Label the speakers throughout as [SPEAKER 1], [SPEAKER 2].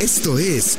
[SPEAKER 1] Esto es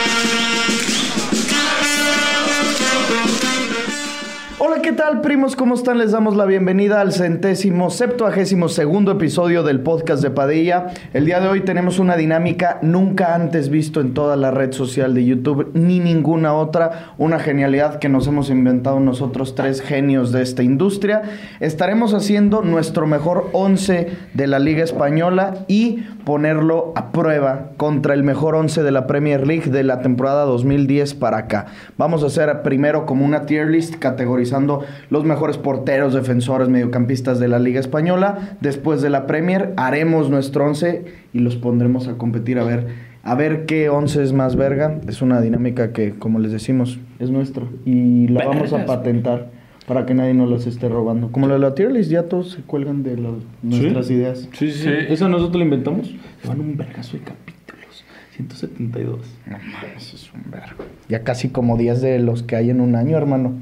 [SPEAKER 2] Hola, ¿qué tal, primos? ¿Cómo están? Les damos la bienvenida al centésimo, septuagésimo segundo episodio del podcast de Padilla. El día de hoy tenemos una dinámica nunca antes visto en toda la red social de YouTube, ni ninguna otra. Una genialidad que nos hemos inventado nosotros tres genios de esta industria. Estaremos haciendo nuestro mejor 11 de la Liga Española y ponerlo a prueba contra el mejor 11 de la Premier League de la temporada 2010 para acá. Vamos a hacer primero como una tier list categorizando los mejores porteros, defensores, mediocampistas de la Liga Española. Después de la Premier haremos nuestro 11 y los pondremos a competir a ver a ver qué 11 es más verga. Es una dinámica que, como les decimos, es nuestra y la vamos a patentar. Para que nadie nos las esté robando. Como la de la tier list, ya todos se cuelgan de las- nuestras ideas.
[SPEAKER 3] Sí, sí, sí. ¿Eso nosotros lo inventamos? Son un vergazo de capítulos. 172.
[SPEAKER 2] No mames, es un vergo. Ya casi como 10 de los que hay en un año, hermano.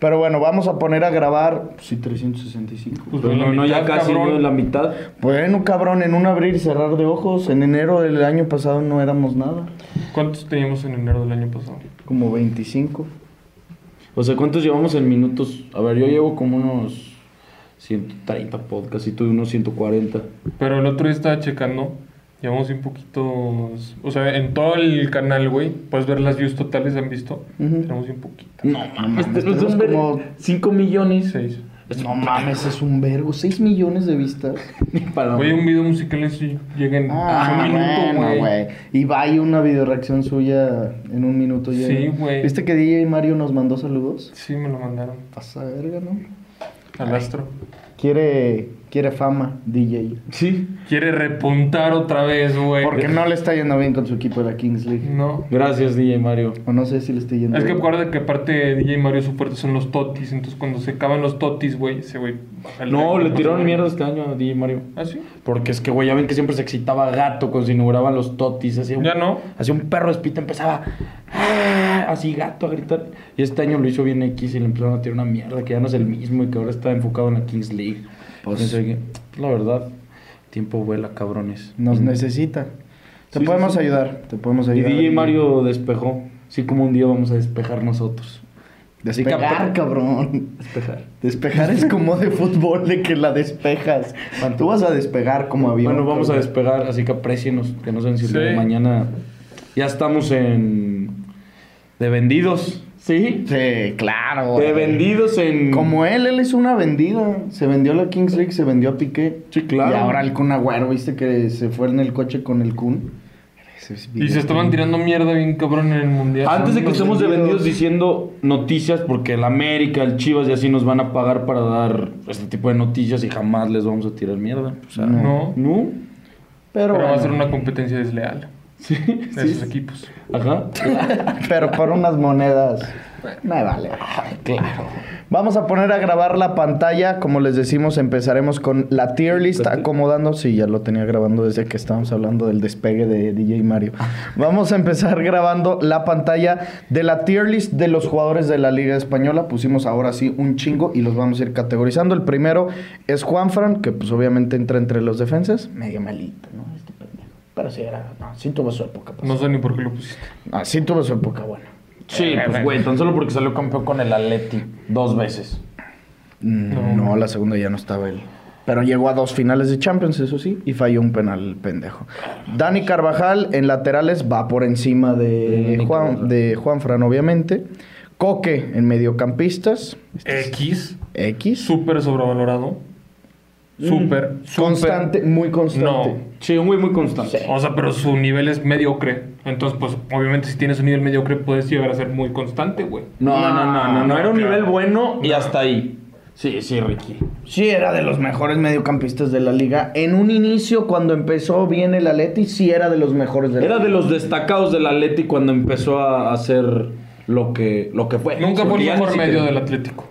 [SPEAKER 2] Pero bueno, vamos a poner a grabar. Sí, 365.
[SPEAKER 3] Pues no, no, ya casi no, la mitad.
[SPEAKER 2] Bueno, cabrón, en un abrir y cerrar de ojos. En enero del año pasado no éramos nada.
[SPEAKER 4] ¿Cuántos teníamos en enero del año pasado?
[SPEAKER 2] Como 25.
[SPEAKER 3] O sea, ¿cuántos llevamos en minutos? A ver, yo llevo como unos 130 podcasts y tú unos 140.
[SPEAKER 4] Pero el otro día estaba checando. Llevamos un poquito. O sea, en todo el canal, güey. Puedes ver las views totales, ¿han visto?
[SPEAKER 2] Ujú.
[SPEAKER 4] Tenemos un poquito.
[SPEAKER 3] Este No
[SPEAKER 2] mames,
[SPEAKER 3] mames, tenemos
[SPEAKER 2] tenemos
[SPEAKER 3] un
[SPEAKER 2] como-
[SPEAKER 3] como 5 millones.
[SPEAKER 4] Seis.
[SPEAKER 2] No mames, es un vergo. 6 millones de vistas. Ah,
[SPEAKER 3] Para
[SPEAKER 4] Güey, un video musical así llega en un
[SPEAKER 2] bueno,
[SPEAKER 4] minuto, güey.
[SPEAKER 2] Y va y una videoreacción suya en un minuto ya.
[SPEAKER 4] Sí, güey.
[SPEAKER 2] ¿Viste que DJ Mario nos mandó saludos?
[SPEAKER 4] Sí, me lo mandaron.
[SPEAKER 2] Pasa verga, ¿no?
[SPEAKER 4] Al astro.
[SPEAKER 2] Quiere, quiere fama, DJ.
[SPEAKER 3] Sí,
[SPEAKER 4] Quiere repuntar otra vez, güey.
[SPEAKER 2] Porque no le está yendo bien con su equipo de la Kings League.
[SPEAKER 4] No.
[SPEAKER 3] gracias DJ Mario.
[SPEAKER 2] O no sé si le está yendo
[SPEAKER 4] Es que
[SPEAKER 2] bien.
[SPEAKER 4] acuérdate que aparte DJ Mario su fuerte son los totis. Entonces cuando se acaban los totis, güey, ese güey. baja el
[SPEAKER 3] No,
[SPEAKER 4] ranking,
[SPEAKER 3] le tiraron
[SPEAKER 4] sé.
[SPEAKER 3] mierda este año a DJ Mario.
[SPEAKER 4] ¿Ah, sí?
[SPEAKER 3] Porque es que, güey, ya ven que siempre se excitaba gato cuando se inauguraban los totis. Hacía un,
[SPEAKER 4] Ya no.
[SPEAKER 3] Hacía un perro espita, empezaba "Ah", así gato a gritar. Y este año lo hizo bien X y le empezaron a tirar una mierda, que ya no es el mismo y que ahora está enfocado en la Kings League.
[SPEAKER 2] Pues-
[SPEAKER 3] Pienso que, la verdad, el tiempo vuela, cabrones.
[SPEAKER 2] Nos
[SPEAKER 3] Y-
[SPEAKER 2] necesita. Te
[SPEAKER 3] Sí,
[SPEAKER 2] podemos
[SPEAKER 3] sí, sí.
[SPEAKER 2] ayudar, te podemos
[SPEAKER 3] Y
[SPEAKER 2] ayudar.
[SPEAKER 3] DJ Mario despejó. Así como un día vamos a despejar nosotros.
[SPEAKER 2] Despejar,
[SPEAKER 3] Capaz-
[SPEAKER 2] cabrón.
[SPEAKER 3] Despejar.
[SPEAKER 2] Despejar es como de fútbol, de que la despejas. Tú vas a despegar como avión.
[SPEAKER 3] Bueno, vamos a
[SPEAKER 2] cabrón.
[SPEAKER 3] despegar, así que aprecienos, que no saben si el día de
[SPEAKER 4] Sí.
[SPEAKER 3] mañana ya estamos en... De vendidos. ¿Sí?
[SPEAKER 2] Sí, claro. güey.
[SPEAKER 3] De vendidos en...
[SPEAKER 2] Como él, él es una vendida. Se vendió a la Kings League, se vendió a Piqué.
[SPEAKER 3] Sí, claro.
[SPEAKER 2] Y ahora el Kun Agüero, ¿viste que se fue en el coche con el Kun? Ese es
[SPEAKER 4] Y se estaban tirando mierda bien cabrón en el mundial.
[SPEAKER 3] Antes de que
[SPEAKER 2] Unos
[SPEAKER 3] estemos de
[SPEAKER 2] vendidos.
[SPEAKER 3] vendidos diciendo noticias, porque el América, el Chivas y así nos van a pagar para dar este tipo de noticias y jamás les vamos a tirar mierda. O sea,
[SPEAKER 4] No.
[SPEAKER 3] ¿No?
[SPEAKER 2] Pero,
[SPEAKER 4] Pero va a
[SPEAKER 2] bueno.
[SPEAKER 4] ser una competencia desleal
[SPEAKER 3] Sí,
[SPEAKER 4] de
[SPEAKER 3] sí.
[SPEAKER 4] esos equipos.
[SPEAKER 3] Ajá.
[SPEAKER 2] Pero por unas monedas. Me vale.
[SPEAKER 3] Claro.
[SPEAKER 2] Vamos a poner a grabar la pantalla. Como les decimos, empezaremos con la tier list acomodando. Sí, ya lo tenía grabando desde que estábamos hablando del despegue de DJ Mario. Vamos a empezar grabando la pantalla de la tier list de los jugadores de la Liga Española. Pusimos ahora sí un chingo y los vamos a ir categorizando. El primero es Juanfran, que pues obviamente entra entre los defensas. Medio malito, ¿no? Este pendejo. Pero sí era. No, sí tuvo su época. pues.
[SPEAKER 4] No sé ni por qué lo pusiste.
[SPEAKER 2] Ah, sí tuvo su época buena.
[SPEAKER 3] Sí, pues güey, tan solo porque salió campeón con el Atleti dos veces.
[SPEAKER 2] Mm, No, la segunda ya no estaba él. Pero llegó a dos finales de Champions, eso sí, y falló un penal el pendejo. Dani Carvajal en laterales va por encima de
[SPEAKER 3] Dani
[SPEAKER 2] Juan
[SPEAKER 3] Carvajal.
[SPEAKER 2] de Juanfran, obviamente. Coque en mediocampistas.
[SPEAKER 4] X,
[SPEAKER 2] X. Mm.
[SPEAKER 4] súper sobrevalorado.
[SPEAKER 3] Mm.
[SPEAKER 4] Súper, súper.
[SPEAKER 2] Constante, muy constante.
[SPEAKER 3] Sí, un güey muy constante.
[SPEAKER 4] O sea, pero su nivel es mediocre. Entonces, pues, obviamente, si tienes un nivel mediocre, puedes llegar a ser muy constante, güey.
[SPEAKER 3] No, no, no, no, no, no, era
[SPEAKER 4] claro.
[SPEAKER 3] un nivel bueno y hasta ahí. Sí, sí, Ricky.
[SPEAKER 2] Sí, era de los mejores mediocampistas de la liga. En un inicio, cuando empezó bien el Atleti, sí era de los mejores de la
[SPEAKER 3] Era
[SPEAKER 2] liga.
[SPEAKER 3] de los destacados del Atleti cuando empezó a hacer lo que, lo que fue.
[SPEAKER 4] Nunca fue
[SPEAKER 3] Porque
[SPEAKER 4] el
[SPEAKER 3] ya ni
[SPEAKER 4] mejor
[SPEAKER 3] siquiera-
[SPEAKER 4] medio del Atlético.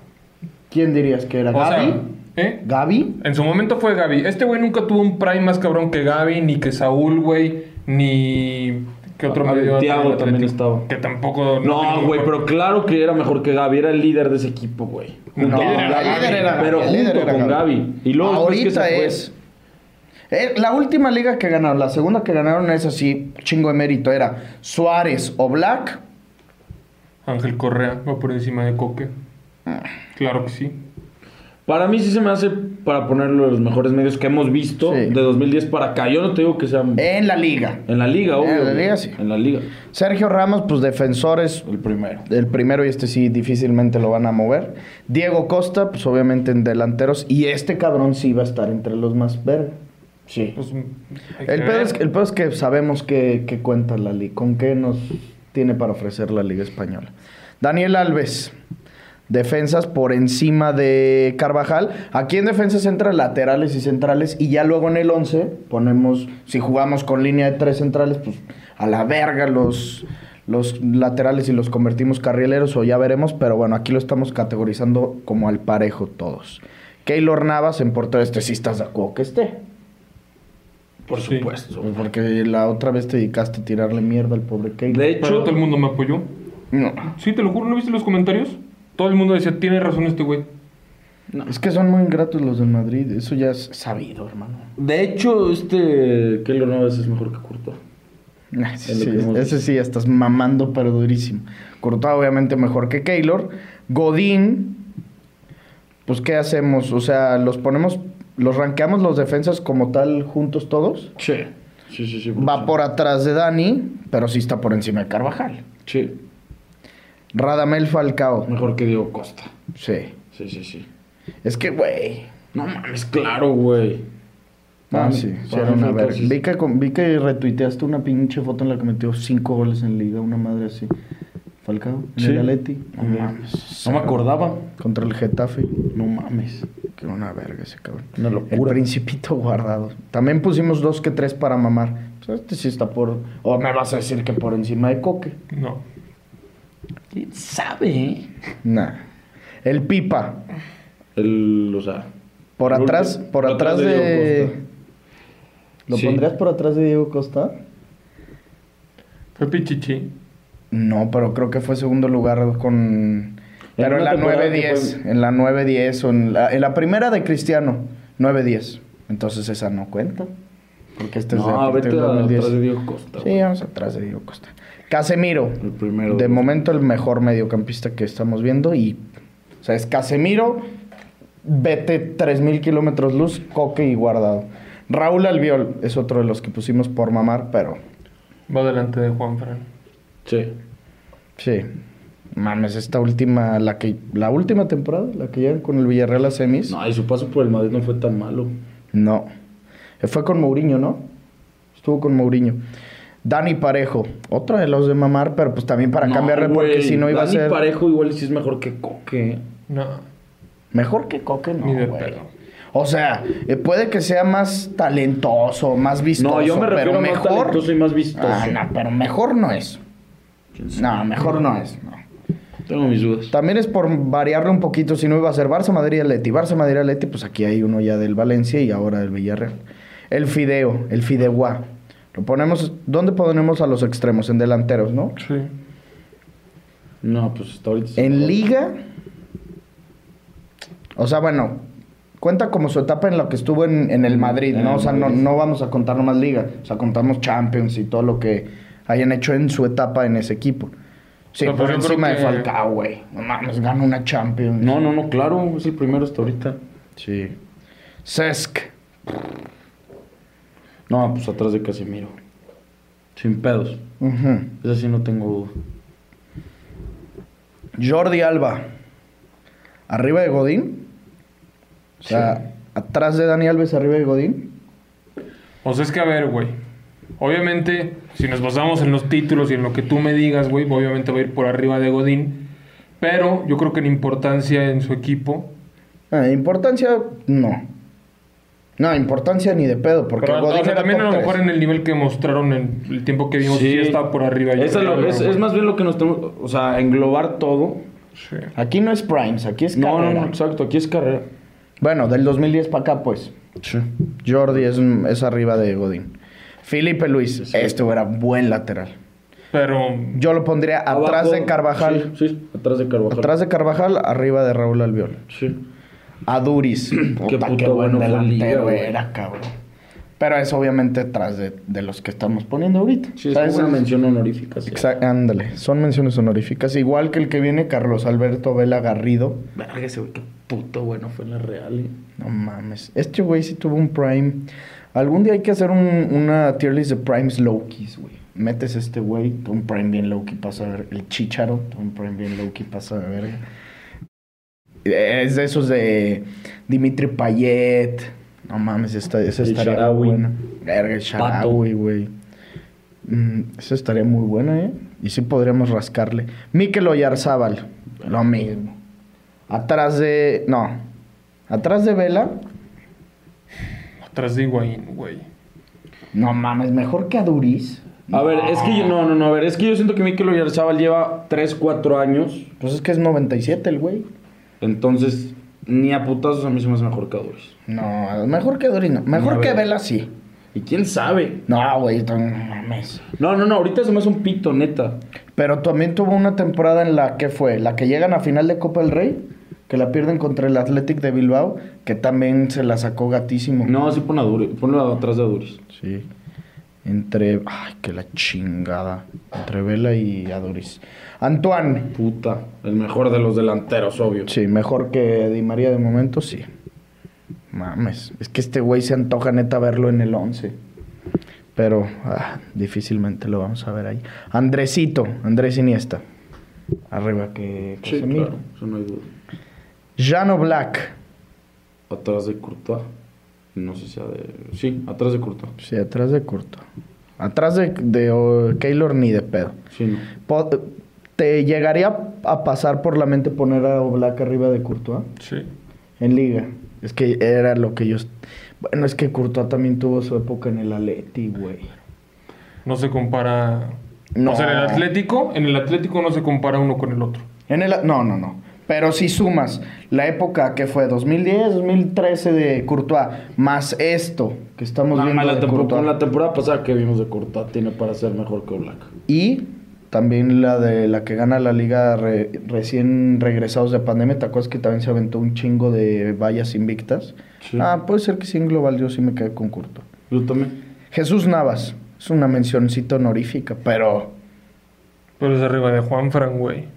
[SPEAKER 2] ¿Quién dirías que era?
[SPEAKER 4] O sea,
[SPEAKER 2] ¿Gaby?
[SPEAKER 4] ¿eh?
[SPEAKER 2] ¿Gaby?
[SPEAKER 4] En su momento fue Gaby. Este güey nunca tuvo un prime más cabrón que Gaby, ni que Saúl, güey, ni. ¿Qué otro
[SPEAKER 3] Ah,
[SPEAKER 4] medio?
[SPEAKER 3] Thiago
[SPEAKER 4] del
[SPEAKER 3] también
[SPEAKER 4] Atlético?
[SPEAKER 3] estaba.
[SPEAKER 4] Que tampoco.
[SPEAKER 3] No, güey, pero claro que era mejor que Gaby. Era el líder de ese equipo, güey.
[SPEAKER 4] No,
[SPEAKER 3] Junto
[SPEAKER 4] el
[SPEAKER 3] con
[SPEAKER 4] líder era
[SPEAKER 3] Gaby,
[SPEAKER 4] Gaby,
[SPEAKER 3] Pero
[SPEAKER 2] el líder
[SPEAKER 3] junto
[SPEAKER 2] era
[SPEAKER 3] con Gaby. Y luego después que
[SPEAKER 2] Ahorita
[SPEAKER 3] se fue-
[SPEAKER 2] es Eh, la última liga que ganaron, la segunda que ganaron es así, chingo de mérito, era Suárez o Black.
[SPEAKER 4] Ángel Correa va por encima de Coque. Claro que sí.
[SPEAKER 3] Para mí sí se me hace para ponerlo en los mejores medios que hemos visto
[SPEAKER 2] Sí.
[SPEAKER 3] de 2010 para acá. Yo no te digo que sea
[SPEAKER 2] En la liga.
[SPEAKER 3] en la liga, obvio.
[SPEAKER 2] en la liga,
[SPEAKER 3] güey.
[SPEAKER 2] sí.
[SPEAKER 3] En la liga.
[SPEAKER 2] Sergio Ramos, pues defensores,
[SPEAKER 3] El primero.
[SPEAKER 2] el primero y este sí difícilmente lo van a mover. Diego Costa, pues obviamente en delanteros. Y este cabrón sí va a estar entre los más verga.
[SPEAKER 3] Sí.
[SPEAKER 4] Pues, hay que
[SPEAKER 2] El pedo,
[SPEAKER 4] ver.
[SPEAKER 2] es, el pedo es que sabemos que, que cuenta la liga, con qué nos tiene para ofrecer la liga española. Daniel Alves, defensas por encima de Carvajal. Aquí en defensas entran laterales y centrales y ya luego en el 11 ponemos, si jugamos con línea de tres centrales, pues a la verga los, los laterales y los convertimos carrileros o ya veremos, pero bueno, aquí lo estamos categorizando como al parejo todos. Keylor Navas en portero, este sí estás de acuerdo que esté.
[SPEAKER 3] Por
[SPEAKER 4] Sí.
[SPEAKER 3] supuesto.
[SPEAKER 2] Pues porque la otra vez te dedicaste a tirarle mierda al pobre Keylor.
[SPEAKER 3] De
[SPEAKER 4] Pero
[SPEAKER 3] hecho,
[SPEAKER 4] todo el mundo me apoyó.
[SPEAKER 2] No.
[SPEAKER 4] Sí, te lo juro, ¿no viste los comentarios? Todo el mundo decía, tiene razón este güey.
[SPEAKER 2] Es que son muy ingratos los del Madrid. Eso ya es sabido, hermano.
[SPEAKER 3] de hecho este Keylor Navas es mejor que Courtois.
[SPEAKER 2] Nah, ese
[SPEAKER 3] Es lo
[SPEAKER 2] sí,
[SPEAKER 3] que hemos
[SPEAKER 2] ese sí, ya estás mamando, pero durísimo. Cortado, obviamente, mejor que Keylor. Godín, pues, ¿qué hacemos? O sea, los ponemos, los ranqueamos los defensas como tal, juntos todos.
[SPEAKER 3] Sí. Sí, sí, sí.
[SPEAKER 2] Va por atrás de Dani, pero sí está por encima de Carvajal.
[SPEAKER 3] Sí.
[SPEAKER 2] Radamel Falcao,
[SPEAKER 3] Mejor que Diego Costa.
[SPEAKER 2] sí.
[SPEAKER 3] Sí, sí, sí.
[SPEAKER 2] Es que, güey.
[SPEAKER 3] No mames, claro, güey.
[SPEAKER 2] Ah,
[SPEAKER 3] Para mí-
[SPEAKER 2] sí, sí
[SPEAKER 3] para
[SPEAKER 2] era
[SPEAKER 3] mí
[SPEAKER 2] una
[SPEAKER 3] fue
[SPEAKER 2] verga.
[SPEAKER 3] entonces-
[SPEAKER 2] Vi que, con- vi que retuiteaste una pinche foto en la que metió cinco goles en liga, una madre así. Falcao, en
[SPEAKER 3] Sí.
[SPEAKER 2] el Atleti.
[SPEAKER 3] No mames. No me acordaba.
[SPEAKER 2] Contra el Getafe.
[SPEAKER 3] No mames.
[SPEAKER 2] Que era una verga ese cabrón.
[SPEAKER 3] Una locura.
[SPEAKER 2] El principito guardado. También pusimos dos que tres para mamar. Pues este sí está por... O me vas a decir que por encima de Coque.
[SPEAKER 4] No.
[SPEAKER 3] ¿Quién sabe, eh?
[SPEAKER 2] Nah. El Pipa.
[SPEAKER 3] El, o sea.
[SPEAKER 2] Por
[SPEAKER 3] el
[SPEAKER 2] atrás,
[SPEAKER 3] último-
[SPEAKER 2] por atrás de...
[SPEAKER 3] Diego Costa.
[SPEAKER 2] ¿Lo
[SPEAKER 3] Sí.
[SPEAKER 2] pondrías por atrás de Diego Costa?
[SPEAKER 4] Fue Pichichi.
[SPEAKER 2] No, pero creo que fue segundo lugar con. Pero en
[SPEAKER 3] una
[SPEAKER 2] la
[SPEAKER 3] temporada
[SPEAKER 2] 9-10.
[SPEAKER 3] que
[SPEAKER 2] En la 9-10. o En la, en la primera de Cristiano. 9-10. Entonces esa no cuenta. Porque este es de
[SPEAKER 3] No,
[SPEAKER 2] a partir
[SPEAKER 3] vete
[SPEAKER 2] del
[SPEAKER 3] a-
[SPEAKER 2] 2010.
[SPEAKER 3] atrás de Diego Costa.
[SPEAKER 2] Sí,
[SPEAKER 3] güey.
[SPEAKER 2] vamos atrás de Diego Costa. Casemiro.
[SPEAKER 3] El primero.
[SPEAKER 2] De
[SPEAKER 3] güey.
[SPEAKER 2] momento el mejor mediocampista que estamos viendo. Y. O sea, es Casemiro. Vete 3.000 kilómetros luz. Coque y guardado. Raúl Albiol es otro de los que pusimos por mamar, pero.
[SPEAKER 4] Va delante de Juan Fran.
[SPEAKER 3] Sí.
[SPEAKER 2] Sí. Mames, esta última, la que la última temporada, la que llegan con el Villarreal a semis. No.
[SPEAKER 3] No, y su paso por el Madrid no fue tan malo.
[SPEAKER 2] Eh, Fue con Mourinho, ¿no? Estuvo con Mourinho. Dani Parejo, otra de los de mamar, pero pues también para
[SPEAKER 3] No,
[SPEAKER 2] cambiarle porque
[SPEAKER 3] güey,
[SPEAKER 2] si no iba
[SPEAKER 3] Dani
[SPEAKER 2] a ser
[SPEAKER 3] Parejo igual sí es mejor que Coque. ¿eh?
[SPEAKER 4] No.
[SPEAKER 2] mejor que Coque, no,
[SPEAKER 4] Ni de
[SPEAKER 2] güey.
[SPEAKER 4] pedo.
[SPEAKER 2] O sea, eh, puede que sea más talentoso, más vistoso,
[SPEAKER 3] no, yo me refiero
[SPEAKER 2] pero
[SPEAKER 3] a más
[SPEAKER 2] mejor.
[SPEAKER 3] talentoso y más vistoso.
[SPEAKER 2] Ah, no, pero mejor no es. No, mejor no es. No.
[SPEAKER 3] Tengo mis dudas.
[SPEAKER 2] También es por variarle un poquito, si no iba a ser Barça, Madrid, Atleti. Barça, Madrid, Atleti, pues aquí hay uno ya del Valencia y ahora del Villarreal. El Fideo, el Fideuá. Lo ponemos, ¿dónde ponemos a los extremos? En delanteros, ¿no?
[SPEAKER 4] Sí.
[SPEAKER 3] No, pues hasta ahorita.
[SPEAKER 2] En Liga, o sea, bueno, cuenta como su etapa en la que estuvo en, en el Madrid,
[SPEAKER 3] En
[SPEAKER 2] ¿no?
[SPEAKER 3] el
[SPEAKER 2] O sea, no,
[SPEAKER 3] Madrid.
[SPEAKER 2] no vamos a contar nomás Liga, o sea, contamos Champions y todo lo que hayan hecho en su etapa en ese equipo. Sí,
[SPEAKER 4] O sea,
[SPEAKER 2] por
[SPEAKER 4] pues yo creo
[SPEAKER 2] encima de
[SPEAKER 4] que-
[SPEAKER 2] Falcao, güey. No mames, gana una Champions.
[SPEAKER 3] No, no, no, claro, es el primero hasta ahorita.
[SPEAKER 2] Sí. Cesc.
[SPEAKER 3] No, pues atrás de Casemiro. Sin pedos.
[SPEAKER 2] Ujú.
[SPEAKER 3] Esa sí no tengo duda.
[SPEAKER 2] Jordi Alba. Arriba de Godín. O sea, atrás de Dani Alves, arriba de Godín.
[SPEAKER 4] O sea, Pues es que a ver, güey. Obviamente, si nos basamos en los títulos y en lo que tú me digas, güey, obviamente va a ir por arriba de Godín. Pero yo creo que en importancia en su equipo.
[SPEAKER 2] Ah, importancia, no. No, importancia ni de pedo, porque
[SPEAKER 4] pero,
[SPEAKER 2] Godín
[SPEAKER 4] o sea,
[SPEAKER 2] era
[SPEAKER 4] también a
[SPEAKER 2] top
[SPEAKER 4] lo
[SPEAKER 2] tres.
[SPEAKER 4] mejor en el nivel que mostraron en el tiempo que vimos, sí, estaba por arriba. yo
[SPEAKER 3] Esa
[SPEAKER 4] creo,
[SPEAKER 3] lo- es,
[SPEAKER 4] güey.
[SPEAKER 3] es más bien lo que nos tenemos. O sea, englobar todo.
[SPEAKER 4] Sí.
[SPEAKER 2] Aquí no es Primes, aquí es
[SPEAKER 3] No, no,
[SPEAKER 2] carrera.
[SPEAKER 3] no, exacto. Aquí es carrera.
[SPEAKER 2] Bueno, del 2010 para acá, pues.
[SPEAKER 3] Sí.
[SPEAKER 2] Jordi es, es arriba de Godín. Felipe Luis, este era buen lateral.
[SPEAKER 4] Pero
[SPEAKER 2] Yo lo pondría atrás de Carvajal.
[SPEAKER 3] Sí, sí, atrás de Carvajal.
[SPEAKER 2] Atrás de Carvajal, arriba de Raúl Albiol.
[SPEAKER 3] Sí.
[SPEAKER 2] Aduris. Puta,
[SPEAKER 3] puto bueno fue en Liga, güey.
[SPEAKER 2] era, cabrón. Pero es obviamente atrás de, de los que estamos poniendo ahorita.
[SPEAKER 3] Sí, es
[SPEAKER 2] O sea,
[SPEAKER 3] como
[SPEAKER 2] ese
[SPEAKER 3] una
[SPEAKER 2] es-
[SPEAKER 3] mención honorífica. sí.
[SPEAKER 2] Exacto, ándale. Son menciones honoríficas. Igual que el que viene Carlos Alberto Vela Garrido.
[SPEAKER 3] Verga, ese güey, qué puto bueno fue en la Real. eh.
[SPEAKER 2] No mames. Este güey sí tuvo un Prime. Algún día hay que hacer un- una tier list de Primes Lowkeys, güey. Metes este güey, tú un Prime bien Lowkey pasa a ver. El Chicharo, tú un Prime bien Lowkey pasa a ver. Es de esos de Dimitri Payet. No mames, esta, esa
[SPEAKER 3] El
[SPEAKER 2] estaría muy
[SPEAKER 3] Sharawi.
[SPEAKER 2] buena. Verga, el
[SPEAKER 3] Pato.
[SPEAKER 2] Sharawi, güey. Mm, esa estaría muy buena, ¿eh? Y sí podríamos rascarle. Mikel Oyarzábal, lo mismo. Atrás de. No. Atrás de Vela.
[SPEAKER 4] Atrás de Higuaín, güey.
[SPEAKER 2] No mames, mejor que a Duris.
[SPEAKER 3] A ver, es que yo, no, no, no, a ver, es que yo siento que Mikel Oyarzabal lleva 3, 4 años,
[SPEAKER 2] Pues es que es 97 el güey.
[SPEAKER 3] entonces ni a putazos a mí se me hace mejor que a Doris.
[SPEAKER 2] No, mejor que a Duris no. Mejor
[SPEAKER 3] A
[SPEAKER 2] que
[SPEAKER 3] ver.
[SPEAKER 2] Vela sí.
[SPEAKER 3] Y quién sabe.
[SPEAKER 2] No, güey, no mames.
[SPEAKER 3] No, no, no, ahorita se me hace un pito, neta.
[SPEAKER 2] Pero también tuvo una temporada en la que fue, la que llegan a final de Copa del Rey, que la pierden contra el Athletic de Bilbao, que también se la sacó gatísimo.
[SPEAKER 3] No, sí pon a Doris, ponlo atrás de Doris.
[SPEAKER 2] Sí. Entre. Ay, que la chingada. Entre Vela y Adoris. Antoine.
[SPEAKER 3] Puta, el mejor de los delanteros, obvio.
[SPEAKER 2] Sí, mejor que Di María de momento, sí. Mames. Es que este güey se antoja neta verlo en el 11. Pero ah, difícilmente lo vamos a ver ahí. Andresito, Andrés Iniesta. Arriba que
[SPEAKER 3] Sí,
[SPEAKER 2] Casemiro.
[SPEAKER 3] claro, eso no hay duda.
[SPEAKER 2] Jano Black.
[SPEAKER 3] Atrás de Courtois. No sé si sea de... Sí, atrás de Courtois.
[SPEAKER 2] Sí, atrás de Curto. Atrás de, de oh, Keylor ni de pedo.
[SPEAKER 3] Sí, no.
[SPEAKER 2] Po- ¿Te llegaría a pasar por la mente poner a Oblak arriba de Courtois
[SPEAKER 4] Sí.
[SPEAKER 2] en liga? Es que era lo que yo... Bueno, es que Courtois también tuvo su época en el Atleti, güey.
[SPEAKER 4] No se compara.
[SPEAKER 2] No.
[SPEAKER 4] O sea, en el Atlético, en el Atlético no se compara uno con el otro.
[SPEAKER 2] En el... No, no, no. Pero si sumas la época que fue 2010, 2013 de Courtois, más esto que estamos
[SPEAKER 3] Nada
[SPEAKER 2] viendo
[SPEAKER 3] más Ah, la,
[SPEAKER 2] de
[SPEAKER 3] tempo-
[SPEAKER 2] Courtois,
[SPEAKER 3] con la temporada pasada que vimos de Courtois tiene para ser mejor que Black.
[SPEAKER 2] y también la de la que gana la liga re- recién regresados de pandemia, ¿te acuerdas que también se aventó un chingo de vallas invictas?
[SPEAKER 3] Sí.
[SPEAKER 2] Ah, puede ser que sí en global yo sí me quedé con Curto.
[SPEAKER 3] Yo también.
[SPEAKER 2] Jesús Navas. Es una mencioncita honorífica, pero
[SPEAKER 4] Pero es arriba de Juan Fran, güey.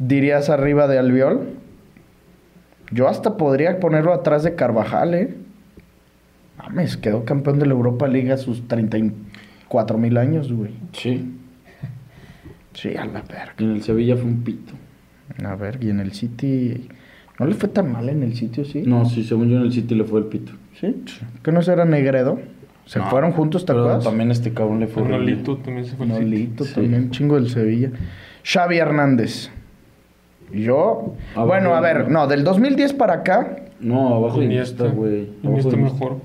[SPEAKER 2] ¿dirías arriba de Albiol? Yo hasta podría ponerlo atrás de Carvajal, ¿eh? Mames, quedó campeón de la Europa League a sus 34 mil años, güey.
[SPEAKER 3] Sí.
[SPEAKER 2] Sí, a la verga.
[SPEAKER 3] Y en el Sevilla fue un pito.
[SPEAKER 2] A ver, y en el City... ¿No le fue tan mal en el City, o sí?
[SPEAKER 3] No, sí, según yo en el City le fue el pito.
[SPEAKER 2] ¿Sí? ¿Que no será Negredo? Se
[SPEAKER 3] No,
[SPEAKER 2] fueron juntos, ¿te
[SPEAKER 3] Pero
[SPEAKER 2] acuerdas?
[SPEAKER 3] también este cabrón le fue horrible.
[SPEAKER 4] Nolito también se fue. al City.
[SPEAKER 2] Nolito
[SPEAKER 3] Pues Sí.
[SPEAKER 2] también, chingo del Sevilla. Xavi Hernández. Yo.
[SPEAKER 3] A ver,
[SPEAKER 2] bueno, a
[SPEAKER 3] bueno.
[SPEAKER 2] ver, no, del 2010 para acá,
[SPEAKER 3] No, abajo de
[SPEAKER 4] Iniesta,
[SPEAKER 3] Iniesta, güey. Abajo
[SPEAKER 4] Iniesta
[SPEAKER 3] de
[SPEAKER 4] mejor.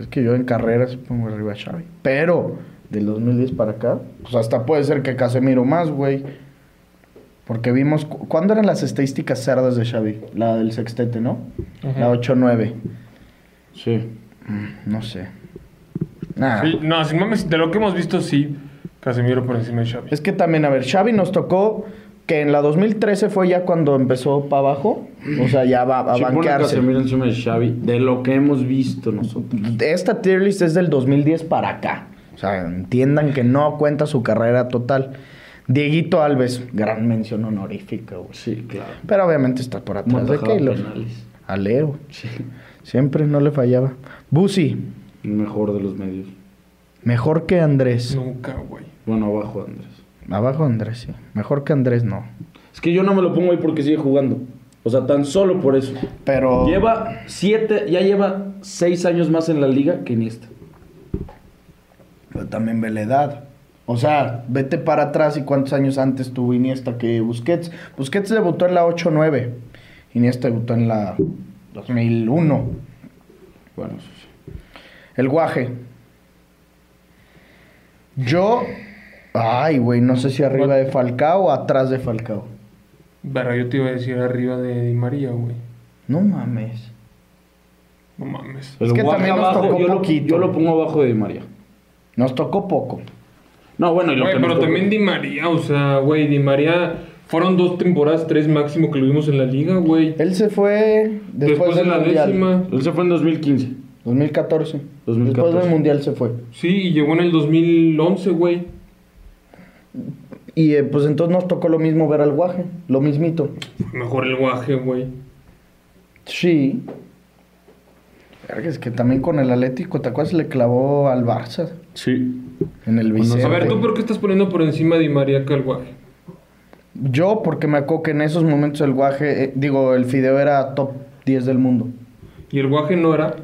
[SPEAKER 2] es que yo en carreras pongo arriba a Xavi. Pero del 2010 para acá, pues hasta puede ser que Casemiro más, güey. Porque vimos. cu- ¿Cuándo eran las estadísticas cerdas de Xavi? La del sextete, ¿no?
[SPEAKER 4] Ajá.
[SPEAKER 2] La 8-9.
[SPEAKER 3] Sí.
[SPEAKER 2] Mm, No sé. Nah.
[SPEAKER 4] Sí, no, sin mames, de lo que hemos visto, sí. Casemiro por encima de Xavi.
[SPEAKER 2] Es que también, a ver, Xavi nos tocó que en la 2013 fue ya cuando empezó para abajo. O sea, ya va a
[SPEAKER 3] Sí, pone
[SPEAKER 2] banquearse.
[SPEAKER 3] Casemiro encima de Xavi, de lo que hemos visto nosotros.
[SPEAKER 2] Esta tier list es del 2010 para acá. O sea, entiendan que no cuenta su carrera total. Dieguito Alves, gran mención honorífica, güey.
[SPEAKER 3] Sí, claro.
[SPEAKER 2] Pero obviamente está por
[SPEAKER 3] Una
[SPEAKER 2] atrás de
[SPEAKER 3] tajada de
[SPEAKER 2] Keylor.
[SPEAKER 3] penales.
[SPEAKER 2] A Leo.
[SPEAKER 3] Sí.
[SPEAKER 2] Siempre no le fallaba. Busi,
[SPEAKER 3] El mejor de los medios.
[SPEAKER 2] mejor que Andrés.
[SPEAKER 4] Nunca, güey.
[SPEAKER 3] Bueno, abajo Andrés.
[SPEAKER 2] Abajo Andrés, sí. Mejor que Andrés, no.
[SPEAKER 3] Es que yo no me lo pongo ahí porque sigue jugando. O sea, tan solo por eso.
[SPEAKER 2] Pero.
[SPEAKER 3] Lleva siete, ya lleva seis años más en la liga que Iniesta.
[SPEAKER 2] Pero también ve la edad. O sea, vete para atrás y cuántos años antes tuvo Iniesta que Busquets. Busquets debutó en la 8-9. Iniesta debutó en la 2001.
[SPEAKER 3] Bueno, eso sí.
[SPEAKER 2] El guaje. Yo... Ay, güey, no sé si arriba de Falcao o atrás de Falcao.
[SPEAKER 4] Verga, yo te iba a decir arriba de Di María, güey.
[SPEAKER 2] No mames.
[SPEAKER 4] No mames.
[SPEAKER 2] Es que
[SPEAKER 3] Guaje
[SPEAKER 2] también nos tocó
[SPEAKER 3] yo, lo,
[SPEAKER 2] poquito.
[SPEAKER 3] yo lo pongo abajo de Di María.
[SPEAKER 2] Nos tocó poco.
[SPEAKER 3] No, bueno, y lo
[SPEAKER 4] Güey,
[SPEAKER 3] que
[SPEAKER 4] pero
[SPEAKER 3] nos tocó-
[SPEAKER 4] también Di María, o sea, güey, Di María fueron dos temporadas, tres máximo que lo vimos en la liga, güey.
[SPEAKER 2] Él se fue después,
[SPEAKER 4] Después de
[SPEAKER 2] del
[SPEAKER 4] la
[SPEAKER 2] Mundial.
[SPEAKER 4] décima.
[SPEAKER 3] Él se fue en 2015.
[SPEAKER 2] 2014.
[SPEAKER 3] 2014.
[SPEAKER 2] Después del Mundial se fue.
[SPEAKER 4] Sí, y llegó en el 2011, güey.
[SPEAKER 2] Y eh, pues entonces nos tocó lo mismo ver al guaje, lo mismito.
[SPEAKER 4] Mejor el guaje, güey.
[SPEAKER 2] Sí. Verga, Es que también con el Atlético, ¿te acuerdas? Le clavó al Barça
[SPEAKER 3] Sí.
[SPEAKER 2] en el
[SPEAKER 3] Pues no sé.
[SPEAKER 2] bicep.
[SPEAKER 4] A ver, ¿tú por qué estás poniendo por encima de Di María que el guaje?
[SPEAKER 2] Yo, porque me acuerdo que en esos momentos el guaje, eh, digo, el fideo era top 10 del mundo.
[SPEAKER 4] Y el guaje no era.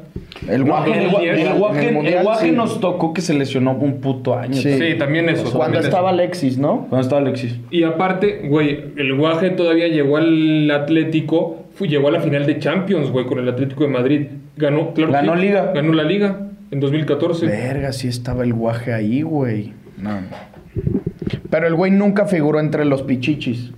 [SPEAKER 2] El
[SPEAKER 4] No,
[SPEAKER 2] guaje,
[SPEAKER 4] en
[SPEAKER 3] El, gua- el
[SPEAKER 2] en el
[SPEAKER 3] guaje, el
[SPEAKER 2] Mundial,
[SPEAKER 3] guaje
[SPEAKER 2] sí.
[SPEAKER 3] nos tocó que se lesionó un puto año.
[SPEAKER 2] Sí.
[SPEAKER 4] Sí, también eso.
[SPEAKER 2] Cuando
[SPEAKER 4] también eso.
[SPEAKER 2] estaba Alexis, ¿no?
[SPEAKER 3] ¿Dónde estaba Alexis?
[SPEAKER 4] Y aparte, güey, el Guaje todavía llegó al Atlético, fue, llegó a la final de Champions, güey, con el Atlético de Madrid. Ganó, claro. que
[SPEAKER 3] Ganó
[SPEAKER 4] sí,
[SPEAKER 3] Liga.
[SPEAKER 4] Ganó la Liga en 2014.
[SPEAKER 2] Verga, sí estaba el guaje ahí, güey. No. Pero el güey nunca figuró entre los pichichis.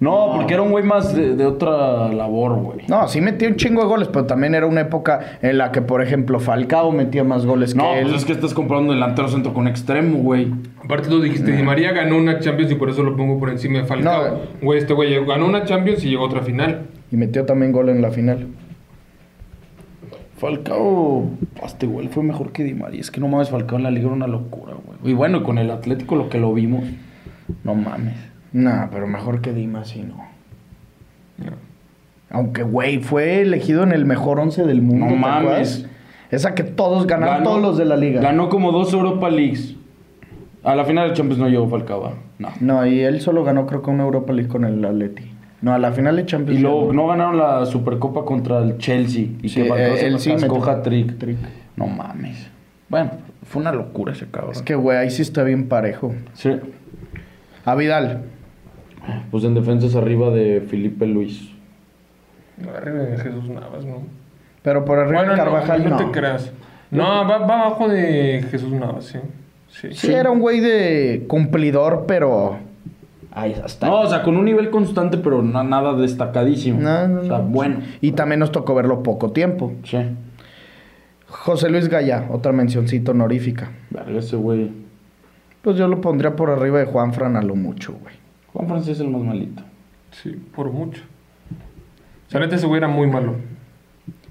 [SPEAKER 3] No, porque era un güey más de, de otra labor, güey.
[SPEAKER 2] No, sí metió un chingo de goles, pero también era una época en la que, por ejemplo, Falcao metía más goles
[SPEAKER 3] No,
[SPEAKER 2] que él.
[SPEAKER 3] pues es que estás comprando delantero centro con extremo, güey.
[SPEAKER 4] Aparte tú dijiste, Di María ganó una Champions y por eso lo pongo por encima de Falcao.
[SPEAKER 2] No.
[SPEAKER 4] Güey, este güey llegó- ganó una Champions y llegó a otra final.
[SPEAKER 2] Y metió también gol en la final.
[SPEAKER 3] Falcao, hasta igual fue mejor que Di María. Es que no mames, Falcao en la liga era una locura, güey. Y bueno, con el Atlético lo que lo vimos, no mames.
[SPEAKER 2] Nah, pero mejor que Dimas, sí, no. Aunque, güey, fue elegido en el mejor once del mundo.
[SPEAKER 3] No
[SPEAKER 2] ¿te
[SPEAKER 3] mames.
[SPEAKER 2] acuerdas? Esa que todos ganaron, todos los de la liga.
[SPEAKER 3] Ganó como dos Europa Leagues. A la final de Champions no llegó Falcao, ¿va? no.
[SPEAKER 2] No, y él solo ganó, creo que una Europa League con el Atleti. No, a la final de Champions
[SPEAKER 3] Y
[SPEAKER 2] League.
[SPEAKER 3] luego no ganaron la Supercopa contra el Chelsea. Y
[SPEAKER 2] Sí,
[SPEAKER 3] que Falcao
[SPEAKER 2] eh,
[SPEAKER 3] se
[SPEAKER 2] él sí
[SPEAKER 3] atascó
[SPEAKER 2] metió
[SPEAKER 3] hat-trick.
[SPEAKER 2] hat-trick.
[SPEAKER 3] No mames. Bueno, fue una locura ese cabrón.
[SPEAKER 2] Es que, güey, ahí sí está bien parejo.
[SPEAKER 3] Sí.
[SPEAKER 2] A Vidal.
[SPEAKER 3] Pues en defensas arriba de Felipe Luis.
[SPEAKER 4] Arriba de Jesús Navas, ¿no?
[SPEAKER 2] Pero por arriba
[SPEAKER 4] Bueno,
[SPEAKER 2] Carvajal
[SPEAKER 4] no,
[SPEAKER 2] no.
[SPEAKER 4] no te creas. No, va, va abajo de Jesús Navas, sí. Sí.
[SPEAKER 2] Sí, era un güey de cumplidor, pero. Ahí está.
[SPEAKER 3] No, o sea, con un nivel constante, pero na- nada destacadísimo.
[SPEAKER 2] No, no,
[SPEAKER 3] O sea,
[SPEAKER 2] no.
[SPEAKER 3] bueno.
[SPEAKER 2] Y también nos tocó verlo poco tiempo.
[SPEAKER 3] Sí.
[SPEAKER 2] José Luis Gallá, otra mencioncita honorífica.
[SPEAKER 3] Verga, ese güey.
[SPEAKER 2] Pues yo lo pondría por arriba de Juan Fran a lo mucho, güey.
[SPEAKER 3] Juan Francisco es el más malito.
[SPEAKER 4] Sí, por mucho. O sea, neta, ese güey era muy malo.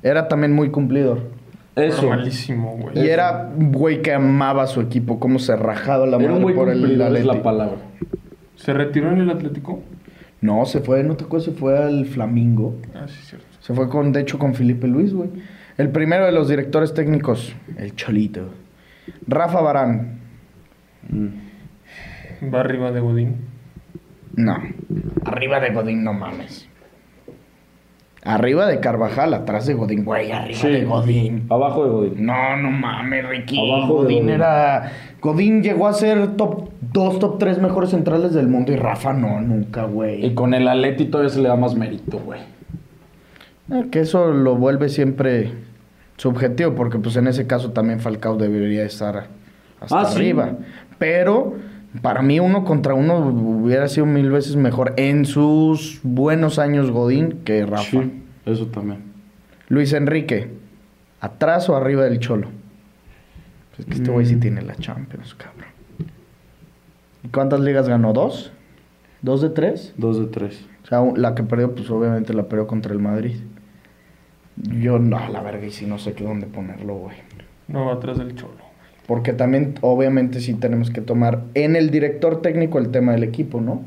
[SPEAKER 2] Era también muy cumplidor.
[SPEAKER 3] Eso.
[SPEAKER 4] Era malísimo, güey.
[SPEAKER 2] Y era un güey que amaba a su equipo, cómo se rajaba la
[SPEAKER 3] Era
[SPEAKER 2] mano
[SPEAKER 3] un güey
[SPEAKER 2] por el
[SPEAKER 3] cumplidor, es la
[SPEAKER 2] Atleti.
[SPEAKER 3] palabra.
[SPEAKER 4] ¿Se retiró en el Atlético?
[SPEAKER 2] No, se fue, no te acuerdas, se fue al Flamingo.
[SPEAKER 4] Ah, sí, cierto.
[SPEAKER 2] Se fue con, de hecho, con Felipe Luis, güey. El primero de los directores técnicos, el Cholito. Rafa Barán.
[SPEAKER 4] Va arriba de Godín.
[SPEAKER 2] No. Arriba de Godín, no mames. Arriba de Carvajal, atrás de Godín, güey, arriba
[SPEAKER 3] Sí.
[SPEAKER 2] de Godín.
[SPEAKER 3] Abajo de Godín.
[SPEAKER 2] No, no mames, Ricky.
[SPEAKER 3] Abajo de
[SPEAKER 2] Godín
[SPEAKER 3] Godín.
[SPEAKER 2] era. Godín llegó a ser top 2, top 3 mejores centrales del mundo y Rafa no, nunca,
[SPEAKER 3] Y
[SPEAKER 2] güey.
[SPEAKER 3] con el Atleti todavía se le da más mérito, güey.
[SPEAKER 2] Eh, Que eso lo vuelve siempre subjetivo, porque pues en ese caso también Falcao debería estar hasta
[SPEAKER 3] Ah, sí.
[SPEAKER 2] arriba. Pero para mí uno contra uno hubiera sido mil veces mejor en sus buenos años Godín que Rafa.
[SPEAKER 3] Sí, eso también.
[SPEAKER 2] Luis Enrique, ¿atrás o arriba del Cholo? Pues es que este güey sí tiene la Champions, cabrón. ¿Y cuántas ligas ganó? ¿Dos? ¿Dos de tres?
[SPEAKER 3] Dos de tres.
[SPEAKER 2] O sea, un- la que perdió, pues obviamente la perdió contra el Madrid. Yo, no, la verga, y si no sé qué dónde ponerlo, güey.
[SPEAKER 4] No, va atrás del Cholo.
[SPEAKER 2] Porque también, obviamente, sí tenemos que tomar en el director técnico el tema del equipo, ¿no?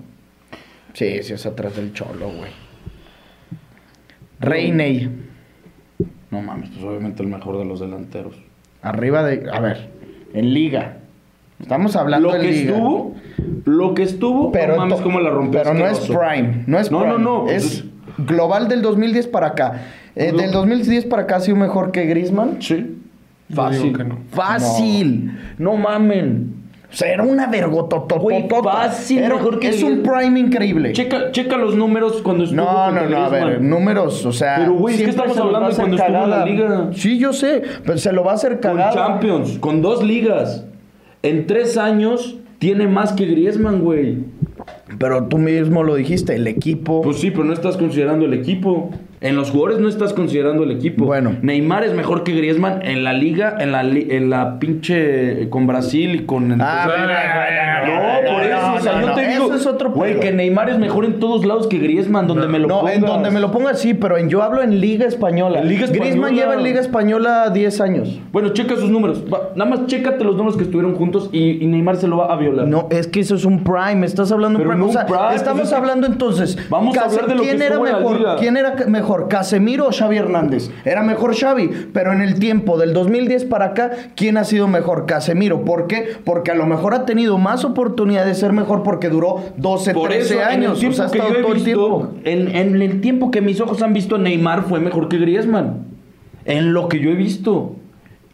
[SPEAKER 2] Sí, sí es atrás del Cholo, güey. Reiney.
[SPEAKER 3] No mames, pues obviamente el mejor de los delanteros.
[SPEAKER 2] Arriba de. A ver, en liga. Estamos hablando
[SPEAKER 3] Lo
[SPEAKER 2] de
[SPEAKER 3] que
[SPEAKER 2] liga.
[SPEAKER 3] estuvo, lo que estuvo,
[SPEAKER 2] pero
[SPEAKER 3] no mames
[SPEAKER 2] to-
[SPEAKER 3] cómo la rompió.
[SPEAKER 2] Pero no es
[SPEAKER 3] asqueroso.
[SPEAKER 2] prime. No es
[SPEAKER 3] No,
[SPEAKER 2] prime.
[SPEAKER 3] no, no, pues
[SPEAKER 2] Es global del 2010 para acá. Eh,
[SPEAKER 3] Lo-
[SPEAKER 2] del 2010 para acá ha sido mejor que Griezmann.
[SPEAKER 3] Sí.
[SPEAKER 4] Yo
[SPEAKER 3] Fácil.
[SPEAKER 4] digo que no.
[SPEAKER 2] Fácil.
[SPEAKER 3] No mamen.
[SPEAKER 2] O sea, era una
[SPEAKER 3] Güey,
[SPEAKER 2] vergotototota.
[SPEAKER 3] fácil,
[SPEAKER 2] Era-
[SPEAKER 3] mejor que
[SPEAKER 2] es un
[SPEAKER 3] Griezmann.
[SPEAKER 2] prime increíble.
[SPEAKER 3] Checa, checa los números cuando estuvo.
[SPEAKER 2] No,
[SPEAKER 3] contra
[SPEAKER 2] no, no, a
[SPEAKER 3] Griezmann.
[SPEAKER 2] ver, números, o sea.
[SPEAKER 3] Pero, güey, es que
[SPEAKER 2] siempre
[SPEAKER 3] estamos
[SPEAKER 2] se lo
[SPEAKER 3] hablando
[SPEAKER 2] va a
[SPEAKER 3] de
[SPEAKER 2] hacer
[SPEAKER 3] cuando estuvo en la
[SPEAKER 2] cagada.
[SPEAKER 3] liga.
[SPEAKER 2] Sí, yo sé, pero se lo va a hacer
[SPEAKER 3] Con
[SPEAKER 2] cagada.
[SPEAKER 3] Champions, con dos ligas. En tres años tiene más que Griezmann, güey.
[SPEAKER 2] Pero tú mismo lo dijiste, el equipo.
[SPEAKER 3] Pues sí, pero no estás considerando el equipo. En los jugadores no estás considerando el equipo.
[SPEAKER 2] Bueno.
[SPEAKER 3] Neymar es mejor que Griezmann en la liga, en la, li- en la pinche. eh, con Brasil y con.
[SPEAKER 2] Ah,
[SPEAKER 3] Entonces- no, por eso, o sea,
[SPEAKER 2] no,
[SPEAKER 3] yo
[SPEAKER 2] no,
[SPEAKER 3] te digo.
[SPEAKER 2] eso es otro
[SPEAKER 3] Güey,
[SPEAKER 2] pedo.
[SPEAKER 3] que Neymar es mejor en todos lados que Griezmann, donde me lo
[SPEAKER 2] No, en
[SPEAKER 3] pongas.
[SPEAKER 2] donde me lo ponga sí, pero en, yo hablo en Liga Española.
[SPEAKER 3] En Liga Española.
[SPEAKER 2] Griezmann lleva en Liga Española 10 años.
[SPEAKER 3] Bueno, checa sus números. Va, nada más chécate los números que estuvieron juntos y, y Neymar se lo va a violar.
[SPEAKER 2] No, es que eso es un prime. Estás hablando de
[SPEAKER 3] Pero
[SPEAKER 2] un
[SPEAKER 3] no
[SPEAKER 2] prime. O sea,
[SPEAKER 3] un prime,
[SPEAKER 2] estamos
[SPEAKER 3] pues es que-
[SPEAKER 2] hablando entonces.
[SPEAKER 3] Vamos a hablar de lo
[SPEAKER 2] ¿quién
[SPEAKER 3] que
[SPEAKER 2] era
[SPEAKER 3] estuvo en la
[SPEAKER 2] mejor?
[SPEAKER 3] liga.
[SPEAKER 2] ¿Quién era ca- mejor? ¿Casemiro o Xavi Hernández? Era mejor Xavi, pero en el tiempo del 2010 para acá, ¿quién ha sido mejor? Casemiro. ¿Por qué? Porque a lo mejor ha tenido más oportunidad de ser mejor porque duró 12,
[SPEAKER 3] Por
[SPEAKER 2] 13
[SPEAKER 3] eso,
[SPEAKER 2] años.
[SPEAKER 3] en el
[SPEAKER 2] o sea, ha
[SPEAKER 3] tiempo
[SPEAKER 2] estado
[SPEAKER 3] que yo he
[SPEAKER 2] todo el tiempo.
[SPEAKER 3] visto, en, en el tiempo que mis ojos han visto a Neymar fue mejor que Griezmann. En lo que yo he visto.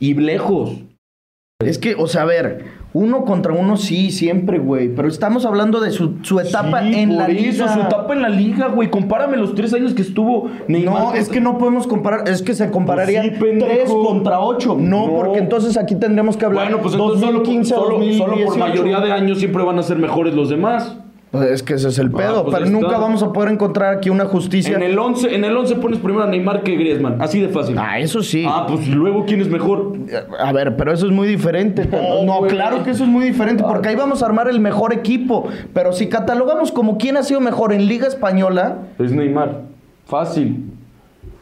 [SPEAKER 3] Y lejos.
[SPEAKER 2] Es que, o sea, a ver, uno contra uno sí, siempre, güey. Pero estamos hablando de su, su etapa
[SPEAKER 3] Sí,
[SPEAKER 2] en la
[SPEAKER 3] por eso,
[SPEAKER 2] liga.
[SPEAKER 3] su etapa en la liga, güey. Compárame los tres años que estuvo Neymar.
[SPEAKER 2] No, es que no podemos comparar, es que se compararía
[SPEAKER 3] Pues
[SPEAKER 2] 3
[SPEAKER 3] sí, pendejo.
[SPEAKER 2] contra 8. No,
[SPEAKER 3] No.
[SPEAKER 2] porque entonces aquí tendremos que hablar
[SPEAKER 3] Bueno, pues entonces solo-
[SPEAKER 2] 2015
[SPEAKER 3] solo,
[SPEAKER 2] a
[SPEAKER 3] solo
[SPEAKER 2] 2018.
[SPEAKER 3] por mayoría de años siempre van a ser mejores los demás.
[SPEAKER 2] Pues es que ese es el pedo,
[SPEAKER 3] pues
[SPEAKER 2] pero
[SPEAKER 3] ahí
[SPEAKER 2] nunca
[SPEAKER 3] está.
[SPEAKER 2] vamos a poder encontrar aquí una justicia.
[SPEAKER 3] En el 11, en el 11 pones primero a Neymar que Griezmann, así de fácil.
[SPEAKER 2] Ah, eso sí.
[SPEAKER 3] Ah, pues y luego quién es mejor.
[SPEAKER 2] A ver, pero eso es muy diferente. No,
[SPEAKER 3] No, güey. Ah.
[SPEAKER 2] claro que eso es muy diferente, porque ahí vamos a armar el mejor equipo. Pero si catalogamos como quién ha sido mejor en Liga Española,
[SPEAKER 3] Es Neymar. Fácil.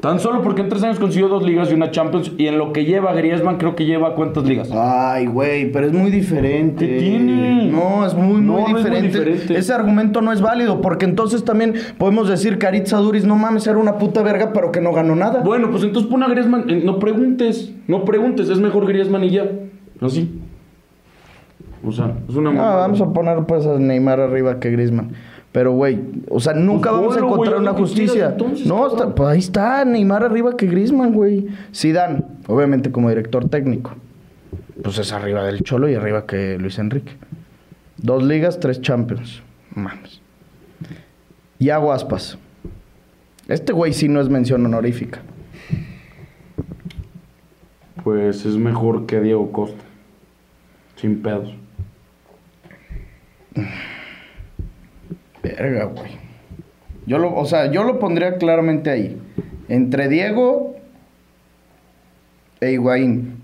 [SPEAKER 3] Tan solo porque en tres años consiguió dos ligas y una Champions. Y en lo que lleva Griezmann, creo que lleva cuántas ligas.
[SPEAKER 2] Ay, güey, pero es muy diferente.
[SPEAKER 3] ¿Qué tiene?
[SPEAKER 2] No, es muy,
[SPEAKER 3] No,
[SPEAKER 2] muy,
[SPEAKER 3] no es muy
[SPEAKER 2] diferente.
[SPEAKER 3] diferente.
[SPEAKER 2] Ese argumento no es válido, porque entonces también podemos decir Caritza Duris, no mames, era una puta verga, pero que no ganó nada.
[SPEAKER 3] Bueno, pues entonces pon a Griezmann. eh, No preguntes. No preguntes. Es mejor Griezmann y ya. Así. O sea, es una.
[SPEAKER 2] No,
[SPEAKER 3] mamada.
[SPEAKER 2] Ah, vamos a poner pues a Neymar arriba que Griezmann. Pero, güey, o sea, nunca
[SPEAKER 3] Pues
[SPEAKER 2] vamos a
[SPEAKER 3] ponlo,
[SPEAKER 2] encontrar
[SPEAKER 3] güey, haz
[SPEAKER 2] una
[SPEAKER 3] lo que
[SPEAKER 2] justicia.
[SPEAKER 3] quieras, entonces,
[SPEAKER 2] no,
[SPEAKER 3] cabrón.
[SPEAKER 2] está- pues ahí está, Neymar arriba que Griezmann, güey. Zidane, obviamente como director técnico. Pues es arriba del Cholo y arriba que Luis Enrique. Dos ligas, tres Champions. Mames. Y hago aspas. Este güey sí no es mención honorífica.
[SPEAKER 3] Pues es mejor que Diego Costa. Sin pedos.
[SPEAKER 2] Verga, güey. Yo lo, o sea, yo lo pondría claramente ahí. Entre Diego e Higuaín.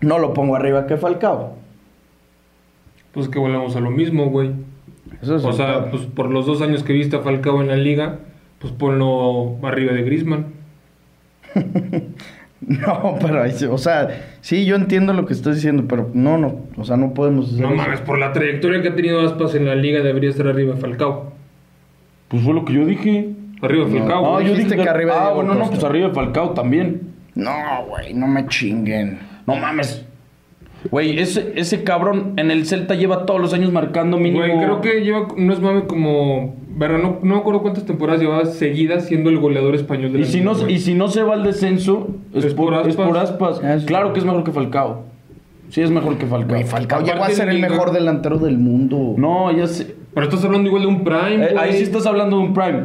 [SPEAKER 2] No lo pongo arriba que Falcao.
[SPEAKER 4] Pues que volvemos a lo mismo, güey.
[SPEAKER 2] Eso es
[SPEAKER 4] O
[SPEAKER 2] un
[SPEAKER 4] sea,
[SPEAKER 2] pedo.
[SPEAKER 4] pues por los dos años que viste a Falcao en la liga, pues ponlo arriba de Griezmann.
[SPEAKER 2] No, pero ahí sí, o sea, sí, yo entiendo lo que estás diciendo, pero no, no, o sea, no podemos
[SPEAKER 3] Pues,
[SPEAKER 2] hacer
[SPEAKER 4] No
[SPEAKER 2] eso.
[SPEAKER 4] mames, por la trayectoria que ha tenido Aspas en la liga debería estar arriba de Falcao.
[SPEAKER 3] Pues fue lo que yo dije.
[SPEAKER 4] Arriba de Falcao.
[SPEAKER 2] No,
[SPEAKER 4] güey.
[SPEAKER 2] yo dijiste que arriba de
[SPEAKER 3] Ah,
[SPEAKER 2] Diego
[SPEAKER 3] bueno, no,
[SPEAKER 2] Costa.
[SPEAKER 3] pues arriba de Falcao también.
[SPEAKER 2] No, güey, no me chinguen.
[SPEAKER 3] No mames. Güey, ese, ese cabrón en el Celta lleva todos los años marcando mínimo.
[SPEAKER 4] Güey, creo que lleva, no es mame como. Pero no, no me acuerdo cuántas temporadas llevaba seguidas siendo el goleador español de la
[SPEAKER 3] Y si,
[SPEAKER 4] liga,
[SPEAKER 3] no,
[SPEAKER 4] güey.
[SPEAKER 3] y si no se va al descenso, es,
[SPEAKER 4] Es
[SPEAKER 3] por,
[SPEAKER 4] por
[SPEAKER 3] es por
[SPEAKER 4] aspas.
[SPEAKER 3] aspas.
[SPEAKER 2] Ah, sí.
[SPEAKER 3] Claro que es mejor que Falcao. Sí, es mejor que Falcao.
[SPEAKER 2] Güey, Falcao llegó a
[SPEAKER 4] Aparte
[SPEAKER 2] ser
[SPEAKER 4] de
[SPEAKER 2] el
[SPEAKER 4] Liga-
[SPEAKER 2] mejor delantero del mundo.
[SPEAKER 3] No, ya sé.
[SPEAKER 4] Pero estás hablando igual de un Prime.
[SPEAKER 3] Eh, ahí
[SPEAKER 4] güey.
[SPEAKER 3] sí estás hablando de un prime.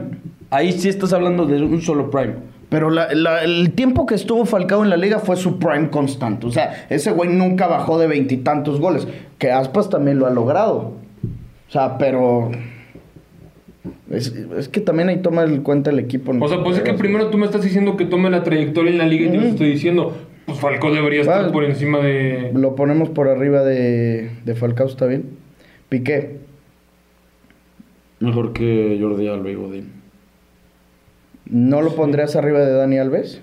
[SPEAKER 3] Ahí sí estás hablando de un solo prime.
[SPEAKER 2] Pero la- la- el tiempo que estuvo Falcao en la liga fue su prime constante. O sea, ese güey nunca bajó de veintitantos goles. Que Aspas también lo ha logrado. O sea, pero. Es, es que también ahí toma en cuenta el equipo. ¿no?
[SPEAKER 4] O sea, pues es que primero tú me estás diciendo que tome la trayectoria en la liga y yo te estoy diciendo, pues Falcao debería estar
[SPEAKER 2] Vale.
[SPEAKER 4] por encima de.
[SPEAKER 2] Lo ponemos por arriba de, de Falcao, está bien. Piqué.
[SPEAKER 3] Mejor que Jordi Alba y Godín.
[SPEAKER 2] ¿No lo pondrías arriba de Dani Alves?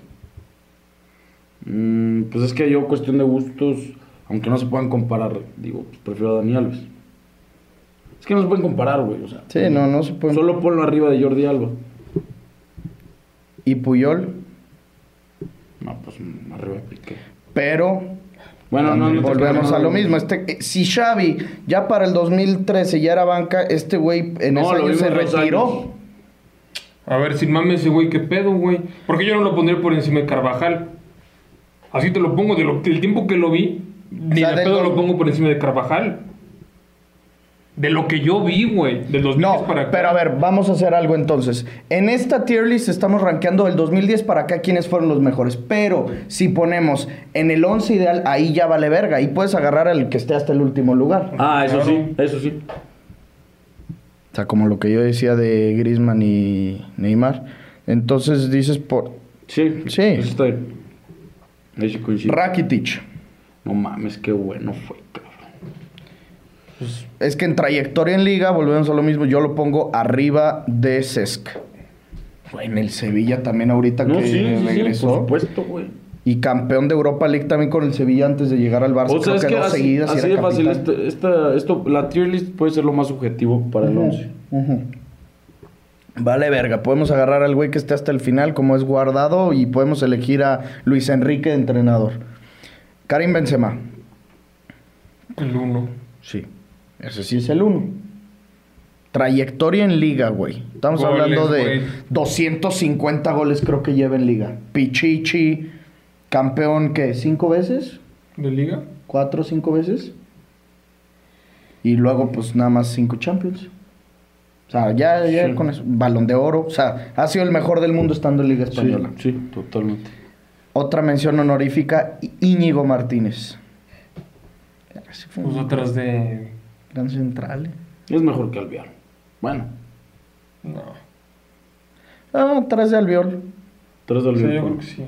[SPEAKER 3] Mm, pues es que yo, cuestión de gustos, aunque no se puedan comparar, digo, pues prefiero a Dani Alves. Es que no se pueden comparar, güey. O sea,
[SPEAKER 2] Sí, no, no se puede.
[SPEAKER 3] Solo ponlo arriba de Jordi Alba.
[SPEAKER 2] Y Puyol,
[SPEAKER 3] No, pues mm, arriba de Piqué.
[SPEAKER 2] pero
[SPEAKER 3] Bueno, no, no te
[SPEAKER 2] Volvemos
[SPEAKER 3] creo,
[SPEAKER 2] a
[SPEAKER 3] no,
[SPEAKER 2] lo
[SPEAKER 3] no.
[SPEAKER 2] mismo. Este, eh, si Xavi ya para el 2013 ya era banca, este güey en
[SPEAKER 3] No,
[SPEAKER 2] ese
[SPEAKER 3] lo
[SPEAKER 2] año
[SPEAKER 3] vimos
[SPEAKER 2] se
[SPEAKER 3] dos
[SPEAKER 2] retiró.
[SPEAKER 3] años.
[SPEAKER 4] A ver, sin mames ese güey, qué pedo, güey. Porque yo no lo pondría por encima de Carvajal. Así te lo pongo, de lo- del tiempo que lo vi, ni
[SPEAKER 2] sea,
[SPEAKER 4] de
[SPEAKER 2] del
[SPEAKER 4] pedo
[SPEAKER 2] dos-
[SPEAKER 4] lo pongo por encima de Carvajal. De lo que yo vi, güey, del 2010
[SPEAKER 2] No,
[SPEAKER 4] para acá.
[SPEAKER 2] pero a ver, vamos a hacer algo entonces. En esta tier list estamos rankeando del 2010 para acá quiénes fueron los mejores. Pero si ponemos en el 11 ideal, ahí ya vale verga. Ahí puedes agarrar al que esté hasta el último lugar.
[SPEAKER 3] Ah, eso
[SPEAKER 4] Claro.
[SPEAKER 3] sí, eso sí.
[SPEAKER 2] O sea, como lo que yo decía de Grisman y Neymar. Entonces dices por
[SPEAKER 3] Sí.
[SPEAKER 2] Sí.
[SPEAKER 3] Eso está bien. Ahí sí coincido.
[SPEAKER 2] Rakitic.
[SPEAKER 3] No mames, qué bueno fue, cabrón.
[SPEAKER 2] Es que en trayectoria en liga, volvemos a lo mismo, yo lo pongo arriba de Cesc. Bueno, el Sevilla también ahorita
[SPEAKER 3] No,
[SPEAKER 2] que
[SPEAKER 3] sí, sí, sí, por
[SPEAKER 2] regresó.
[SPEAKER 3] supuesto, güey.
[SPEAKER 2] y campeón de Europa League también con el Sevilla antes de llegar al Barça.
[SPEAKER 3] O sea,
[SPEAKER 2] Creo
[SPEAKER 3] Pues es
[SPEAKER 2] que,
[SPEAKER 3] que
[SPEAKER 2] dos
[SPEAKER 3] así,
[SPEAKER 2] seguidas y
[SPEAKER 3] así
[SPEAKER 2] era
[SPEAKER 3] de fácil.
[SPEAKER 2] capitán.
[SPEAKER 3] Esta, esta- esto, la tier list puede ser lo más subjetivo para el 11.
[SPEAKER 2] Ujú. Vale, verga. Podemos agarrar al güey que esté hasta el final, como es guardado, y podemos elegir a Luis Enrique de entrenador. Karim Benzema.
[SPEAKER 4] El 1.
[SPEAKER 2] Sí. Ese sí es el uno. Trayectoria en liga, güey. Estamos
[SPEAKER 4] Goles,
[SPEAKER 2] hablando de
[SPEAKER 4] güey.
[SPEAKER 2] 250 goles creo que lleva en liga. Pichichi, campeón que cinco veces,
[SPEAKER 4] ¿De liga?
[SPEAKER 2] cuatro o cinco veces. Y luego pues nada más cinco Champions. O sea, ya, ya
[SPEAKER 3] Sí.
[SPEAKER 2] con eso. Balón de oro. O sea, ha sido el mejor del mundo estando en liga
[SPEAKER 3] Sí,
[SPEAKER 2] española.
[SPEAKER 3] sí, totalmente.
[SPEAKER 2] Otra mención honorífica, I- Íñigo Martínez. Ese fue
[SPEAKER 4] Pues
[SPEAKER 2] un
[SPEAKER 4] atrás de.
[SPEAKER 2] gran central. eh.
[SPEAKER 3] Es mejor que Alvear. Bueno,
[SPEAKER 4] No.
[SPEAKER 2] Ah, atrás de Albiol.
[SPEAKER 3] tres de
[SPEAKER 4] Sí, yo
[SPEAKER 3] Alvear.
[SPEAKER 4] creo que sí.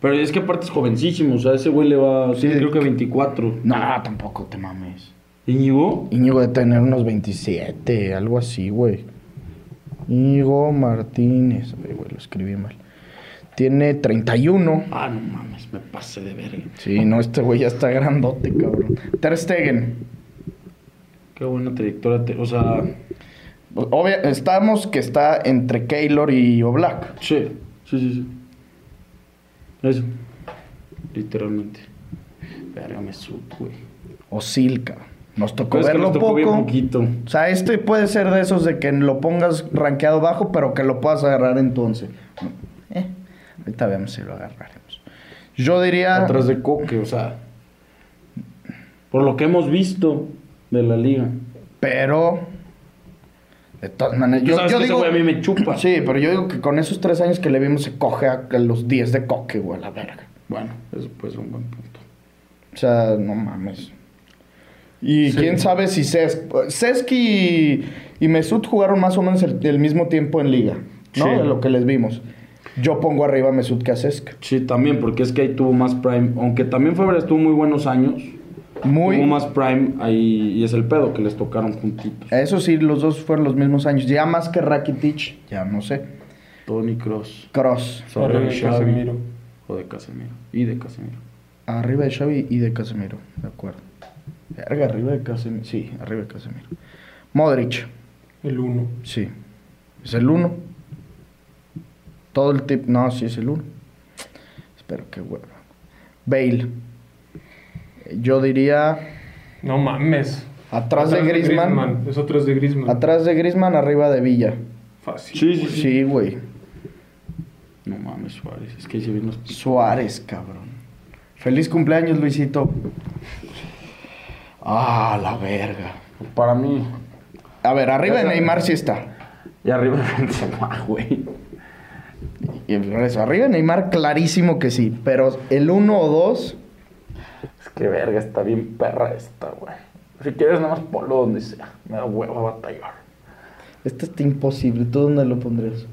[SPEAKER 3] Pero es que aparte es jovencísimo, o sea, ese güey le va,
[SPEAKER 2] Sí.
[SPEAKER 3] sí, creo que 24.
[SPEAKER 2] No, tampoco te mames.
[SPEAKER 3] Íñigo,
[SPEAKER 2] Íñigo de tener unos 27, algo así, güey. Íñigo Martínez. Ay, güey, lo escribí mal. Tiene 31.
[SPEAKER 3] ah, no mames, me pasé de verga.
[SPEAKER 2] Sí, no, este güey ya está grandote, cabrón. Ter Stegen.
[SPEAKER 3] Qué buena trayectoria, te- o sea,
[SPEAKER 2] Obvia- estamos que está entre Keylor y Oblak.
[SPEAKER 3] sí, sí, sí, sí. Eso. Literalmente. Verga, me supo, güey.
[SPEAKER 2] O Silca. Nos tocó
[SPEAKER 3] Pues es que
[SPEAKER 2] verlo
[SPEAKER 3] nos tocó bien
[SPEAKER 2] poco.
[SPEAKER 3] poquito.
[SPEAKER 2] O sea, este puede ser de esos de que lo pongas rankeado bajo, pero que lo puedas agarrar entonces. Eh, ahorita veamos si lo agarraremos. Yo diría...
[SPEAKER 3] Atrás de Coque, o sea. Por lo que hemos visto de la liga.
[SPEAKER 2] Pero. De todas maneras.
[SPEAKER 3] Yo,
[SPEAKER 2] Yo,
[SPEAKER 3] sabes
[SPEAKER 2] yo
[SPEAKER 3] que
[SPEAKER 2] digo.
[SPEAKER 3] ese güey a mí me chupa.
[SPEAKER 2] Sí, pero yo digo que con esos tres años que le vimos se coge a a los 10 de coque, güey, a la verga.
[SPEAKER 3] Bueno, eso puede ser un buen punto.
[SPEAKER 2] O sea, no mames. Y quién sabe si Cesc. Cesc y, y Mesut jugaron más o menos el, el mismo tiempo en liga, ¿no?
[SPEAKER 3] Sí.
[SPEAKER 2] De lo que les vimos. Yo pongo arriba a Mesut que a Cesc.
[SPEAKER 3] Sí, también, porque es que ahí tuvo más prime. Aunque también Fabregas estuvo muy buenos años.
[SPEAKER 2] Muy.
[SPEAKER 3] Tuvo más prime ahí y es el pedo que les tocaron juntitos.
[SPEAKER 2] Eso sí, los dos fueron los mismos años. Ya más que Rakitic, ya no sé.
[SPEAKER 3] Tony Cross.
[SPEAKER 2] Cross.
[SPEAKER 4] Arriba de Casemiro.
[SPEAKER 3] O de Casemiro. Y de Casemiro.
[SPEAKER 2] Arriba de Xavi y de Casemiro, de acuerdo. Verga, arriba de Casemiro. Sí, arriba de Casemiro. Modric,
[SPEAKER 4] El 1.
[SPEAKER 2] sí. Es el uno. Todo el tip. No, sí es el uno. Espero que hueva. Bale. Eh, Yo diría
[SPEAKER 4] No mames.
[SPEAKER 2] atrás de Griezmann.
[SPEAKER 4] Es atrás de Griezmann.
[SPEAKER 2] Atrás de Griezmann, arriba de Villa.
[SPEAKER 4] Fácil.
[SPEAKER 3] Sí, sí, sí.
[SPEAKER 2] Sí, güey.
[SPEAKER 3] No mames, Suárez. Es que ahí se ven los.
[SPEAKER 2] Suárez, cabrón. Feliz cumpleaños, Luisito.
[SPEAKER 3] Ah, la verga. Para mí.
[SPEAKER 2] A ver, arriba de Neymar sí está.
[SPEAKER 3] Y arriba de Benzema, güey.
[SPEAKER 2] Y el resto, arriba Neymar, clarísimo que sí. Pero el 1 o 2,
[SPEAKER 3] Es que verga, está bien perra esta, güey. Si quieres, nada más ponlo donde sea. Me da hueva batallar.
[SPEAKER 2] este está imposible. ¿Tú dónde lo pondrías?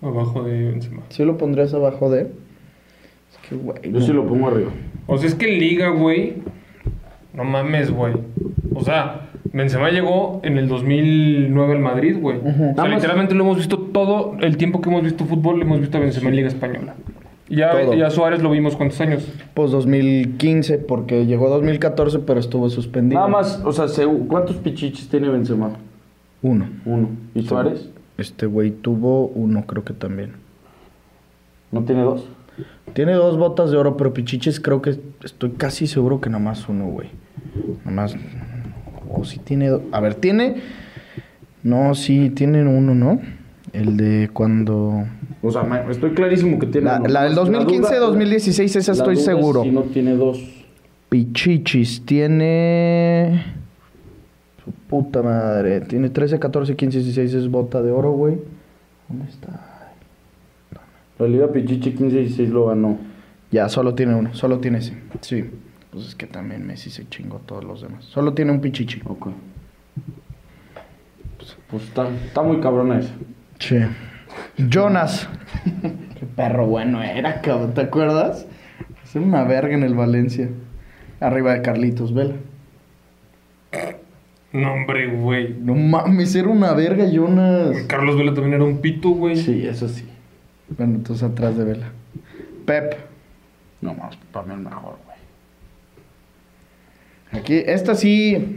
[SPEAKER 4] Abajo de Benzema.
[SPEAKER 2] ¿Sí lo pondrías abajo de? Es que, güey.
[SPEAKER 3] Yo sí lo pongo arriba.
[SPEAKER 4] O sea, es que en Liga, güey. No mames, güey. O sea, Benzema llegó en el 2009 al Madrid, güey. O sea,
[SPEAKER 3] Nada más-
[SPEAKER 4] literalmente lo hemos visto todo el tiempo que hemos visto fútbol, lo hemos visto a Benzema en Liga Española. Ya,
[SPEAKER 2] Todo.
[SPEAKER 4] ya Suárez lo vimos cuántos años.
[SPEAKER 2] Pues 2015, porque llegó 2014, pero estuvo suspendido.
[SPEAKER 3] Nada más, o sea, segu- ¿cuántos pichiches tiene Benzema?
[SPEAKER 2] Uno.
[SPEAKER 3] Uno. ¿Y Suárez?
[SPEAKER 2] Este güey tuvo uno, creo que también.
[SPEAKER 3] ¿No tiene dos?
[SPEAKER 2] Tiene dos botas de oro, pero Pichiches creo que estoy casi seguro que nada más uno, güey. Nada más. O si tiene dos. A ver, tiene. No, sí, tienen uno, ¿no? El de cuando.
[SPEAKER 3] O sea, ma- estoy clarísimo que tiene
[SPEAKER 2] La,
[SPEAKER 3] uno.
[SPEAKER 2] la del
[SPEAKER 3] La duda-
[SPEAKER 2] 2015-2016, esa
[SPEAKER 3] la
[SPEAKER 2] estoy
[SPEAKER 3] duda es
[SPEAKER 2] seguro.
[SPEAKER 3] Si no tiene dos.
[SPEAKER 2] Pichichis tiene. Su puta madre. Tiene 13, 14, 15, 16. Es bota de oro, güey. ¿Dónde está?
[SPEAKER 3] La Liga Pichiche 15-16 lo ganó.
[SPEAKER 2] Ya, solo tiene uno. Solo tiene ese. Sí. Pues es que también Messi se chingó a todos los demás. Solo tiene un pichichi.
[SPEAKER 3] Ok. Pues, pues está, está muy cabrona esa.
[SPEAKER 2] Che. Jonas.
[SPEAKER 3] Qué perro bueno era, cabrón.
[SPEAKER 2] ¿Te acuerdas? Hacer una verga en el Valencia. Arriba de Carlitos Vela.
[SPEAKER 4] No, hombre, güey.
[SPEAKER 2] No mames, era una verga, Jonas.
[SPEAKER 4] Carlos Vela también era un pito, güey.
[SPEAKER 3] Sí, eso sí.
[SPEAKER 2] Bueno, entonces atrás de Vela. Pep.
[SPEAKER 3] No más, para mí el mejor, güey.
[SPEAKER 2] Aquí, esta sí.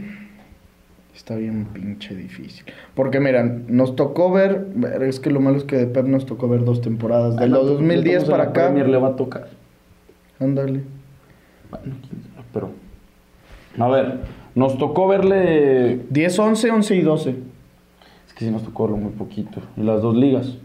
[SPEAKER 2] Está bien pinche difícil. Porque mira, nos tocó ver. ver, Es que lo malo es que de Pep nos tocó ver dos temporadas.
[SPEAKER 3] Ah,
[SPEAKER 2] De los 2010 para acá.
[SPEAKER 3] Premier le va a tocar.
[SPEAKER 2] Ándale.
[SPEAKER 3] Bueno, quién sabe, pero. A ver, nos tocó verle.
[SPEAKER 2] 10, 11, 11 y 12.
[SPEAKER 3] Es que sí nos tocó verlo muy poquito. Y las dos ligas.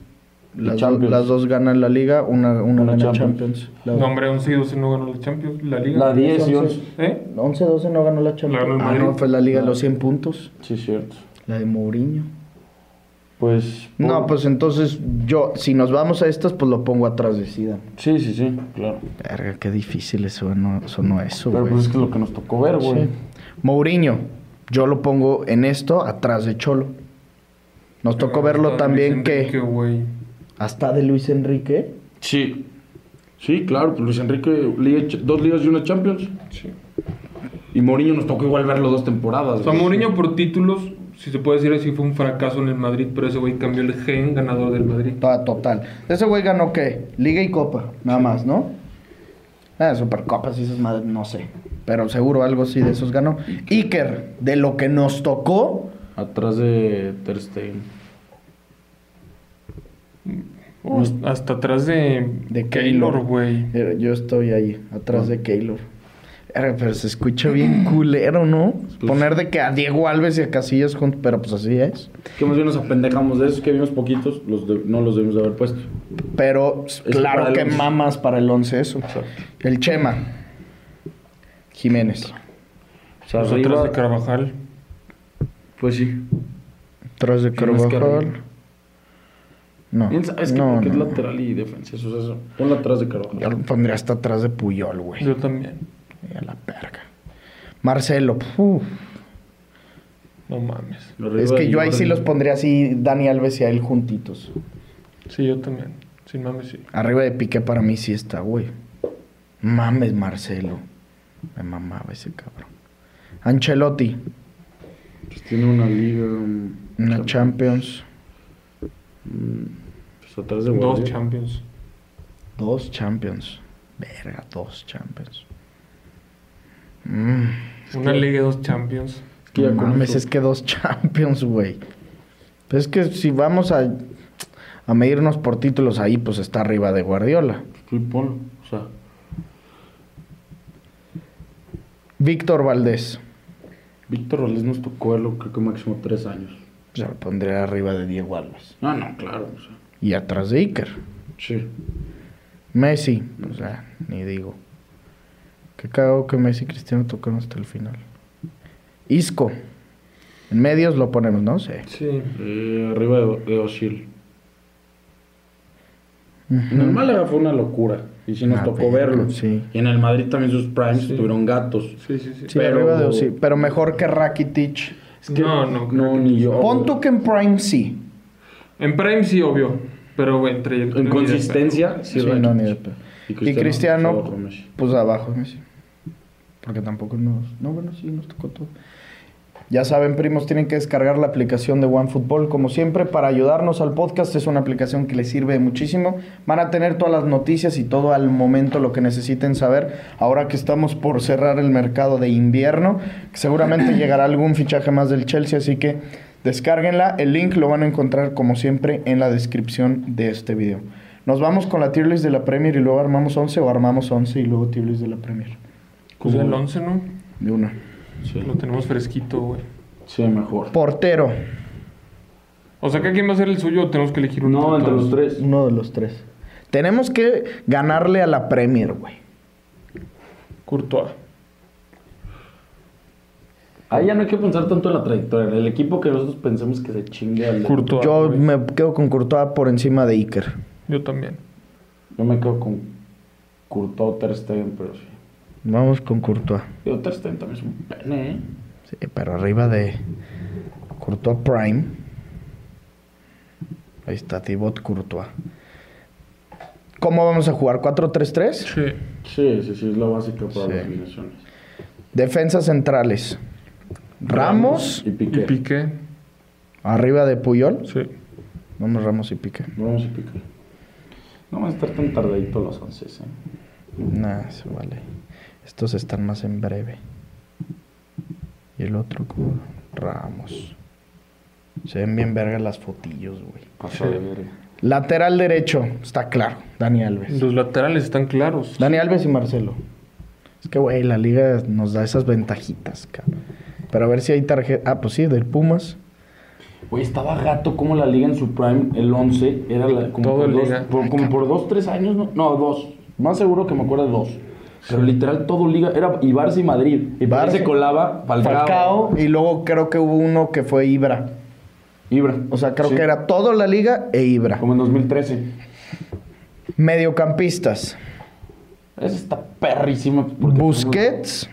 [SPEAKER 3] Y
[SPEAKER 2] Las, do- las dos ganan la liga, una, una,
[SPEAKER 3] Una
[SPEAKER 2] gana
[SPEAKER 3] Champions.
[SPEAKER 2] Champions.
[SPEAKER 4] No, hombre, 11 y 12 no ganó la Champions, la Liga.
[SPEAKER 3] La 10 y
[SPEAKER 2] 11.
[SPEAKER 3] 11.
[SPEAKER 4] ¿Eh?
[SPEAKER 2] 11-12 no ganó la Champions.
[SPEAKER 4] ganó el
[SPEAKER 2] ah,
[SPEAKER 4] Madrid.
[SPEAKER 2] no, fue la liga de los 100 puntos.
[SPEAKER 3] Sí, cierto.
[SPEAKER 2] La de Mourinho.
[SPEAKER 3] Pues.
[SPEAKER 2] No,
[SPEAKER 3] por-
[SPEAKER 2] pues entonces yo, si nos vamos a estas, pues lo pongo atrás de Sida.
[SPEAKER 3] Sí, sí, sí, claro.
[SPEAKER 2] Verga, qué difícil eso no sonó eso,
[SPEAKER 3] Pero
[SPEAKER 2] güey.
[SPEAKER 3] pues es que es lo que nos tocó ver, güey.
[SPEAKER 2] Sí. Mourinho, yo lo pongo en esto, atrás de Cholo. Nos tocó verlo también
[SPEAKER 4] Que,
[SPEAKER 2] que...
[SPEAKER 4] güey.
[SPEAKER 2] Hasta de Luis Enrique.
[SPEAKER 3] Sí. Sí, claro, pues Luis Enrique, liga- dos ligas y una Champions.
[SPEAKER 4] Sí.
[SPEAKER 3] Y Mourinho nos tocó igual verlo dos temporadas.
[SPEAKER 4] O sea,
[SPEAKER 3] güey.
[SPEAKER 4] Mourinho por títulos, si se puede decir así, fue un fracaso en el Madrid, pero ese güey cambió el gen ganador del Madrid.
[SPEAKER 2] Ta- Total. Ese güey ganó qué? Liga y Copa, nada más, ¿no? Ah, Supercopas y esas madres, no sé. Pero seguro algo sí de esos ganó. Iker, de lo que nos tocó,
[SPEAKER 3] Atrás de Ter Stegen.
[SPEAKER 4] O Oh, hasta- hasta atrás de,
[SPEAKER 2] De Keylor.
[SPEAKER 4] Keylor, güey.
[SPEAKER 2] Pero Yo estoy ahí, atrás de Keylor. Verga, Pero se escucha bien culero, ¿no? Poner de que a Diego Alves y a Casillas juntos, pero pues así es.
[SPEAKER 3] Que más bien nos apendejamos de esos que vimos poquitos, los de- no los debimos de haber puesto.
[SPEAKER 2] Pero
[SPEAKER 3] para
[SPEAKER 2] claro
[SPEAKER 3] el
[SPEAKER 2] que
[SPEAKER 3] once.
[SPEAKER 2] mamas para el 11 eso. El Chema. Jiménez.
[SPEAKER 3] O sea,
[SPEAKER 4] Los
[SPEAKER 3] arriba-
[SPEAKER 4] Pues atrás de Carvajal.
[SPEAKER 3] Pues sí.
[SPEAKER 2] Atrás de
[SPEAKER 3] Sí, más que
[SPEAKER 2] Carvajal.
[SPEAKER 3] arriba.
[SPEAKER 2] No.
[SPEAKER 3] Bien, Es que
[SPEAKER 2] no,
[SPEAKER 3] porque
[SPEAKER 2] no,
[SPEAKER 3] es
[SPEAKER 2] no.
[SPEAKER 3] lateral y defensa. Eso es eso. Ponlo atrás de Carvajal.
[SPEAKER 2] Yo lo pondría hasta atrás de Puyol, güey.
[SPEAKER 4] Yo también.
[SPEAKER 2] A la perga. Marcelo. puf.
[SPEAKER 4] No mames.
[SPEAKER 3] Arriba
[SPEAKER 2] Es que
[SPEAKER 3] de
[SPEAKER 2] yo ahí sí
[SPEAKER 3] Jordi.
[SPEAKER 2] los pondría así, Dani Alves y a él juntitos.
[SPEAKER 4] Sí, yo también. Sin mames, sí.
[SPEAKER 2] Arriba de Piqué para mí sí está, güey. Mames, Marcelo. Me mamaba ese cabrón. Ancelotti,
[SPEAKER 3] Pues tiene una liga. um,
[SPEAKER 2] una Champions.
[SPEAKER 3] mm, Pues atrás de
[SPEAKER 4] Dos
[SPEAKER 3] Guardiola.
[SPEAKER 4] Champions.
[SPEAKER 2] Dos Champions. Verga, dos Champions. Mm,
[SPEAKER 4] Una Liga y dos Champions.
[SPEAKER 3] Es que ya
[SPEAKER 2] no
[SPEAKER 3] con
[SPEAKER 2] mames,
[SPEAKER 3] eso-
[SPEAKER 2] es que dos Champions, güey. Pues es que si vamos a, a medirnos por títulos ahí, pues está arriba de Guardiola.
[SPEAKER 3] Sí, ponlo. O sea,
[SPEAKER 2] Víctor Valdés.
[SPEAKER 3] Víctor Valdés nos tocó verlo, creo que máximo tres años.
[SPEAKER 2] pues, Se lo pondría arriba de Diego Alves.
[SPEAKER 3] No, no, claro. O sea,
[SPEAKER 2] Y atrás de Iker.
[SPEAKER 3] sí.
[SPEAKER 2] Messi, o sea, ni digo. Qué cago que Messi y Cristiano tocaron hasta el final. Isco. En medios lo ponemos, ¿no? Sí.
[SPEAKER 4] Sí.
[SPEAKER 3] Eh, arriba de, de Osil. En el Málaga fue una locura. Y sí nos
[SPEAKER 2] Una
[SPEAKER 3] tocó
[SPEAKER 2] verga,
[SPEAKER 3] verlo.
[SPEAKER 2] Ah, sí.
[SPEAKER 3] Y en el Madrid también sus primes tuvieron gatos.
[SPEAKER 4] Sí, sí, sí.
[SPEAKER 2] Sí,
[SPEAKER 3] Pero-
[SPEAKER 2] arriba de Ozil, Pero mejor que Rakitic.
[SPEAKER 3] Es que-
[SPEAKER 4] No, no, creo
[SPEAKER 3] No,
[SPEAKER 4] que-
[SPEAKER 3] ni yo.
[SPEAKER 2] Pon tú que en Prime sí.
[SPEAKER 4] En Prime sí, obvio. Pero güey, entre
[SPEAKER 3] En consistencia,
[SPEAKER 2] Sí,
[SPEAKER 3] sí, Rakitic.
[SPEAKER 2] no, ni de pedo.
[SPEAKER 3] Y
[SPEAKER 2] Y
[SPEAKER 3] Cristiano,
[SPEAKER 2] Cristiano,
[SPEAKER 3] abajo de Messi.
[SPEAKER 2] pues abajo de Messi. Porque tampoco nos... No, bueno, sí, nos tocó todo. Ya saben, primos, tienen que descargar la aplicación de OneFootball, como siempre, para ayudarnos al podcast. Es una aplicación que les sirve muchísimo. Van a tener todas las noticias y todo al momento lo que necesiten saber. Ahora que estamos por cerrar el mercado de invierno, que seguramente llegará algún fichaje más del Chelsea, así que descárguenla. El link lo van a encontrar, como siempre, en la descripción de este video. Nos vamos con la tier list de la Premier y luego armamos 11 o armamos 11 y luego tier list de la Premier.
[SPEAKER 4] Pues el 11, ¿no?
[SPEAKER 2] De una.
[SPEAKER 3] Sí,
[SPEAKER 4] Lo tenemos fresquito, güey.
[SPEAKER 3] sí, mejor.
[SPEAKER 2] Portero.
[SPEAKER 4] O sea, ¿que quién va a ser el suyo o tenemos que elegir uno?
[SPEAKER 3] No, entre los
[SPEAKER 4] todos?
[SPEAKER 3] tres.
[SPEAKER 2] Uno de los tres. Tenemos que ganarle a la Premier, güey.
[SPEAKER 4] Courtois.
[SPEAKER 3] Ahí ya no hay que pensar tanto en la trayectoria. En el equipo que nosotros pensemos que se chingue al.
[SPEAKER 4] Courtois.
[SPEAKER 2] Yo
[SPEAKER 4] güey.
[SPEAKER 2] me quedo con Courtois por encima de Iker.
[SPEAKER 4] Yo también.
[SPEAKER 3] Yo me quedo con Courtois o Ter Stegen, pero sí.
[SPEAKER 2] Vamos con Courtois.
[SPEAKER 3] Yo Ter Stegen también es un pene, ¿eh?
[SPEAKER 2] Sí, pero arriba de Courtois Prime. Ahí está, Tibot Courtois. ¿Cómo vamos a jugar? ¿4-3-3?
[SPEAKER 4] Sí.
[SPEAKER 3] Sí, sí, sí, es la básica para
[SPEAKER 2] Sí.
[SPEAKER 3] las combinaciones.
[SPEAKER 2] Defensas centrales. Ramos,
[SPEAKER 3] Y
[SPEAKER 4] Y
[SPEAKER 3] Piqué.
[SPEAKER 4] Piqué.
[SPEAKER 2] arriba de Puyol.
[SPEAKER 4] Sí.
[SPEAKER 2] Vamos Ramos y Piqué.
[SPEAKER 3] Vamos y Piqué. No van a estar tan tardaditos los once, ¿eh?
[SPEAKER 2] Nah, se vale. Estos están más en breve. Y el otro, ¿cómo? Ramos. Se ven bien vergas las fotillos, güey.
[SPEAKER 3] Pasó de verga.
[SPEAKER 2] Lateral derecho, está claro, Dani Alves.
[SPEAKER 4] Los laterales están claros.
[SPEAKER 2] Dani Alves y Marcelo. Es que, güey, la liga nos da esas ventajitas, cabrón. Pero a ver si hay tarjeta. Ah, pues sí, del Pumas.
[SPEAKER 3] Güey, estaba gato como la liga en su prime, el 11, era la- como,
[SPEAKER 4] Todo
[SPEAKER 3] por
[SPEAKER 4] el
[SPEAKER 3] dos,
[SPEAKER 4] liga.
[SPEAKER 3] por- como por dos, tres años, no, no, dos, más seguro que me acuerdo de dos. Pero literal todo liga, era y Barça y Madrid, y Barça
[SPEAKER 2] Barça.
[SPEAKER 3] se colaba Falcao,
[SPEAKER 2] Falcao. Y luego creo que hubo uno que fue Ibra.
[SPEAKER 3] Ibra.
[SPEAKER 2] O sea, creo
[SPEAKER 3] Sí,
[SPEAKER 2] que era todo la liga e Ibra.
[SPEAKER 3] Como en 2013.
[SPEAKER 2] Mediocampistas.
[SPEAKER 3] Esa está perrísima. porque-
[SPEAKER 2] Busquets.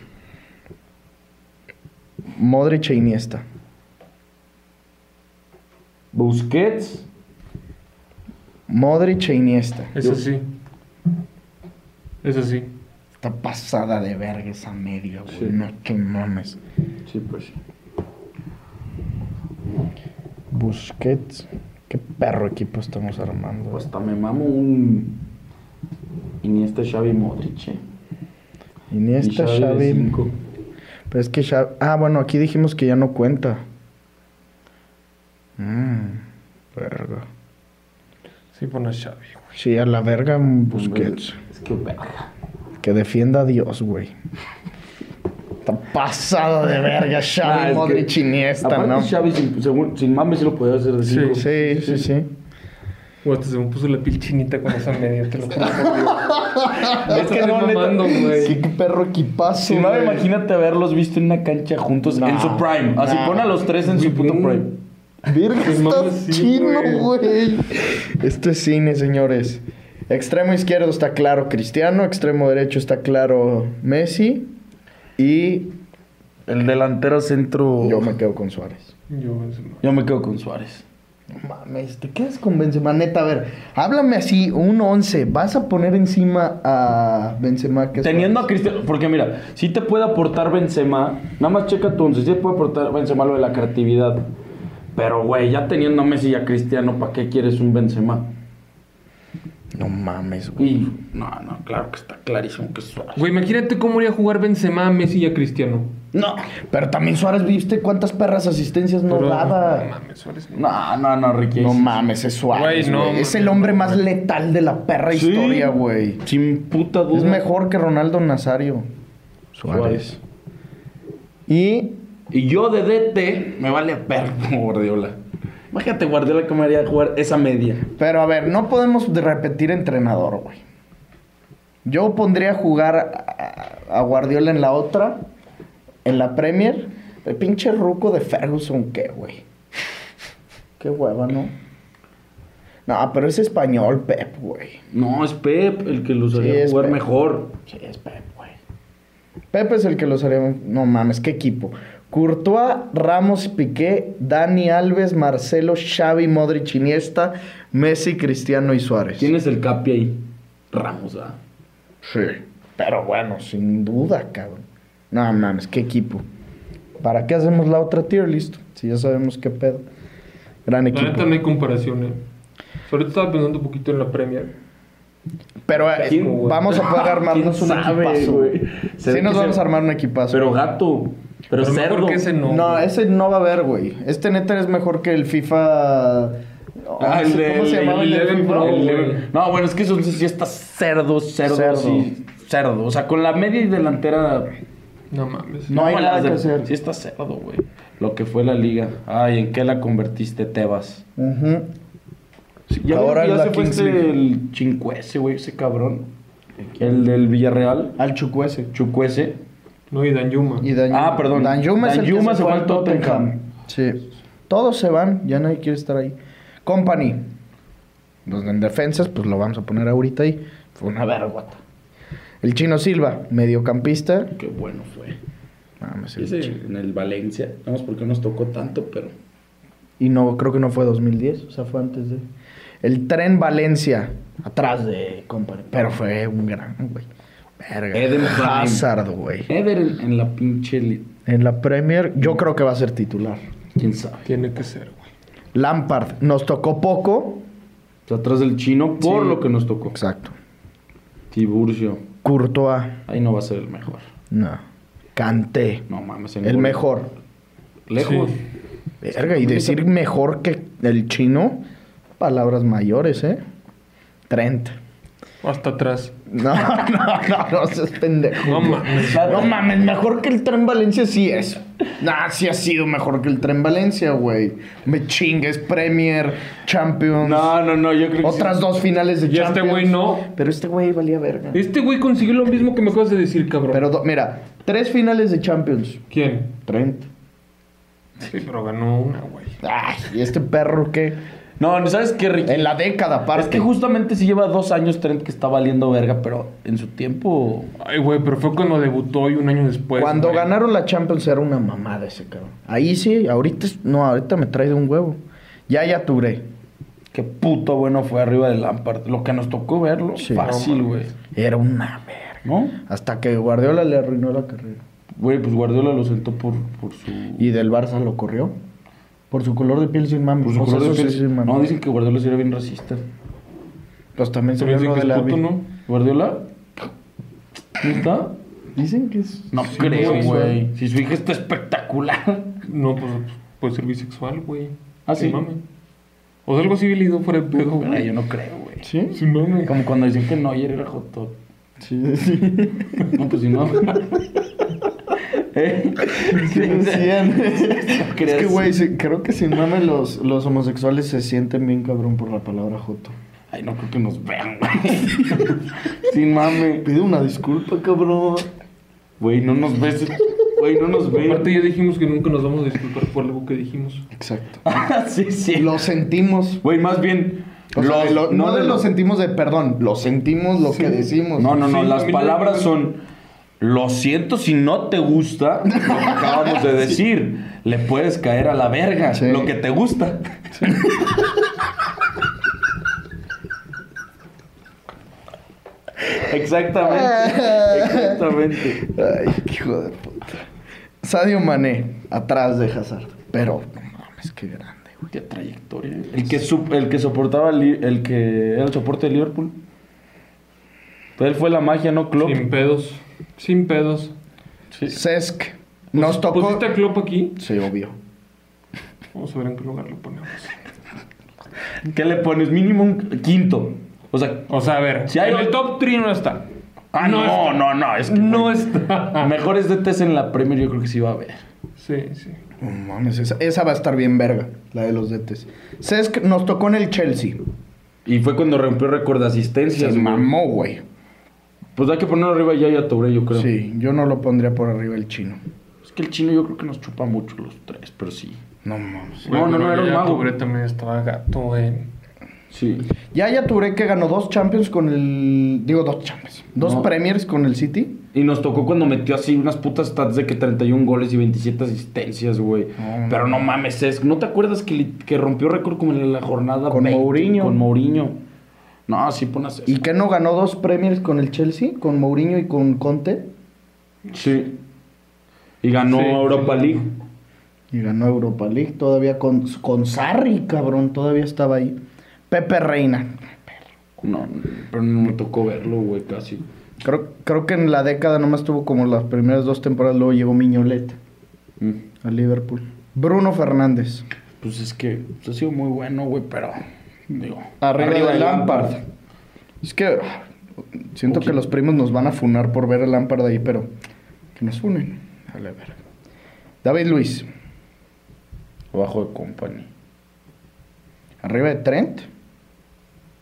[SPEAKER 2] Modric e Iniesta.
[SPEAKER 3] Busquets.
[SPEAKER 2] Modric e Iniesta.
[SPEAKER 4] Eso sí. Eso sí.
[SPEAKER 2] Está pasada de verga esa media, güey.
[SPEAKER 3] Sí.
[SPEAKER 2] No, qué mames.
[SPEAKER 3] Sí, pues sí.
[SPEAKER 2] Busquets. Qué perro equipo estamos armando.
[SPEAKER 3] Pues hasta me mamo un Iniesta, Xavi, Modric, eh. Y
[SPEAKER 2] Iniesta,
[SPEAKER 3] de
[SPEAKER 2] Xavi.
[SPEAKER 3] cinco.
[SPEAKER 2] Pero es que Xavi. Ah, bueno, aquí dijimos que ya no cuenta. Mmm. Verga.
[SPEAKER 4] Sí, pone a Xavi, güey.
[SPEAKER 2] Sí, a la verga Busquets.
[SPEAKER 3] Es que verga.
[SPEAKER 2] Que defienda a Dios, güey. Está pasado de verga,
[SPEAKER 3] Ah,
[SPEAKER 2] Xavi,
[SPEAKER 3] es que-
[SPEAKER 2] Modric, Iniesta,
[SPEAKER 3] aparte
[SPEAKER 2] ¿no?
[SPEAKER 3] Xavi, sin, según, sin mames, sí lo podía hacer de
[SPEAKER 4] Sí,
[SPEAKER 3] cinco.
[SPEAKER 2] Sí, sí, sí.
[SPEAKER 4] O hasta se me puso la piel chinita con esa media, te lo juro.
[SPEAKER 3] Es que
[SPEAKER 4] Estoy
[SPEAKER 3] no, neta.
[SPEAKER 4] mamando, güey.
[SPEAKER 2] Qué perro equipazo,
[SPEAKER 3] Si no,
[SPEAKER 2] güey.
[SPEAKER 3] imagínate haberlos visto en una cancha juntos
[SPEAKER 2] No,
[SPEAKER 3] en su prime. Así
[SPEAKER 2] no.
[SPEAKER 3] pon a los tres en su puto prime.
[SPEAKER 2] Virga,
[SPEAKER 4] Pues no,
[SPEAKER 2] está
[SPEAKER 4] sí,
[SPEAKER 2] chino,
[SPEAKER 4] güey.
[SPEAKER 2] güey. Esto es cine, señores. Extremo izquierdo está claro Cristiano, extremo derecho está claro Messi y
[SPEAKER 3] El delantero centro.
[SPEAKER 2] yo me quedo con Suárez.
[SPEAKER 4] Yo, eso no.
[SPEAKER 3] Yo me quedo con Suárez.
[SPEAKER 2] No mames, te quedas con Benzema, neta, a ver, háblame así, un 11, ¿vas a poner encima a Benzema que es
[SPEAKER 3] Teniendo a
[SPEAKER 2] Suárez?
[SPEAKER 3] Cristiano, porque mira, si te puede aportar Benzema, nada más checa tu once, si te puede aportar Benzema lo de la creatividad. Pero güey, ya teniendo a Messi y a Cristiano, ¿para qué quieres un Benzema?
[SPEAKER 2] No mames, güey.
[SPEAKER 3] Y no, no, claro que está clarísimo que es Suárez.
[SPEAKER 4] Güey, imagínate cómo iría a jugar Benzema, Messi y a Cristiano.
[SPEAKER 2] No, pero también Suárez, ¿viste cuántas perras asistencias no
[SPEAKER 4] Pero- No
[SPEAKER 2] daba?
[SPEAKER 4] mames, Suárez.
[SPEAKER 3] No, no, no, Ricky.
[SPEAKER 2] No mames, es Suárez,
[SPEAKER 4] Güey, no,
[SPEAKER 2] güey.
[SPEAKER 4] mames,
[SPEAKER 2] es el hombre más letal de la perra
[SPEAKER 3] Sí.
[SPEAKER 2] historia, güey.
[SPEAKER 3] Sin puta duda.
[SPEAKER 2] Es mejor que Ronaldo Nazario.
[SPEAKER 3] Suárez.
[SPEAKER 2] Y
[SPEAKER 3] Y yo de DT me vale ver como Guardiola. Imagínate Guardiola que me haría jugar esa media.
[SPEAKER 2] Pero a ver, no podemos de- repetir entrenador, güey. Yo pondría a jugar a- a, a Guardiola en la otra, en la Premier. El pinche ruco de Ferguson, ¿qué, güey? Qué hueva, ¿no? No, pero es español, Pep, güey.
[SPEAKER 3] No, es Pep el que los
[SPEAKER 2] Sí,
[SPEAKER 3] haría
[SPEAKER 2] es
[SPEAKER 3] jugar
[SPEAKER 2] Pep.
[SPEAKER 3] mejor.
[SPEAKER 2] Sí, es Pep, güey. Pep es el que los haría. No mames, qué equipo. Courtois, Ramos, Piqué, Dani Alves, Marcelo, Xavi, Modric, Iniesta, Messi, Cristiano y Suárez.
[SPEAKER 3] ¿Quién es el capi ahí? Ramos, ah.
[SPEAKER 2] Sí. Pero bueno, sin duda, cabrón. No mames, qué equipo. ¿Para qué hacemos la otra tier list? Si ya sabemos qué pedo. Gran
[SPEAKER 4] La neta
[SPEAKER 2] equipo.
[SPEAKER 4] no hay comparación, eh. Sobre todo estaba pensando un poquito en la Premier.
[SPEAKER 2] Pero eh,
[SPEAKER 4] ¿Quién?
[SPEAKER 2] vamos a poder armarnos un
[SPEAKER 3] ¿Quién sabe,
[SPEAKER 2] equipazo.
[SPEAKER 3] güey? Se
[SPEAKER 2] Sí
[SPEAKER 3] ve
[SPEAKER 2] nos
[SPEAKER 3] que
[SPEAKER 2] vamos
[SPEAKER 3] se-
[SPEAKER 2] a armar un equipazo.
[SPEAKER 3] Pero gato. Pero,
[SPEAKER 4] A lo mejor
[SPEAKER 3] cerdo.
[SPEAKER 4] que ese no.
[SPEAKER 2] no, eh.
[SPEAKER 4] güey.
[SPEAKER 2] ese no va a haber, güey. Este neta es mejor que el FIFA...
[SPEAKER 3] Ah, el de-
[SPEAKER 2] ¿Cómo se llamaba el, del
[SPEAKER 4] 11
[SPEAKER 2] FIFA?
[SPEAKER 4] Pro,
[SPEAKER 3] El-
[SPEAKER 4] güey.
[SPEAKER 3] no, bueno, es que eso sí está cerdo, cerdo,
[SPEAKER 2] Cerdo.
[SPEAKER 3] así, cerdo. O sea, con la media y delantera.
[SPEAKER 4] No mames.
[SPEAKER 2] No hay
[SPEAKER 3] con
[SPEAKER 2] nada
[SPEAKER 3] las
[SPEAKER 2] que
[SPEAKER 3] de-
[SPEAKER 2] hacer.
[SPEAKER 3] Sí está cerdo, güey. Lo que fue la liga. Ay, ¿en qué la convertiste, Tebas?
[SPEAKER 2] Ujú.
[SPEAKER 3] Ya,
[SPEAKER 2] Ahora
[SPEAKER 3] ya
[SPEAKER 2] es la
[SPEAKER 3] se fue
[SPEAKER 2] Kings
[SPEAKER 3] este
[SPEAKER 2] League.
[SPEAKER 3] el chincuese, güey, ese cabrón. El del Villarreal,
[SPEAKER 2] Al Chukwese.
[SPEAKER 3] chucuese.
[SPEAKER 4] No, y Dan Yuma.
[SPEAKER 2] Y Dan
[SPEAKER 3] Ah, perdón.
[SPEAKER 2] Dan Yuma, es el
[SPEAKER 3] Danjuma
[SPEAKER 2] que se, fue al Tottenham.
[SPEAKER 3] Tottenham.
[SPEAKER 2] Sí. Todos se van, ya nadie quiere estar ahí. Company. Los en defensas, pues lo vamos a poner ahorita ahí. Fue una vergüenza. El chino Silva, mediocampista.
[SPEAKER 3] Qué bueno fue.
[SPEAKER 2] Mames, el
[SPEAKER 3] Ese
[SPEAKER 2] chi-
[SPEAKER 3] en el Valencia. Vamos, porque nos tocó tanto, pero.
[SPEAKER 2] Y no, creo que no fue 2010, o sea, fue antes de. El tren Valencia, atrás de Company. Pero fue un gran, güey. Verga.
[SPEAKER 3] Eden Prime.
[SPEAKER 2] Hazard, güey.
[SPEAKER 3] Eder en, en la pinche. li-
[SPEAKER 2] En la Premier, yo creo que va a ser titular.
[SPEAKER 3] ¿Quién sabe?
[SPEAKER 4] Tiene que ser, güey.
[SPEAKER 2] Lampard, nos tocó poco.
[SPEAKER 3] O sea, atrás del chino por
[SPEAKER 2] Sí.
[SPEAKER 3] lo que nos tocó.
[SPEAKER 2] Exacto.
[SPEAKER 3] Tiburcio.
[SPEAKER 2] Courtois,
[SPEAKER 3] Ahí no va a ser el mejor.
[SPEAKER 2] no. Canté.
[SPEAKER 3] No mames. en
[SPEAKER 2] El
[SPEAKER 3] gol.
[SPEAKER 2] mejor.
[SPEAKER 3] Lejos.
[SPEAKER 4] Sí.
[SPEAKER 2] Verga, y decir mejor que el chino, palabras mayores, ¿eh? Trent.
[SPEAKER 4] Hasta atrás.
[SPEAKER 2] No, no, no, no seas pendejo.
[SPEAKER 4] No mames.
[SPEAKER 2] No mames, mejor que el tren Valencia sí es. Nah, sí ha sido mejor que el tren Valencia, güey. Me chingues, Premier, Champions.
[SPEAKER 3] No, no, no. Yo creo que.
[SPEAKER 2] otras dos finales de
[SPEAKER 4] Y
[SPEAKER 2] Champions.
[SPEAKER 4] este güey no.
[SPEAKER 2] Pero este güey valía verga.
[SPEAKER 4] Este güey consiguió lo mismo que me acabas de decir, cabrón.
[SPEAKER 2] Pero do- mira, tres finales de Champions.
[SPEAKER 4] ¿Quién?
[SPEAKER 2] Trent.
[SPEAKER 4] Sí, pero ganó una, güey.
[SPEAKER 2] Ay, y este perro que.
[SPEAKER 3] No, ¿sabes qué, Ricky?
[SPEAKER 2] En la década, aparte.
[SPEAKER 3] Es que justamente sí lleva dos años Trent que está valiendo verga, pero en su tiempo.
[SPEAKER 4] Ay, güey, pero fue cuando debutó y un año después.
[SPEAKER 2] Cuando
[SPEAKER 4] güey.
[SPEAKER 2] ganaron la Champions era una mamada ese cabrón. Ahí sí, ahorita es- no, ahorita me trae de un huevo. Ya ya Touré.
[SPEAKER 3] Qué puto bueno fue arriba del Lampard. Lo que nos tocó verlo.
[SPEAKER 2] Sí.
[SPEAKER 3] Fácil, güey.
[SPEAKER 2] Era una verga.
[SPEAKER 3] ¿No?
[SPEAKER 2] Hasta que Guardiola le arruinó la carrera.
[SPEAKER 3] Güey, pues Guardiola lo sentó por, por su.
[SPEAKER 2] Y del Barça lo corrió. Por su color de piel sin mames.
[SPEAKER 3] por su
[SPEAKER 2] O sea,
[SPEAKER 3] color de
[SPEAKER 2] Pues eso
[SPEAKER 3] piel.
[SPEAKER 2] sí, sin mames.
[SPEAKER 3] no, dicen que Guardiola sí era bien racista.
[SPEAKER 2] Pues también se
[SPEAKER 4] También
[SPEAKER 2] vio lo de
[SPEAKER 4] dicen
[SPEAKER 2] la
[SPEAKER 4] que es puto,
[SPEAKER 2] vi-
[SPEAKER 4] ¿no?
[SPEAKER 3] ¿Guardiola? ¿Quién está?
[SPEAKER 2] Dicen que es...
[SPEAKER 3] No
[SPEAKER 4] Sí,
[SPEAKER 3] creo,
[SPEAKER 4] sí, sí.
[SPEAKER 3] güey. Si su hija está espectacular.
[SPEAKER 4] No, pues puede ser bisexual, güey.
[SPEAKER 3] Ah,
[SPEAKER 4] Sin
[SPEAKER 3] sí.
[SPEAKER 4] mame. O sea, algo civilizado fuera de pedo,
[SPEAKER 3] Pero
[SPEAKER 4] güey.
[SPEAKER 3] yo no creo, güey.
[SPEAKER 2] ¿Sí?
[SPEAKER 4] Sin mame.
[SPEAKER 3] Como cuando dicen que Neuer era hot dog.
[SPEAKER 2] Sí, sí.
[SPEAKER 3] No, pues si no. ¿Eh?
[SPEAKER 2] Sí, decían. es
[SPEAKER 3] creas.
[SPEAKER 2] que, güey, sí, creo que sin mames los, los homosexuales se sienten bien cabrón por la palabra joto.
[SPEAKER 3] Ay, no creo que nos vean, güey. Sin mame.
[SPEAKER 2] Pide una disculpa, cabrón.
[SPEAKER 3] Güey, no nos ves. Güey, no nos
[SPEAKER 4] Aparte
[SPEAKER 3] ven.
[SPEAKER 4] ya dijimos que nunca nos vamos a disculpar por algo que dijimos.
[SPEAKER 2] Exacto.
[SPEAKER 3] Ah, sí, sí.
[SPEAKER 2] Lo sentimos.
[SPEAKER 3] Güey, más bien.
[SPEAKER 2] O sea,
[SPEAKER 3] los-
[SPEAKER 2] de lo- no de lo
[SPEAKER 3] los-
[SPEAKER 2] sentimos de perdón, lo sentimos lo que decimos.
[SPEAKER 3] No, no, no.
[SPEAKER 4] Sí,
[SPEAKER 3] las
[SPEAKER 4] a mí no me
[SPEAKER 3] palabras
[SPEAKER 4] parece.
[SPEAKER 3] son. Lo siento si no te gusta lo que acabamos de decir. Le puedes caer a la verga.
[SPEAKER 2] Sí.
[SPEAKER 3] Lo que te gusta. Exactamente. Exactamente.
[SPEAKER 2] Ay, qué hijo de puta. Sadio Mané, atrás de Hazard. Pero, no mames, qué grande, güey.
[SPEAKER 3] Qué trayectoria. ¿eh? El que, sup- el que soportaba, el, Li- el que era el soporte de Liverpool. Él fue la magia, ¿no? Klopp.
[SPEAKER 4] Sin pedos. Sin pedos.
[SPEAKER 2] Cesc,
[SPEAKER 3] Pues,
[SPEAKER 2] nos tocó.
[SPEAKER 4] ¿Pusiste a Klopp aquí?
[SPEAKER 2] Sí, obvio.
[SPEAKER 4] Vamos a ver en qué lugar lo ponemos.
[SPEAKER 3] ¿Qué le pones? Mínimo un quinto. O sea,
[SPEAKER 4] O sea, a ver.
[SPEAKER 3] Si hay
[SPEAKER 4] en el
[SPEAKER 3] otro-
[SPEAKER 4] top 3 no está.
[SPEAKER 3] ah, no, no, no, es que Ah.
[SPEAKER 4] No
[SPEAKER 3] güey,
[SPEAKER 4] está.
[SPEAKER 3] Mejores DTs en la Premier yo creo que sí va a haber.
[SPEAKER 4] Sí, sí.
[SPEAKER 2] No mames, esa, esa va a estar bien verga, la de los detes. Cesc nos tocó en el Chelsea.
[SPEAKER 3] Y fue cuando rompió récord de asistencias.
[SPEAKER 2] Se
[SPEAKER 3] güey.
[SPEAKER 2] mamó, güey.
[SPEAKER 3] Pues hay que ponerlo arriba ya y a Touré, yo creo.
[SPEAKER 2] Sí, yo no lo pondría por arriba el chino.
[SPEAKER 3] Es que el chino yo creo que nos chupa mucho los tres, pero sí.
[SPEAKER 2] No mames.
[SPEAKER 3] No, no, no, era un mago.
[SPEAKER 4] Pobre también estaba gato, güey.
[SPEAKER 3] Sí.
[SPEAKER 2] Ya ya Touré que ganó dos Champions con el. Digo, dos Champions. Dos
[SPEAKER 3] No.
[SPEAKER 2] Premiers con el City.
[SPEAKER 3] Y nos tocó cuando metió así unas putas stats de que 31 goles y 27 asistencias, güey.
[SPEAKER 2] No,
[SPEAKER 3] Pero no mames, es, ¿no te acuerdas que, li- que rompió récord como en la jornada
[SPEAKER 2] Con Mourinho.
[SPEAKER 3] Con Mourinho. No, sí pones
[SPEAKER 2] ¿Y que no ganó dos Premiers con el Chelsea? Con Mourinho y con Conte.
[SPEAKER 3] Sí. Y ganó
[SPEAKER 4] Sí, sí,
[SPEAKER 3] Europa
[SPEAKER 4] sí.
[SPEAKER 3] League.
[SPEAKER 2] Y ganó Europa League todavía con, con Sarri, cabrón. Todavía estaba ahí. Pepe Reina.
[SPEAKER 3] No, pero no me tocó verlo, güey, casi.
[SPEAKER 2] Creo, creo que en la década nomás tuvo como las primeras dos temporadas. Luego llegó Miñolet
[SPEAKER 3] Mm.
[SPEAKER 2] al Liverpool. Bruno Fernández.
[SPEAKER 3] Pues es que pues, ha sido muy bueno, güey, pero. Digo.
[SPEAKER 2] Arriba, de
[SPEAKER 3] de
[SPEAKER 2] Lampard. Es que ah, siento que los primos nos van a funar por ver a Lampard ahí, pero que nos funen. Dale, a ver. David Luis,
[SPEAKER 3] Abajo de Company.
[SPEAKER 2] arriba de Trent.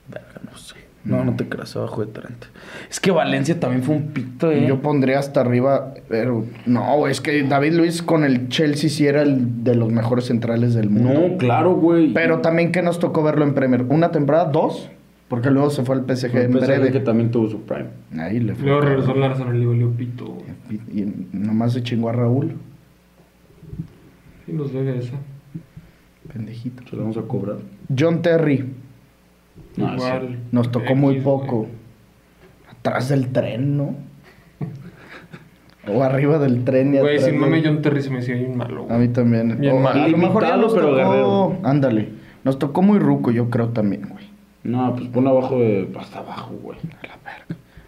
[SPEAKER 3] Verga, no sé. No, no te creas, abajo de 30. Es que Valencia también fue un pito, eh.
[SPEAKER 2] Yo pondría hasta arriba, pero no, es que David Luis con el Chelsea sí era el de los mejores centrales del mundo.
[SPEAKER 3] No, claro, güey.
[SPEAKER 2] Pero también que nos tocó verlo en Premier. Una temporada, dos, porque luego se fue al PSG
[SPEAKER 3] Fue
[SPEAKER 2] en
[SPEAKER 3] un PSG que
[SPEAKER 2] breve.
[SPEAKER 3] también tuvo su prime.
[SPEAKER 2] Ahí le fue.
[SPEAKER 4] Luego regresó al Arsenal y le valió pito, güey.
[SPEAKER 2] Y, y nomás se chingó a Raúl.
[SPEAKER 4] Ah, Sí, nos debe esa.
[SPEAKER 2] pendejito.
[SPEAKER 3] Se lo vamos a cobrar.
[SPEAKER 2] John Terry.
[SPEAKER 3] No,
[SPEAKER 4] Igual.
[SPEAKER 3] sí.
[SPEAKER 2] Nos tocó muy
[SPEAKER 4] X,
[SPEAKER 2] poco.
[SPEAKER 4] güey.
[SPEAKER 2] Atrás del tren, ¿no? o arriba del tren y
[SPEAKER 4] Güey,
[SPEAKER 2] atrás
[SPEAKER 4] sin mame
[SPEAKER 2] del-
[SPEAKER 4] John Terry se me hacía bien malo,
[SPEAKER 2] A
[SPEAKER 4] güey.
[SPEAKER 2] mí también.
[SPEAKER 4] Bien
[SPEAKER 2] O
[SPEAKER 4] mal.
[SPEAKER 2] a lo mejor ya
[SPEAKER 3] Limitado,
[SPEAKER 2] nos
[SPEAKER 3] pero
[SPEAKER 2] tocó...
[SPEAKER 3] guerrero.
[SPEAKER 2] Ándale. Nos tocó muy ruco, yo creo también, güey.
[SPEAKER 3] No, pues pon abajo de. Hasta abajo, güey.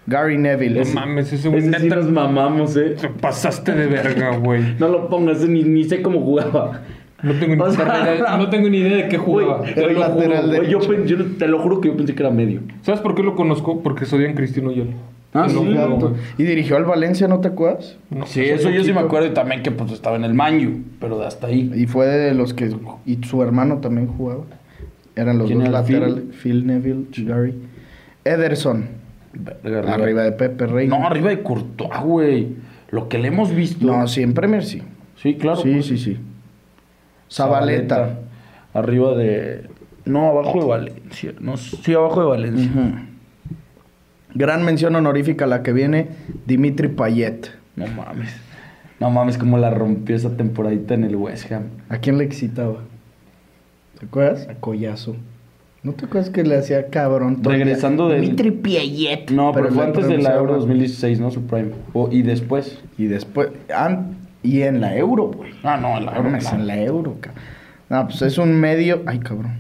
[SPEAKER 2] Gary Neville.
[SPEAKER 4] No
[SPEAKER 2] ese-
[SPEAKER 4] mames, ese güey
[SPEAKER 3] Ese sí
[SPEAKER 4] neta
[SPEAKER 3] nos mamamos, eh.
[SPEAKER 4] te pasaste de verga, güey.
[SPEAKER 3] No lo pongas, ni, ni sé cómo jugaba.
[SPEAKER 4] No tengo,
[SPEAKER 3] O
[SPEAKER 4] ni
[SPEAKER 3] sea,
[SPEAKER 4] perra idea- no tengo ni idea de qué jugaba.
[SPEAKER 3] Güey,
[SPEAKER 2] Era
[SPEAKER 3] te, lo
[SPEAKER 2] lateral
[SPEAKER 3] juro, güey, yo,
[SPEAKER 2] derecho.
[SPEAKER 3] pen- yo te lo juro que yo pensé que era medio.
[SPEAKER 4] ¿Sabes por qué lo conozco? Porque soy en Cristino Yol.
[SPEAKER 3] Ah,
[SPEAKER 4] Te lo
[SPEAKER 3] sí,
[SPEAKER 4] juro,
[SPEAKER 3] claro.
[SPEAKER 4] güey.
[SPEAKER 2] Y dirigió al Valencia, ¿no te acuerdas?
[SPEAKER 4] No,
[SPEAKER 3] Sí, eso yo sí me acuerdo y también que pues estaba en el Manju, pero de hasta ahí.
[SPEAKER 2] Y fue de los que. Y su hermano también jugaba. Eran los
[SPEAKER 3] ¿Quién
[SPEAKER 2] dos
[SPEAKER 3] era?
[SPEAKER 2] laterales. Phil? Neville, Gary. Ederson.
[SPEAKER 3] Verga,
[SPEAKER 2] Arriba de Pepe Rey.
[SPEAKER 3] No, arriba de Courtois, güey. Lo que le hemos visto.
[SPEAKER 2] No, sí, en Premier sí.
[SPEAKER 3] Sí, claro.
[SPEAKER 2] sí,
[SPEAKER 3] pues.
[SPEAKER 2] sí, sí. Zabaleta.
[SPEAKER 3] Arriba de. No, abajo de Valencia. No, sí, abajo de Valencia.
[SPEAKER 2] Ujú. Gran mención honorífica la que viene, Dimitri Payet.
[SPEAKER 3] No mames. No mames, cómo la rompió esa temporadita en el West Ham.
[SPEAKER 2] ¿A quién le excitaba? ¿Te acuerdas? A Collazo. ¿No te acuerdas que le hacía cabrón? todo el día?
[SPEAKER 3] Regresando del-
[SPEAKER 2] Dimitri Payet.
[SPEAKER 3] No, pero, fue
[SPEAKER 2] le
[SPEAKER 3] antes de la
[SPEAKER 2] pronunciaba-
[SPEAKER 3] Euro 2016, ¿no? Su prime. O- y después.
[SPEAKER 2] Y después... an- Y en la Euro, güey.
[SPEAKER 3] Ah, no,
[SPEAKER 2] No mames, en la Euro, cabrón. No, pues es un medio... Ay, cabrón.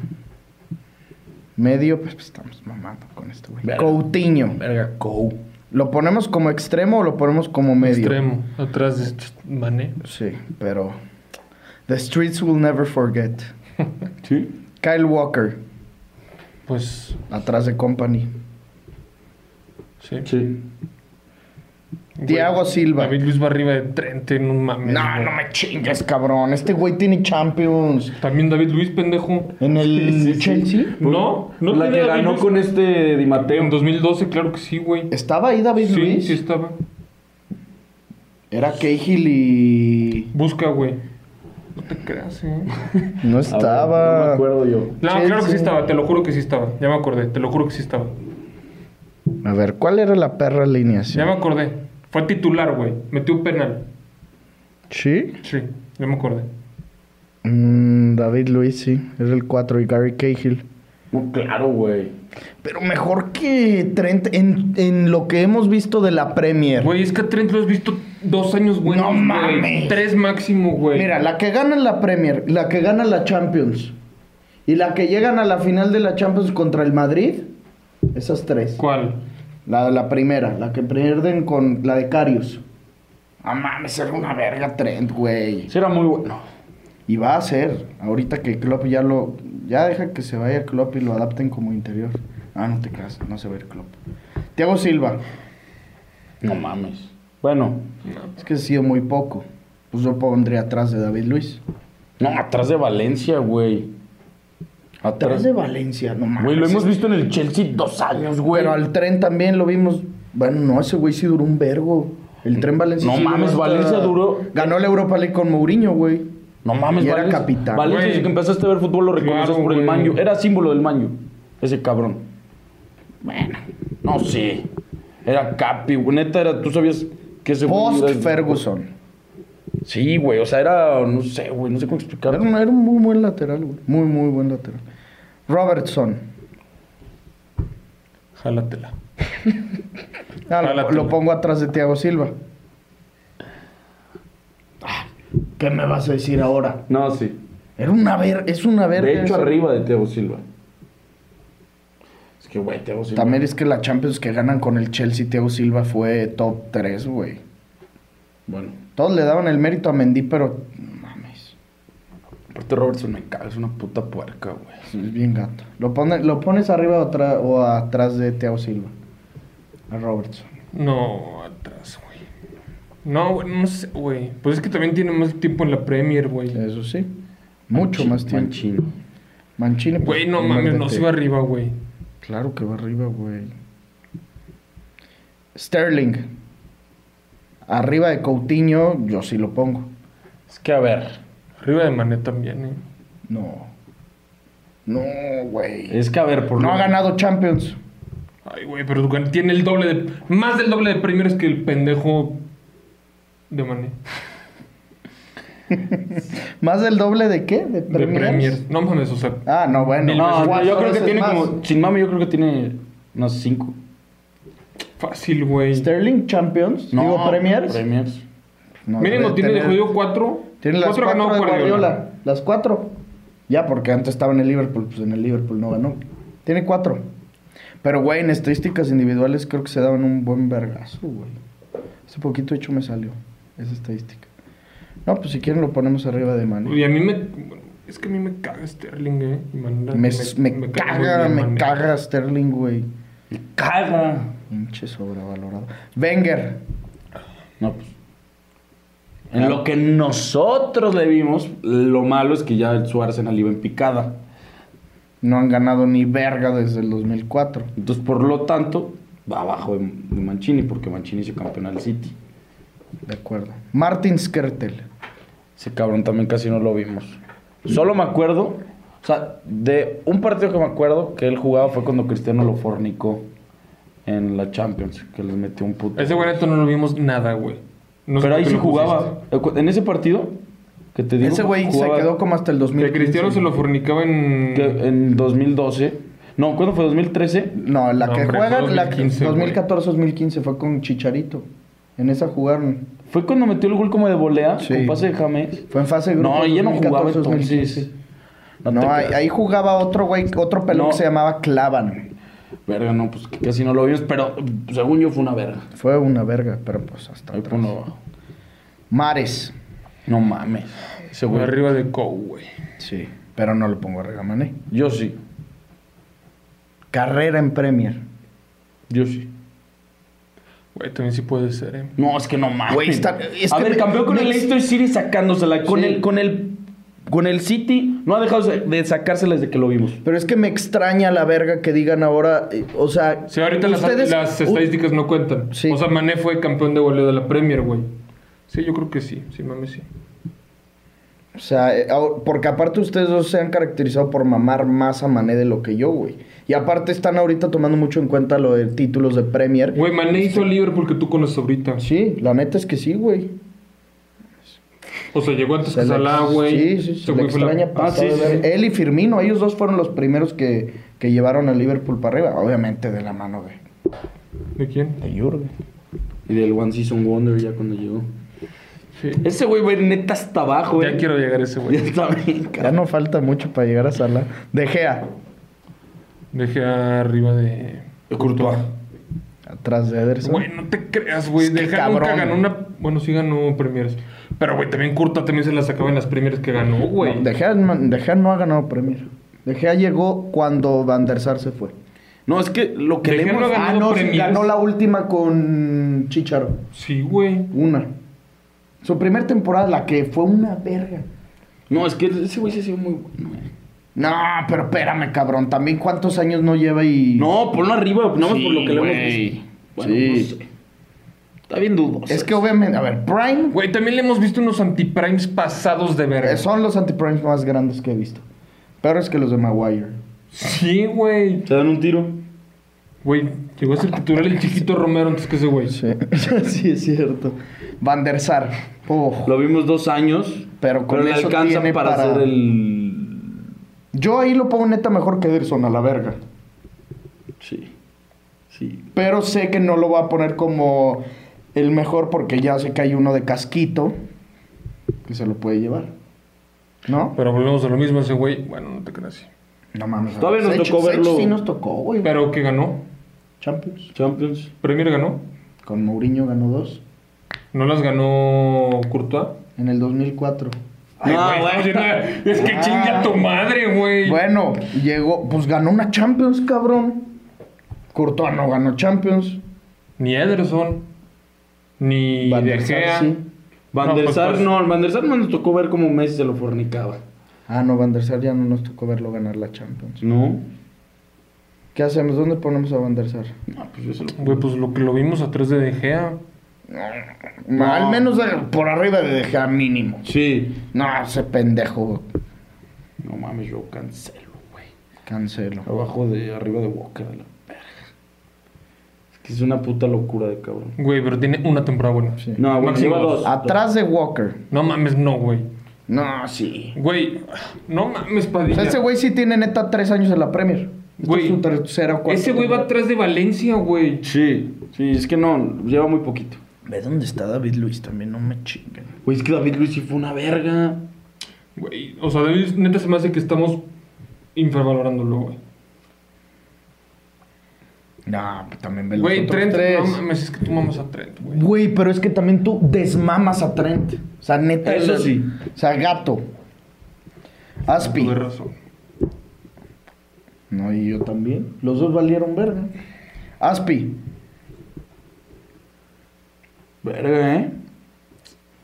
[SPEAKER 2] Medio, pues, pues, estamos mamando con este güey.
[SPEAKER 3] Verga.
[SPEAKER 2] Coutinho.
[SPEAKER 3] Verga, go.
[SPEAKER 2] ¿Lo ponemos como extremo o lo ponemos como medio?
[SPEAKER 4] Extremo, atrás de este Mané.
[SPEAKER 2] Sí, pero... The streets will never forget.
[SPEAKER 3] ¿Sí?
[SPEAKER 2] Kyle Walker,
[SPEAKER 4] Pues,
[SPEAKER 2] atrás de Company.
[SPEAKER 4] sí.
[SPEAKER 3] Sí.
[SPEAKER 4] Güey,
[SPEAKER 2] Thiago Silva.
[SPEAKER 4] David Luis va arriba de Trente, no mames.
[SPEAKER 2] No,
[SPEAKER 4] güey.
[SPEAKER 2] no me chingues, cabrón. Este güey tiene Champions.
[SPEAKER 4] También David Luis, pendejo.
[SPEAKER 2] En el Chelsea.
[SPEAKER 4] No, no tiene
[SPEAKER 3] La que
[SPEAKER 4] David
[SPEAKER 3] ganó
[SPEAKER 4] Luiz.
[SPEAKER 3] con este Di Mateo.
[SPEAKER 4] En 2012, claro que sí, güey.
[SPEAKER 2] ¿Estaba ahí David
[SPEAKER 4] Sí,
[SPEAKER 2] Luis?
[SPEAKER 4] sí estaba.
[SPEAKER 2] Era Cahill y.
[SPEAKER 4] Busca, güey. No te creas, eh.
[SPEAKER 2] No
[SPEAKER 3] A ver, Ah, No me
[SPEAKER 2] estaba.
[SPEAKER 3] acuerdo yo.
[SPEAKER 4] No,
[SPEAKER 2] Chelsea.
[SPEAKER 4] claro que sí estaba, te lo juro que sí estaba. Ya me acordé, te lo juro que sí estaba.
[SPEAKER 2] A ver, ¿cuál era la perra
[SPEAKER 4] Ya
[SPEAKER 2] alineación?
[SPEAKER 4] me acordé. Fue titular, güey. Metió un penal.
[SPEAKER 2] Sí.
[SPEAKER 4] Sí, ya me acordé.
[SPEAKER 2] Mm, David Luis, sí. Era el 4 y Gary Cahill.
[SPEAKER 3] No, claro, güey.
[SPEAKER 2] Pero mejor que Trent en, en lo que hemos visto de la Premier.
[SPEAKER 4] Güey, es que a Trent lo has visto dos años, güey.
[SPEAKER 2] No mames.
[SPEAKER 4] Tres máximo, güey.
[SPEAKER 2] Mira, la que gana la Premier, la que gana la Champions y la que llegan a la final de la Champions contra el Madrid, esas tres.
[SPEAKER 4] ¿Cuál?
[SPEAKER 2] La, la primera, la que pierden con la de Carius. Ah, mames, era una verga Trent, güey.
[SPEAKER 3] Sí, era muy bueno.
[SPEAKER 2] Y va a ser, ahorita que Klopp ya lo... Ya deja que se vaya Klopp y lo adapten como interior. Ah, no te creas, no se va a ir Klopp. Thiago Silva,
[SPEAKER 3] No mames. Bueno,
[SPEAKER 2] es que ha sido muy poco. Pues yo pondría atrás de David Luis.
[SPEAKER 3] no, atrás de Valencia, güey.
[SPEAKER 2] Atrás de Valencia, no mames.
[SPEAKER 3] Güey, lo hemos visto en el Chelsea dos años, güey.
[SPEAKER 2] Pero al tren también lo vimos. Bueno, no, ese güey sí duró un vergo. El tren Valencia.
[SPEAKER 3] No
[SPEAKER 2] sí duró
[SPEAKER 3] mames,
[SPEAKER 2] hasta-
[SPEAKER 3] Valencia duró-
[SPEAKER 2] Ganó la Europa League con Mourinho, güey.
[SPEAKER 3] No mames,
[SPEAKER 2] Y era
[SPEAKER 3] Valencia.
[SPEAKER 2] capitán.
[SPEAKER 3] Valencia,
[SPEAKER 4] Güey.
[SPEAKER 3] desde que empezaste a ver fútbol lo reconoces
[SPEAKER 4] Claro,
[SPEAKER 3] por el
[SPEAKER 4] güey.
[SPEAKER 3] Manju. Era símbolo del Manju, ese cabrón. Bueno, no sé. Era Capi, güey. Neta, era, tú sabías que ese güey
[SPEAKER 2] Post
[SPEAKER 3] era-
[SPEAKER 2] Ferguson.
[SPEAKER 3] Sí, güey, o sea, era, no sé, güey, no sé cómo
[SPEAKER 2] Era
[SPEAKER 3] explicarlo.
[SPEAKER 2] un, era un muy buen lateral, güey. Muy, muy buen lateral. Robertson.
[SPEAKER 4] Jálatela.
[SPEAKER 2] Ah, lo,
[SPEAKER 4] Jálatelo.
[SPEAKER 2] lo pongo atrás de Thiago Silva. Ah, ¿Qué me vas a decir ahora?
[SPEAKER 3] No, sí.
[SPEAKER 2] Era una ver, es una verga.
[SPEAKER 3] De hecho,
[SPEAKER 2] esa.
[SPEAKER 3] arriba de Thiago Silva. Es que, güey, Thiago Silva.
[SPEAKER 2] También es que la Champions que ganan con el Chelsea, Thiago Silva fue top 3, güey.
[SPEAKER 3] Bueno,
[SPEAKER 2] Todos le daban el mérito a Mendy, pero no mames,
[SPEAKER 3] aparte Robertson me caga, es una puta puerca, güey.
[SPEAKER 2] es bien gato. Lo, pone- lo pones arriba o, atra- o atrás de Thiago Silva. A Robertson.
[SPEAKER 4] No, atrás, güey. No, güey, no sé, güey. Pues es que también tiene más tiempo en la Premier, güey.
[SPEAKER 2] Eso sí. Mucho más tiempo. Manchini.
[SPEAKER 3] Manchino.
[SPEAKER 2] pues,
[SPEAKER 4] Güey, no mames, no
[SPEAKER 2] imagínate.
[SPEAKER 4] se iba arriba, güey.
[SPEAKER 2] Claro que va arriba, güey. Sterling. Arriba de Coutinho, yo sí lo pongo.
[SPEAKER 3] Es que, a ver,
[SPEAKER 4] Arriba de Mané también, eh.
[SPEAKER 2] No. No, güey.
[SPEAKER 3] es que, a ver, por
[SPEAKER 2] No
[SPEAKER 3] lo-
[SPEAKER 2] ha ganado Champions.
[SPEAKER 4] Ay, güey, pero gan- tiene el doble de. Más del doble de Premiers que el pendejo de Mané.
[SPEAKER 2] ¿Más del doble de qué? ¿De
[SPEAKER 4] de
[SPEAKER 2] Premier?
[SPEAKER 4] Premier. No mames, o sea.
[SPEAKER 2] Ah, no, bueno.
[SPEAKER 4] Mil
[SPEAKER 2] pues
[SPEAKER 4] veces.
[SPEAKER 3] No, no,
[SPEAKER 2] cuatro
[SPEAKER 3] yo creo que
[SPEAKER 2] veces
[SPEAKER 3] tiene
[SPEAKER 2] más.
[SPEAKER 3] como. Sin mami, yo creo que tiene unos cinco.
[SPEAKER 4] Fácil, güey.
[SPEAKER 2] Sterling Champions,
[SPEAKER 3] No,
[SPEAKER 2] digo Premiers.
[SPEAKER 3] Premiers.
[SPEAKER 2] No,
[SPEAKER 4] Mínimo
[SPEAKER 2] debe
[SPEAKER 4] tiene de
[SPEAKER 2] tener-
[SPEAKER 4] jodido cuatro.
[SPEAKER 2] Tiene las
[SPEAKER 4] cuatro
[SPEAKER 2] cuatro,
[SPEAKER 4] ganó
[SPEAKER 2] de
[SPEAKER 4] Guardiola.
[SPEAKER 2] Guardiola. Las cuatro. Ya, porque antes estaba en el Liverpool, pues en el Liverpool no ganó. Tiene cuatro. Pero, güey, en estadísticas individuales creo que se daban un buen vergazo, güey. Hace poquito, de hecho, me salió esa estadística. No, pues si quieren lo ponemos arriba de mano.
[SPEAKER 4] Y a mí me. Es que a mí me caga Sterling, eh. Y Manera,
[SPEAKER 2] Me, me caga,
[SPEAKER 4] muy
[SPEAKER 2] me
[SPEAKER 4] bien, man.
[SPEAKER 2] caga Sterling, güey.
[SPEAKER 3] Caga.
[SPEAKER 2] Pinche sobrevalorado. Wenger.
[SPEAKER 3] No, pues. En lo que nosotros le vimos, lo malo es que ya su Arsenal iba en picada.
[SPEAKER 2] No han ganado ni verga desde el 2004.
[SPEAKER 3] Entonces, por lo tanto, va abajo de de Mancini, porque Mancini hizo campeón al City.
[SPEAKER 2] De acuerdo. Martin Skertel.
[SPEAKER 3] Ese cabrón también casi no lo vimos. Solo me acuerdo, o sea, de un partido que me acuerdo que él jugaba fue cuando Cristiano lo fornicó en la Champions, que les metió un puto.
[SPEAKER 4] Ese güey, neto, no lo vimos nada, güey. No sé
[SPEAKER 3] Pero
[SPEAKER 4] por
[SPEAKER 3] ahí
[SPEAKER 4] qué
[SPEAKER 3] sí
[SPEAKER 4] lo
[SPEAKER 3] jugaba. En ese partido que te digo.
[SPEAKER 2] Ese güey se
[SPEAKER 3] jugaba-
[SPEAKER 2] quedó como hasta el
[SPEAKER 4] pusiste.
[SPEAKER 2] 2000.
[SPEAKER 4] Que Cristiano se lo fornicaba en.
[SPEAKER 3] que en 2012. No, ¿cuándo fue? ¿2013?
[SPEAKER 2] No, la
[SPEAKER 4] No,
[SPEAKER 2] que
[SPEAKER 4] hombre,
[SPEAKER 2] juegan,
[SPEAKER 4] fue
[SPEAKER 2] la que
[SPEAKER 4] 2015, güey.
[SPEAKER 2] 2014-2015 fue con Chicharito. En esa jugaron.
[SPEAKER 3] ¿Fue cuando metió el gol como de volea?
[SPEAKER 2] Sí.
[SPEAKER 3] Con pase de James.
[SPEAKER 2] Fue en fase de grupo.
[SPEAKER 3] No, ella no jugaba
[SPEAKER 2] 2014-2015.
[SPEAKER 3] entonces.
[SPEAKER 2] No,
[SPEAKER 3] te
[SPEAKER 2] ahí,
[SPEAKER 3] creas.
[SPEAKER 2] ahí jugaba otro güey, otro pelón
[SPEAKER 3] No.
[SPEAKER 2] que se llamaba Clavan.
[SPEAKER 3] Verga, no, pues que casi no lo vimos, pero mm, según yo fue una verga.
[SPEAKER 2] Fue una verga, pero pues hasta
[SPEAKER 3] Ahí
[SPEAKER 2] atrás.
[SPEAKER 3] fue uno abajo.
[SPEAKER 2] Mares.
[SPEAKER 3] No mames. Ese
[SPEAKER 4] Güey,
[SPEAKER 3] güey.
[SPEAKER 4] arriba de Cow, güey.
[SPEAKER 2] Sí, pero no lo pongo a Regamané.
[SPEAKER 3] Yo sí.
[SPEAKER 2] Carrera en Premier.
[SPEAKER 3] Yo sí.
[SPEAKER 4] Güey, también sí puede ser, eh.
[SPEAKER 3] No, es que no mames.
[SPEAKER 2] Güey, está- es
[SPEAKER 3] a
[SPEAKER 2] que
[SPEAKER 3] ver,
[SPEAKER 2] me-
[SPEAKER 3] campeón con
[SPEAKER 2] me-
[SPEAKER 3] el Leicester City sacándosela. Con
[SPEAKER 2] Sí.
[SPEAKER 3] el, con el. Con el City no ha dejado de sacársela desde que lo vimos.
[SPEAKER 2] Pero es que me extraña la verga que digan ahora, eh, o sea,
[SPEAKER 4] Sí, ahorita las-
[SPEAKER 2] ustedes-
[SPEAKER 4] las,
[SPEAKER 2] u-
[SPEAKER 4] estadísticas no cuentan.
[SPEAKER 2] Sí.
[SPEAKER 4] O sea, Mané fue campeón de goleo de la Premier, güey. Sí, yo creo que sí. Sí, mames, sí.
[SPEAKER 2] O sea, eh, ahor- porque aparte ustedes dos se han caracterizado por mamar más a Mané de lo que yo, güey. Y aparte están ahorita tomando mucho en cuenta lo de títulos de Premier.
[SPEAKER 4] Güey, Mané hizo el Liverpool que tú conoces ahorita.
[SPEAKER 2] Sí, la neta es que sí, güey.
[SPEAKER 4] O sea, llegó antes
[SPEAKER 2] Se
[SPEAKER 4] que
[SPEAKER 2] le-
[SPEAKER 4] Salah, güey.
[SPEAKER 2] Sí, sí,
[SPEAKER 4] Este
[SPEAKER 2] se le
[SPEAKER 4] güey fue la-
[SPEAKER 2] extraña
[SPEAKER 3] Ah,
[SPEAKER 2] pasado
[SPEAKER 3] sí,
[SPEAKER 2] de
[SPEAKER 3] sí,
[SPEAKER 2] ver-
[SPEAKER 3] sí.
[SPEAKER 2] Él y Firmino, ellos dos fueron los primeros que, que llevaron a Liverpool para arriba. Obviamente de la mano de,
[SPEAKER 4] ¿De quién?
[SPEAKER 2] de Jürgen.
[SPEAKER 3] Y del One Season Wonder ya cuando llegó.
[SPEAKER 4] Sí.
[SPEAKER 2] Eh,
[SPEAKER 3] Ese güey, güey, neta hasta abajo, güey.
[SPEAKER 4] Ya quiero llegar a ese,
[SPEAKER 3] Ya
[SPEAKER 4] güey.
[SPEAKER 3] está bien,
[SPEAKER 2] Ya
[SPEAKER 3] cabrón.
[SPEAKER 2] no falta mucho para llegar a Salah. De Gea.
[SPEAKER 4] Dejé arriba de.
[SPEAKER 3] Courtois.
[SPEAKER 2] Atrás de Ederson.
[SPEAKER 4] Güey, no te creas, güey.
[SPEAKER 2] Es que
[SPEAKER 4] Deja nunca
[SPEAKER 2] cabrón.
[SPEAKER 4] ganó una. Bueno, sí ganó Premiers. Pero, güey, también Curta también se la sacaba en las Premiers que ganó, güey.
[SPEAKER 2] De Gea, man- De Gea no ha ganado Premier. De Gea llegó cuando Van der Sar se fue.
[SPEAKER 3] No, es que lo que
[SPEAKER 4] De
[SPEAKER 3] le
[SPEAKER 4] Gea
[SPEAKER 3] hemos...
[SPEAKER 4] no ganó
[SPEAKER 2] Ah, no, sí,
[SPEAKER 4] Premier.
[SPEAKER 2] ganó la última con Chicharo.
[SPEAKER 4] Sí, güey.
[SPEAKER 2] Una. Su primer temporada, la que fue una verga.
[SPEAKER 3] No, es que ese güey se ha sido muy bueno, eh. güey.
[SPEAKER 2] No, pero espérame, cabrón. También cuántos años no lleva y.
[SPEAKER 3] No, ponlo arriba, nada más
[SPEAKER 4] Sí,
[SPEAKER 3] por lo que le hemos
[SPEAKER 4] güey.
[SPEAKER 3] visto. Bueno,
[SPEAKER 2] Sí.
[SPEAKER 3] no sé. Está bien dudoso.
[SPEAKER 2] Es que obviamente, a ver, Prime
[SPEAKER 4] Güey, también le hemos visto unos antiprimes pasados de verga.
[SPEAKER 2] eh, son los antiprimes más grandes que he visto. Peores que los de Maguire.
[SPEAKER 4] Sí, güey.
[SPEAKER 3] Te dan un tiro.
[SPEAKER 4] Güey, llegó a ser titular el chiquito Romero antes que ese güey.
[SPEAKER 2] Sí, sí es cierto. Van der Sar. Uf.
[SPEAKER 3] Lo vimos dos años.
[SPEAKER 2] Pero con
[SPEAKER 3] pero le
[SPEAKER 2] eso
[SPEAKER 3] alcanza
[SPEAKER 2] tiene
[SPEAKER 3] para,
[SPEAKER 2] para-
[SPEAKER 3] hacer el.
[SPEAKER 2] Yo ahí lo pongo neta mejor que Ederson a la verga.
[SPEAKER 3] Sí. Sí.
[SPEAKER 2] Pero sé que no lo va a poner como el mejor porque ya sé que hay uno de casquito que se lo puede llevar. ¿No?
[SPEAKER 4] Pero volvemos a lo mismo, ese güey. Bueno, no te creas. sí.
[SPEAKER 2] No mames.
[SPEAKER 3] Todavía nos
[SPEAKER 2] Sech-
[SPEAKER 3] tocó
[SPEAKER 2] Sech
[SPEAKER 3] verlo.
[SPEAKER 2] Sí nos tocó, güey.
[SPEAKER 4] Pero que ganó.
[SPEAKER 2] Champions.
[SPEAKER 3] Champions.
[SPEAKER 4] Premier ganó.
[SPEAKER 2] Con Mourinho ganó dos
[SPEAKER 4] No las ganó Courtois.
[SPEAKER 2] en el 2004.
[SPEAKER 4] Ay,
[SPEAKER 3] No,
[SPEAKER 4] güey,
[SPEAKER 3] güey.
[SPEAKER 4] estamos yendo a- Es que
[SPEAKER 2] Ah.
[SPEAKER 4] chinga tu madre, güey.
[SPEAKER 2] Bueno, llegó, pues ganó una Champions, cabrón. Courtois no ganó Champions.
[SPEAKER 4] Ni Ederson. Ni
[SPEAKER 2] Van
[SPEAKER 4] De
[SPEAKER 2] der Sar
[SPEAKER 4] Gea.
[SPEAKER 2] sí.
[SPEAKER 3] Van
[SPEAKER 4] No,
[SPEAKER 3] der
[SPEAKER 4] pues,
[SPEAKER 3] Sar
[SPEAKER 4] pues.
[SPEAKER 3] no, Van der Sar no nos tocó ver cómo Messi se lo fornicaba.
[SPEAKER 2] Ah, no, Van der Sar ya no nos tocó verlo ganar la Champions.
[SPEAKER 3] No.
[SPEAKER 2] ¿Qué hacemos? ¿Dónde ponemos a Van der Sar?
[SPEAKER 3] No, pues yo se lo.
[SPEAKER 4] Güey, pues lo que lo vimos atrás de De Gea.
[SPEAKER 2] No, Al menos eh, por arriba de dejar mínimo.
[SPEAKER 3] Sí.
[SPEAKER 2] No, ese pendejo.
[SPEAKER 3] No mames, yo cancelo, güey.
[SPEAKER 2] Cancelo.
[SPEAKER 3] Abajo de, arriba de Walker, de la verga. Es que es una puta locura de cabrón.
[SPEAKER 4] Güey, pero tiene una temporada buena.
[SPEAKER 2] Sí.
[SPEAKER 3] No, bueno,
[SPEAKER 4] Máximo
[SPEAKER 3] lleva
[SPEAKER 4] dos.
[SPEAKER 3] dos.
[SPEAKER 2] Atrás de Walker.
[SPEAKER 4] No mames, no, güey.
[SPEAKER 2] No, sí.
[SPEAKER 4] Güey, no mames,
[SPEAKER 2] O
[SPEAKER 4] Padilla.
[SPEAKER 2] sea, ese güey sí tiene neta tres años en la Premier. Esta
[SPEAKER 4] Güey,
[SPEAKER 2] es su tercera o cuarta
[SPEAKER 4] Ese güey va
[SPEAKER 2] temporada.
[SPEAKER 4] atrás de Valencia, güey.
[SPEAKER 3] Sí, sí, es que no, lleva muy poquito.
[SPEAKER 2] Ve dónde está David Luis también, no me chinguen.
[SPEAKER 3] Güey, es que David Luis sí fue una verga.
[SPEAKER 4] Güey, o sea, David, neta se me hace que estamos infravalorándolo, güey.
[SPEAKER 2] No, pues también ve los
[SPEAKER 4] Güey,
[SPEAKER 2] otros
[SPEAKER 4] Trent,
[SPEAKER 2] tres.
[SPEAKER 4] no mames, es que tú mamas a Trent, güey.
[SPEAKER 2] Güey, pero es que también tú desmamas a Trent. O sea, neta.
[SPEAKER 3] Eso
[SPEAKER 2] el-
[SPEAKER 3] sí.
[SPEAKER 2] O sea, gato. Aspi.
[SPEAKER 4] Tuve razón.
[SPEAKER 2] No, y yo también. Los dos valieron verga. Aspi.
[SPEAKER 3] Verga, ¿eh?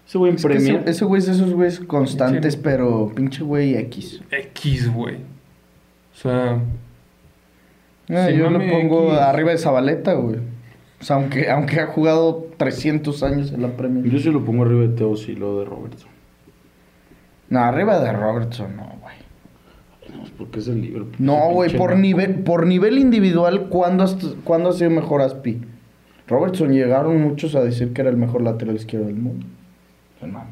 [SPEAKER 3] Ese güey en
[SPEAKER 2] Es que ese-
[SPEAKER 3] Premier.
[SPEAKER 2] ese güey es de esos güeyes constantes,
[SPEAKER 4] Sí.
[SPEAKER 2] pero pinche güey X.
[SPEAKER 4] X, güey. O sea,
[SPEAKER 2] No,
[SPEAKER 4] Sí,
[SPEAKER 2] Eh, yo
[SPEAKER 4] mami,
[SPEAKER 2] lo pongo
[SPEAKER 4] aquí.
[SPEAKER 2] arriba de Zabaleta, güey. O sea, aunque, aunque ha jugado 300 años en la Premier.
[SPEAKER 3] Yo sí lo pongo arriba de Teo sí, lo de Robertson.
[SPEAKER 2] No, arriba de Robertson, no, güey.
[SPEAKER 3] No, porque es el Liverpool.
[SPEAKER 2] No,
[SPEAKER 3] Ese
[SPEAKER 2] güey,
[SPEAKER 3] pinche
[SPEAKER 2] por
[SPEAKER 3] naco.
[SPEAKER 2] nivel, por nivel individual, ¿cuándo, has- cuándo ha sido mejor Aspi? Robertson llegaron muchos a decir que era el mejor lateral izquierdo del mundo. Sin mame.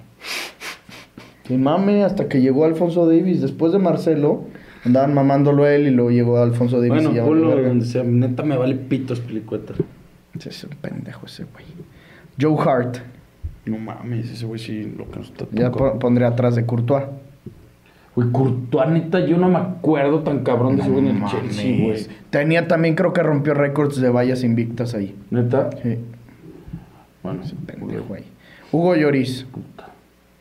[SPEAKER 2] Sin mame, hasta que llegó Alfonso Davis. Después de Marcelo, andaban mamándolo a él y luego llegó Alfonso Davis y
[SPEAKER 3] Bueno,
[SPEAKER 2] ya valió
[SPEAKER 3] ponlo
[SPEAKER 2] verga.
[SPEAKER 3] donde sea. Neta me vale pitos, pelicueta.
[SPEAKER 2] Sí, Es un pendejo ese güey. Joe Hart.
[SPEAKER 3] No mames, ese güey sí lo que nos está
[SPEAKER 2] Ya
[SPEAKER 3] tocando.
[SPEAKER 2] po- pondré atrás de Courtois.
[SPEAKER 3] Güey, Courtois, neta, yo no me acuerdo tan cabrón de ese güey en el Chelsea, güey.
[SPEAKER 2] Tenía también, creo que rompió récords de vallas invictas ahí.
[SPEAKER 3] Neta.
[SPEAKER 2] Sí,
[SPEAKER 3] Bueno, ese
[SPEAKER 2] pendejo,
[SPEAKER 3] pendejo.
[SPEAKER 2] güey. Hugo Lloris.
[SPEAKER 3] Puta.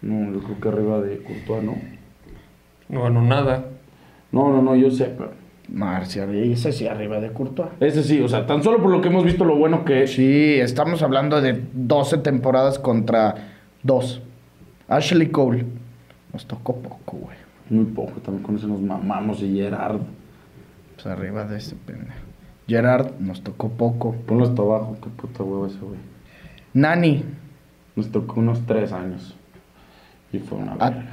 [SPEAKER 3] No, yo creo que arriba de Courtois, ¿no?
[SPEAKER 4] no ganó nada.
[SPEAKER 3] No, no, no, yo sé, pero...
[SPEAKER 2] Marcial, ese sí arriba de Courtois.
[SPEAKER 3] Ese sí, o sea, tan solo por lo que hemos visto lo bueno que es.
[SPEAKER 2] Sí, estamos hablando de 12 temporadas contra 2. Ashley Cole. Nos tocó poco, güey.
[SPEAKER 3] Muy poco, también con eso nos mamamos y Gerard.
[SPEAKER 2] Pues arriba de ese pendejo. Gerard, nos tocó poco.
[SPEAKER 3] Ponlo hasta abajo, qué puta huevo ese güey.
[SPEAKER 2] Nani.
[SPEAKER 3] Nos tocó unos tres años. Y fue una
[SPEAKER 2] Ah,
[SPEAKER 3] verga.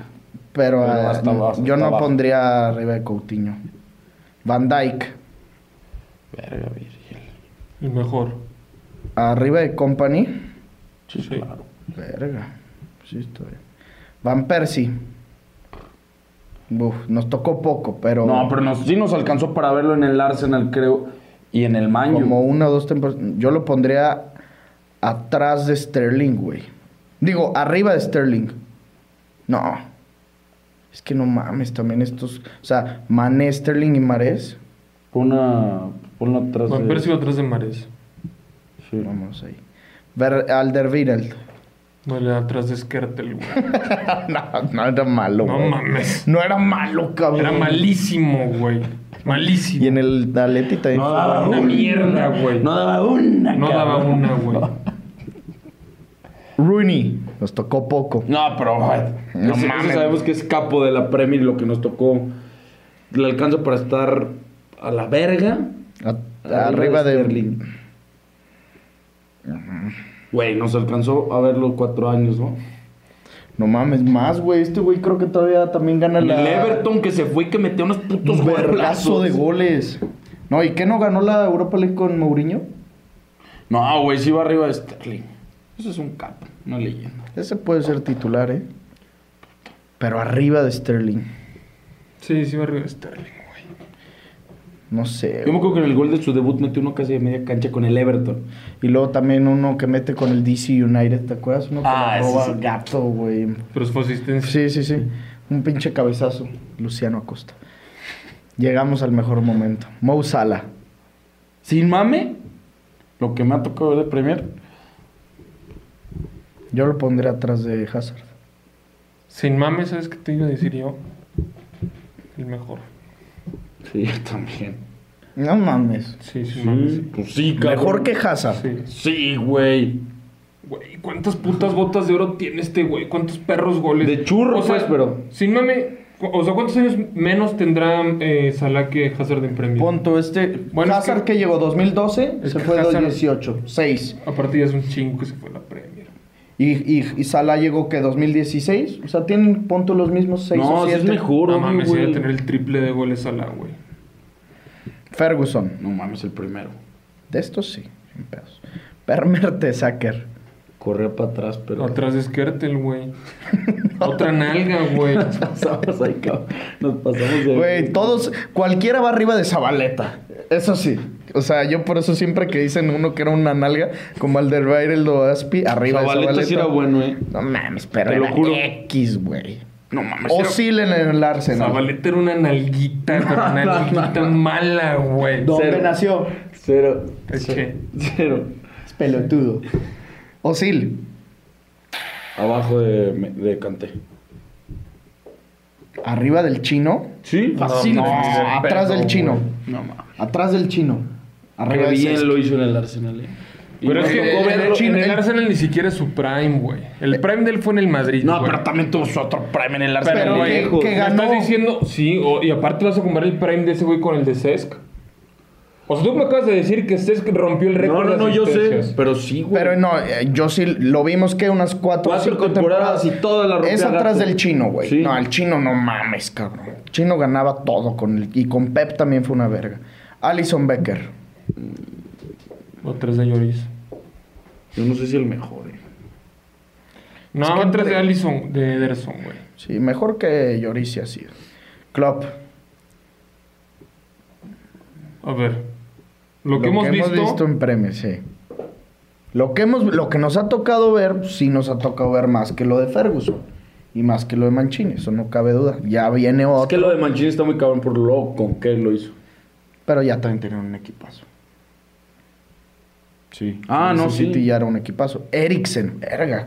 [SPEAKER 2] pero
[SPEAKER 3] Pero
[SPEAKER 2] ah,
[SPEAKER 3] hasta abajo,
[SPEAKER 2] yo
[SPEAKER 3] hasta
[SPEAKER 2] no
[SPEAKER 3] abajo.
[SPEAKER 2] pondría arriba de Coutinho. Van Dyke.
[SPEAKER 3] Verga, Virgil.
[SPEAKER 4] El mejor.
[SPEAKER 2] Arriba de Company.
[SPEAKER 3] Sí,
[SPEAKER 4] Sí.
[SPEAKER 3] claro.
[SPEAKER 2] Verga. Sí, está bien. Van Persie. Uf, nos tocó poco, pero.
[SPEAKER 3] No, pero nos, sí nos alcanzó para verlo en el Arsenal, creo. Y en el Man U.
[SPEAKER 2] Como una o dos temporadas. Yo lo pondría atrás de Sterling, güey. Digo, arriba de Sterling. No. Es que no mames, también estos. O sea, Mané, Sterling y Marés.
[SPEAKER 3] Pon a- ponlo atrás
[SPEAKER 4] Van
[SPEAKER 3] de...
[SPEAKER 4] Persie va atrás de Mares.
[SPEAKER 3] Sí.
[SPEAKER 2] Vamos ahí. Ver, Alderweireld.
[SPEAKER 4] No le da atrás de Skertel, güey.
[SPEAKER 2] no, no era malo,
[SPEAKER 4] No
[SPEAKER 2] güey.
[SPEAKER 4] mames.
[SPEAKER 2] No era malo, cabrón.
[SPEAKER 4] Era malísimo, güey. Malísimo.
[SPEAKER 2] Y en el Atleti también.
[SPEAKER 3] No
[SPEAKER 2] fue
[SPEAKER 3] daba
[SPEAKER 2] bueno.
[SPEAKER 4] una
[SPEAKER 3] una
[SPEAKER 4] mierda, güey.
[SPEAKER 3] No daba una,
[SPEAKER 4] No daba
[SPEAKER 3] cabrón.
[SPEAKER 4] una, güey.
[SPEAKER 2] Rooney. Nos tocó poco.
[SPEAKER 3] No, pero güey,
[SPEAKER 2] No
[SPEAKER 3] ese- ese
[SPEAKER 2] mames.
[SPEAKER 3] sabemos que es capo de la Premier y lo que nos tocó. Le alcanza para estar a la verga.
[SPEAKER 2] A- arriba de.
[SPEAKER 3] Sterling. Güey, nos alcanzó a ver los cuatro años, ¿no?
[SPEAKER 2] No mames, más, güey. Este güey creo que todavía también gana
[SPEAKER 3] El
[SPEAKER 2] la.
[SPEAKER 3] Everton que se fue y que metió unos putos
[SPEAKER 2] Un vergazo
[SPEAKER 3] golazos.
[SPEAKER 2] de goles. No, ¿y qué no ganó la Europa League con Mourinho?
[SPEAKER 3] No, güey, sí va arriba de Sterling. Eso es un capo, una leyenda.
[SPEAKER 2] Ese puede ser titular, ¿eh? Pero arriba de Sterling.
[SPEAKER 4] Sí, sí va arriba de Sterling, güey.
[SPEAKER 2] No sé.
[SPEAKER 3] Yo me acuerdo que en el gol de su debut metió uno casi de media cancha con el Everton.
[SPEAKER 2] Y luego también uno que mete con el DC United, ¿te acuerdas? Uno que
[SPEAKER 3] Ah,
[SPEAKER 2] la
[SPEAKER 3] ese
[SPEAKER 2] roba
[SPEAKER 3] es el
[SPEAKER 2] gato, güey.
[SPEAKER 4] Pero su asistencia.
[SPEAKER 2] Sí, sí, sí. Un pinche cabezazo. Luciano Acosta. Llegamos al mejor momento. Mo Salah.
[SPEAKER 3] Sin mame, lo que me ha tocado ver de Premier,
[SPEAKER 2] Yo lo pondré atrás de Hazard.
[SPEAKER 4] Sin mames, ¿sabes qué te iba a decir yo? El mejor.
[SPEAKER 3] sí, yo también.
[SPEAKER 2] No mames.
[SPEAKER 4] Sí, sin mames.
[SPEAKER 3] Sí,
[SPEAKER 4] sí.
[SPEAKER 3] pues sí, cabrón.
[SPEAKER 2] Mejor que Hazard.
[SPEAKER 4] Sí.
[SPEAKER 3] Sí, güey.
[SPEAKER 4] Güey, ¿cuántas putas botas de oro tiene este güey? ¿Cuántos perros goles?
[SPEAKER 3] De churro,
[SPEAKER 4] o sea,
[SPEAKER 3] pues, pero-
[SPEAKER 4] Sin mame, cu- o sea, ¿cuántos años menos tendrá eh, Salah que Hazard en Premier?
[SPEAKER 2] Punto, este.
[SPEAKER 4] Bueno, es
[SPEAKER 2] Hazard
[SPEAKER 4] que-
[SPEAKER 2] que... llegó 2012,
[SPEAKER 4] Es
[SPEAKER 2] se
[SPEAKER 4] que
[SPEAKER 2] fue
[SPEAKER 4] Hazard-
[SPEAKER 2] 2018, 6.
[SPEAKER 4] Aparte ya es un chingo que se fue a la Premier.
[SPEAKER 2] Y, y, y Salah llegó que 2016. O sea, tienen punto los mismos 6
[SPEAKER 3] No,
[SPEAKER 2] o
[SPEAKER 3] sí
[SPEAKER 2] 7.
[SPEAKER 3] es mejor,
[SPEAKER 4] No
[SPEAKER 3] obvio,
[SPEAKER 4] mames,
[SPEAKER 3] güey.
[SPEAKER 4] iba a tener el triple de goles Salah, güey.
[SPEAKER 2] Ferguson.
[SPEAKER 3] No mames, el primero.
[SPEAKER 2] De estos sí, sin pedos. Per Mertesacker.
[SPEAKER 3] Corría para atrás, pero.
[SPEAKER 4] Atrás de Skertel, güey. Otra nalga, güey.
[SPEAKER 3] Pasamos ahí, cabrón. Nos pasamos de.
[SPEAKER 2] Güey, todos, cualquiera va arriba de Zabaleta. Eso sí. O sea, yo por eso siempre que dicen uno que era una nalga, como el del Baireldo Aspi, arriba
[SPEAKER 3] Zabaleta
[SPEAKER 2] de Zabaleta.
[SPEAKER 3] sí era bueno, eh.
[SPEAKER 2] No mames, pero
[SPEAKER 3] Te lo
[SPEAKER 2] era
[SPEAKER 3] juro.
[SPEAKER 2] X, güey.
[SPEAKER 4] No mames. era-
[SPEAKER 2] Oscilen en el Arsenal.
[SPEAKER 4] Zabaleta era una nalguita, pero una nalguita mala, güey.
[SPEAKER 5] ¿Dónde
[SPEAKER 3] Cero.
[SPEAKER 5] nació?
[SPEAKER 3] Cero.
[SPEAKER 4] Es que-
[SPEAKER 3] Cero.
[SPEAKER 5] Es pelotudo.
[SPEAKER 2] Osil.
[SPEAKER 3] Abajo de, de Canté.
[SPEAKER 2] Arriba del chino.
[SPEAKER 3] Sí,
[SPEAKER 2] Fácil.
[SPEAKER 4] no,
[SPEAKER 2] güey.
[SPEAKER 4] no,
[SPEAKER 2] atrás
[SPEAKER 4] pero,
[SPEAKER 2] del chino.
[SPEAKER 3] No mames.
[SPEAKER 2] Atrás del chino. Arriba
[SPEAKER 3] Qué
[SPEAKER 2] del
[SPEAKER 3] bien
[SPEAKER 2] Cesc.
[SPEAKER 3] lo hizo en el Arsenal, eh. Y
[SPEAKER 4] Pero
[SPEAKER 3] nos
[SPEAKER 4] es que
[SPEAKER 3] tocó
[SPEAKER 4] en el,
[SPEAKER 3] verlo-
[SPEAKER 4] en el
[SPEAKER 2] el-
[SPEAKER 4] Arsenal ni siquiera es su prime, güey. El prime de él fue en el Madrid.
[SPEAKER 3] No,
[SPEAKER 4] güey.
[SPEAKER 3] pero también tuvo su otro prime en el Arsenal.
[SPEAKER 4] Pero,
[SPEAKER 2] Pero
[SPEAKER 4] güey,
[SPEAKER 2] que- que
[SPEAKER 4] ¿me
[SPEAKER 2] ganó.
[SPEAKER 4] estás diciendo, sí, o- y aparte vas a comparar el prime de ese güey con el de Cesc. O sea, tú me acabas de decir que Cesc rompió el
[SPEAKER 3] no,
[SPEAKER 4] récord
[SPEAKER 3] no,
[SPEAKER 4] de
[SPEAKER 3] no, yo sé.
[SPEAKER 4] asistencias.
[SPEAKER 3] Pero sí, güey.
[SPEAKER 2] Pero no, eh, yo sí lo vimos que unas cuatro, o
[SPEAKER 3] Cuatro
[SPEAKER 2] cinco
[SPEAKER 3] temporadas y todas la rompía
[SPEAKER 2] Es atrás
[SPEAKER 3] Gato.
[SPEAKER 2] del chino, güey.
[SPEAKER 3] Sí.
[SPEAKER 2] No, el chino no mames, cabrón. El chino ganaba todo con el, y con Pep también fue una verga. Alison Becker.
[SPEAKER 4] Otras de Lloris.
[SPEAKER 3] Yo no sé si el mejor, eh.
[SPEAKER 4] No,
[SPEAKER 2] Es que-
[SPEAKER 4] otras de Allison, de Ederson, güey.
[SPEAKER 2] Sí, mejor que Lloris sí ha sido. Klopp.
[SPEAKER 4] A ver.
[SPEAKER 2] Lo,
[SPEAKER 4] Lo que, hemos, visto,
[SPEAKER 2] en premios, sí. Lo que, hemos, lo que nos ha tocado ver, sí nos ha tocado ver más que lo de Ferguson. Y más que lo de Mancini, eso no cabe duda. Ya viene otro.
[SPEAKER 3] Es que lo de Mancini está muy cabrón por lo con que lo hizo.
[SPEAKER 2] Pero ya también tenían un equipazo. Sí.
[SPEAKER 3] Ah, no, sí.
[SPEAKER 2] City ya era un equipazo. Eriksen, verga.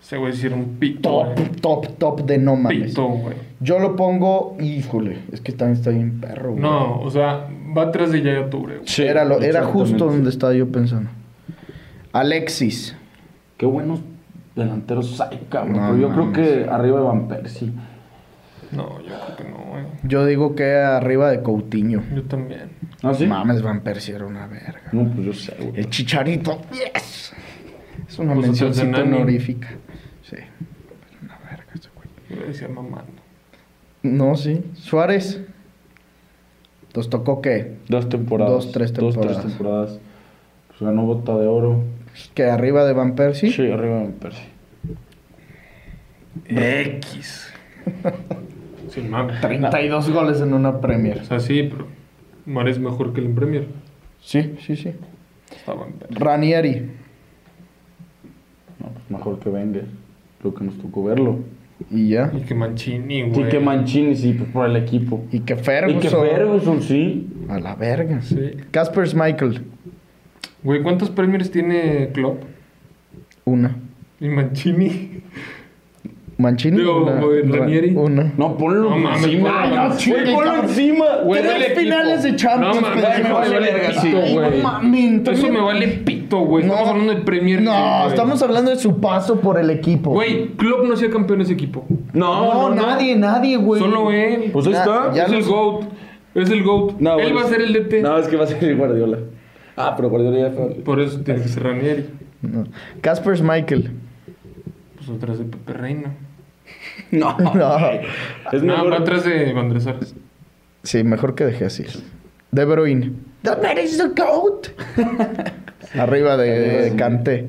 [SPEAKER 4] se güey sí era un pito.
[SPEAKER 2] Top,
[SPEAKER 4] güey.
[SPEAKER 2] top, top de no mames.
[SPEAKER 4] Pito, güey.
[SPEAKER 2] Yo lo pongo, híjole, es que también está bien perro. güey.
[SPEAKER 4] No, o sea, va atrás de Yaya Toure, güey.
[SPEAKER 3] Sí,
[SPEAKER 2] era, lo- era justo
[SPEAKER 3] exactamente.
[SPEAKER 2] donde estaba yo pensando. Alexis.
[SPEAKER 3] Qué buenos delanteros hay, cabrón.
[SPEAKER 2] No
[SPEAKER 3] Pero yo creo
[SPEAKER 2] mames.
[SPEAKER 3] que arriba de Van Persie.
[SPEAKER 4] No, yo creo que no, güey.
[SPEAKER 2] Yo digo que arriba de Coutinho.
[SPEAKER 4] Yo también.
[SPEAKER 3] ¿Ah, sí?
[SPEAKER 2] Mames, Van Persie era una verga.
[SPEAKER 3] No, pues yo sé, güey.
[SPEAKER 2] El chicharito, yes. Es una
[SPEAKER 4] Pues,
[SPEAKER 2] mención
[SPEAKER 4] entonces, Nani.
[SPEAKER 2] honorífica. Sí. Era Una verga ese güey.
[SPEAKER 4] Yo le decía mamando.
[SPEAKER 2] No, sí. Suárez. ¿Nos tocó qué?
[SPEAKER 3] Dos temporadas.
[SPEAKER 2] Dos, tres temporadas.
[SPEAKER 3] Dos, tres temporadas. Pues ganó bota de oro.
[SPEAKER 2] Que arriba de Van Persie.
[SPEAKER 3] Sí, arriba de Van Persie.
[SPEAKER 4] X. Sin mame.
[SPEAKER 2] 32 goles en una Premier.
[SPEAKER 4] O sea, sí, pero Mar es mejor que el en Premier.
[SPEAKER 2] Sí, sí, sí.
[SPEAKER 4] Estaba en verga.
[SPEAKER 2] Ranieri.
[SPEAKER 3] No, pues mejor que venga. Creo que nos tocó verlo.
[SPEAKER 2] Y ya.
[SPEAKER 4] Y que Mancini, güey.
[SPEAKER 3] Sí, que Mancini, sí, pues por el equipo.
[SPEAKER 2] Y que
[SPEAKER 3] Y
[SPEAKER 2] Ferguson.
[SPEAKER 3] que Ferguson, sí.
[SPEAKER 2] A la verga.
[SPEAKER 4] Sí.
[SPEAKER 2] Caspers Michael.
[SPEAKER 4] Güey, ¿cuántos Premiers tiene Klopp?
[SPEAKER 2] Una.
[SPEAKER 4] Y Mancini.
[SPEAKER 2] Mancini.
[SPEAKER 4] Digo,
[SPEAKER 2] una.
[SPEAKER 4] güey,
[SPEAKER 2] Ra-
[SPEAKER 4] Ranieri.
[SPEAKER 2] Una.
[SPEAKER 3] No, ponlo
[SPEAKER 4] No mames,
[SPEAKER 3] encima.
[SPEAKER 4] ponlo,
[SPEAKER 3] Ay, no,
[SPEAKER 4] güey,
[SPEAKER 3] chingue,
[SPEAKER 2] ponlo
[SPEAKER 3] cabrón.
[SPEAKER 2] encima.
[SPEAKER 4] Güey,
[SPEAKER 2] Tres
[SPEAKER 4] vale pito.
[SPEAKER 2] finales de Champions,
[SPEAKER 4] No mames,
[SPEAKER 2] pendejo.
[SPEAKER 4] me vale
[SPEAKER 2] Vale verga,
[SPEAKER 4] pito,
[SPEAKER 2] sí. Ay,
[SPEAKER 4] güey.
[SPEAKER 2] no mames,
[SPEAKER 4] Eso
[SPEAKER 2] también-
[SPEAKER 4] me vale pito, güey. Estamos
[SPEAKER 2] No.
[SPEAKER 4] hablando de Premier
[SPEAKER 2] No, estamos hablando de su paso por el equipo.
[SPEAKER 4] Güey, Klopp no sea campeón de ese equipo.
[SPEAKER 2] No,
[SPEAKER 3] No, no, no.
[SPEAKER 2] nadie, nadie, güey.
[SPEAKER 4] Solo él.
[SPEAKER 3] Pues ahí
[SPEAKER 2] Ya-
[SPEAKER 3] está.
[SPEAKER 2] ya
[SPEAKER 4] es el
[SPEAKER 2] los-
[SPEAKER 4] GOAT. Es el GOAT.
[SPEAKER 3] No,
[SPEAKER 4] él
[SPEAKER 3] bueno,
[SPEAKER 4] va a ser el DT.
[SPEAKER 3] No, es que va a ser el Guardiola. Ah, pero Guardiola ya fue.
[SPEAKER 4] Por eso tiene que ser Ranieri.
[SPEAKER 2] No. Caspers Michael.
[SPEAKER 4] Pues atrás de Pepe Reina.
[SPEAKER 3] No.
[SPEAKER 2] No.
[SPEAKER 3] Es
[SPEAKER 4] no,
[SPEAKER 3] mejor.
[SPEAKER 4] va atrás de Van der Sar.
[SPEAKER 2] Sí, mejor que dejé así. De Bruyne. The man is the goat. Arriba de, de Kanté.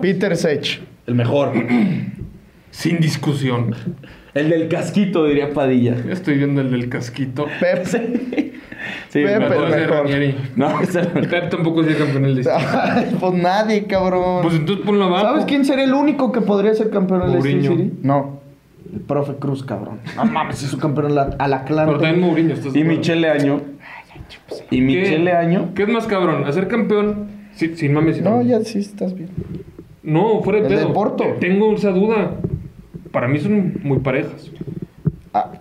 [SPEAKER 2] Peter Sech.
[SPEAKER 3] El mejor.
[SPEAKER 4] Sin discusión.
[SPEAKER 3] El del casquito, diría Padilla.
[SPEAKER 4] Ya estoy viendo el del casquito.
[SPEAKER 2] Pep.
[SPEAKER 3] Sí,
[SPEAKER 2] Pepe,
[SPEAKER 3] mejor.
[SPEAKER 4] Atrás de
[SPEAKER 2] mejor.
[SPEAKER 4] Ranieri.
[SPEAKER 3] No, es el mejor.
[SPEAKER 4] Pep tampoco es el campeón del distrito.
[SPEAKER 2] Ay, pues nadie, cabrón.
[SPEAKER 4] Pues entonces ponlo abajo.
[SPEAKER 5] ¿Sabes quién sería el único que podría ser campeón del Leicester
[SPEAKER 4] Mourinho.
[SPEAKER 5] City?
[SPEAKER 2] No. El profe Cruz, cabrón. No mames, es su campeón a la, a la clara.
[SPEAKER 4] Pero también Mourinho. ¿estás de
[SPEAKER 3] Y
[SPEAKER 4] acuerdo?
[SPEAKER 3] Michele Año. Y
[SPEAKER 4] ¿Qué-
[SPEAKER 3] Michele Año.
[SPEAKER 4] ¿Qué es más cabrón? ¿Hacer campeón? Sí, sin mames. sin
[SPEAKER 2] No,
[SPEAKER 4] mames.
[SPEAKER 2] ya sí estás bien.
[SPEAKER 4] No, fuera de
[SPEAKER 2] El de
[SPEAKER 4] pedo.
[SPEAKER 2] Porto.
[SPEAKER 4] Tengo esa duda. Para mí son muy parejas.
[SPEAKER 2] Ah,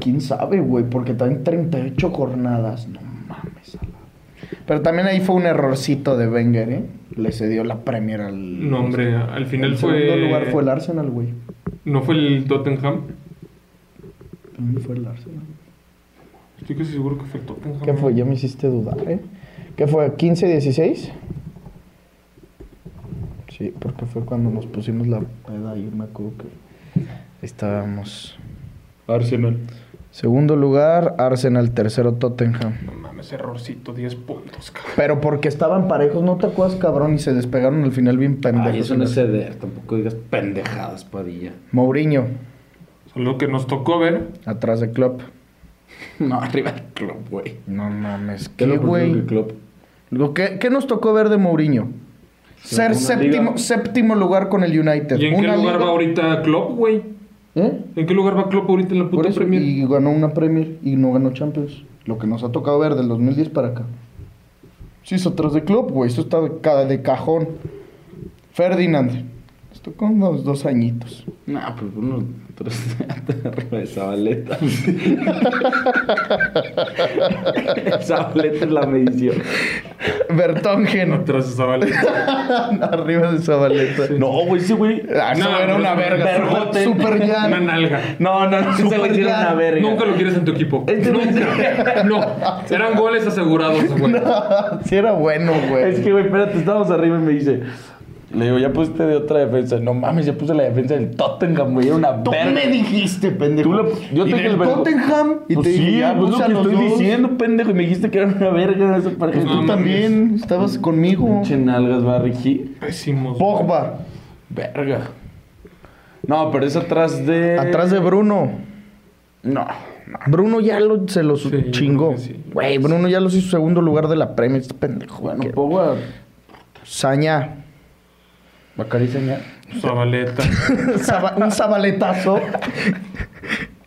[SPEAKER 2] quién sabe, güey, porque también 38 jornadas. No mames. a la- Pero también ahí fue un errorcito de Wenger, ¿eh? Le cedió la Premier al.
[SPEAKER 4] No, hombre, al final
[SPEAKER 2] el
[SPEAKER 4] fue.
[SPEAKER 2] segundo lugar fue el Arsenal, güey.
[SPEAKER 4] ¿No fue el Tottenham?
[SPEAKER 2] También fue el Arsenal.
[SPEAKER 4] Estoy casi seguro que fue el Tottenham.
[SPEAKER 2] ¿Qué fue? Ya me hiciste dudar, ¿eh? ¿Qué fue? ¿15, 16? Sí, porque fue cuando nos pusimos la peda y me acuerdo que estábamos.
[SPEAKER 3] Arsenal.
[SPEAKER 2] Segundo lugar, Arsenal. Tercero, Tottenham.
[SPEAKER 4] No mames, errorcito, 10 puntos, cabrón.
[SPEAKER 2] Pero porque estaban parejos, ¿no te acuerdas, cabrón? Y se despegaron al final bien pendejos.
[SPEAKER 3] Ay, eso no es ceder, tampoco digas pendejadas, Padilla.
[SPEAKER 2] Mourinho,
[SPEAKER 4] Lo que nos tocó ver,
[SPEAKER 2] atrás de Klopp.
[SPEAKER 3] No, arriba el club, güey.
[SPEAKER 2] No mames,
[SPEAKER 3] ¿Qué
[SPEAKER 2] qué
[SPEAKER 3] lo
[SPEAKER 2] güey.
[SPEAKER 3] el club?
[SPEAKER 2] Lo que- ¿Qué nos tocó ver de Mourinho? Ser
[SPEAKER 3] alguna
[SPEAKER 2] séptimo,
[SPEAKER 3] liga.
[SPEAKER 2] séptimo lugar con el United.
[SPEAKER 4] ¿y en qué
[SPEAKER 2] Una
[SPEAKER 4] lugar
[SPEAKER 2] liga-
[SPEAKER 4] va ahorita Klopp, güey?
[SPEAKER 2] ¿Eh?
[SPEAKER 4] ¿En qué lugar va Klopp ahorita en la
[SPEAKER 2] Por
[SPEAKER 4] puta
[SPEAKER 2] eso,
[SPEAKER 4] Premier?
[SPEAKER 2] y ganó una Premier y no ganó Champions. Lo que nos ha tocado ver del 2010 para acá. Sí, es atrás de club, güey. Eso está de, ca- de cajón. Ferdinand. Nos tocó unos dos añitos.
[SPEAKER 3] No, pues uno, tres, arriba de Zabaleta. Zabaleta es la medición.
[SPEAKER 2] Bertongen.
[SPEAKER 4] Atrás estaba el...
[SPEAKER 2] Arriba de Zabaleta.
[SPEAKER 3] No, güey, ese güey.
[SPEAKER 2] Ah, eso
[SPEAKER 4] No,
[SPEAKER 2] era
[SPEAKER 4] no,
[SPEAKER 2] una
[SPEAKER 4] no,
[SPEAKER 2] verga.
[SPEAKER 3] vergote.
[SPEAKER 2] Super
[SPEAKER 4] Una
[SPEAKER 2] Jan.
[SPEAKER 4] nalga.
[SPEAKER 3] No, no, no, ese güey tiene una verga.
[SPEAKER 4] Nunca lo quieres en tu equipo.
[SPEAKER 3] Este güey-
[SPEAKER 4] Nunca. No. Eran goles asegurados, güey.
[SPEAKER 2] Sí era bueno, güey.
[SPEAKER 3] Es que, güey, espérate, estábamos arriba y me dice. Le digo, ya pusiste de otra defensa. No mames, ya puse la defensa del Tottenham, güey. Era una
[SPEAKER 2] Tú
[SPEAKER 3] verga.
[SPEAKER 2] me dijiste, pendejo.
[SPEAKER 3] Tú lo- yo
[SPEAKER 2] y
[SPEAKER 3] te dije
[SPEAKER 2] del
[SPEAKER 3] el vergo-
[SPEAKER 2] Tottenham. Y
[SPEAKER 3] Pues
[SPEAKER 2] te
[SPEAKER 3] sí,
[SPEAKER 2] dije, ya,
[SPEAKER 3] pues
[SPEAKER 2] puse
[SPEAKER 3] es
[SPEAKER 2] a
[SPEAKER 3] lo que
[SPEAKER 2] los
[SPEAKER 3] estoy
[SPEAKER 2] dos. Pues
[SPEAKER 3] diciendo, pendejo. Y me dijiste que era una verga esa pareja.
[SPEAKER 2] Tú
[SPEAKER 4] No,
[SPEAKER 2] también estabas conmigo.
[SPEAKER 3] Pinche nalgas, Barry G.
[SPEAKER 4] Pésimos.
[SPEAKER 2] Pogba.
[SPEAKER 3] Verga. No, pero es atrás de.
[SPEAKER 2] Atrás de Bruno.
[SPEAKER 3] No.
[SPEAKER 2] Bruno ya lo, se los
[SPEAKER 4] Sí, yo
[SPEAKER 2] chingó.
[SPEAKER 4] creo que sí.
[SPEAKER 2] Güey, Bruno ya los hizo segundo lugar de la premia. Este pendejo.
[SPEAKER 3] Bueno, pues.
[SPEAKER 2] que-
[SPEAKER 3] Pogba.
[SPEAKER 2] Saña.
[SPEAKER 3] Bacari Sañá.
[SPEAKER 4] Zabaleta.
[SPEAKER 2] Zaba- un zabaletazo.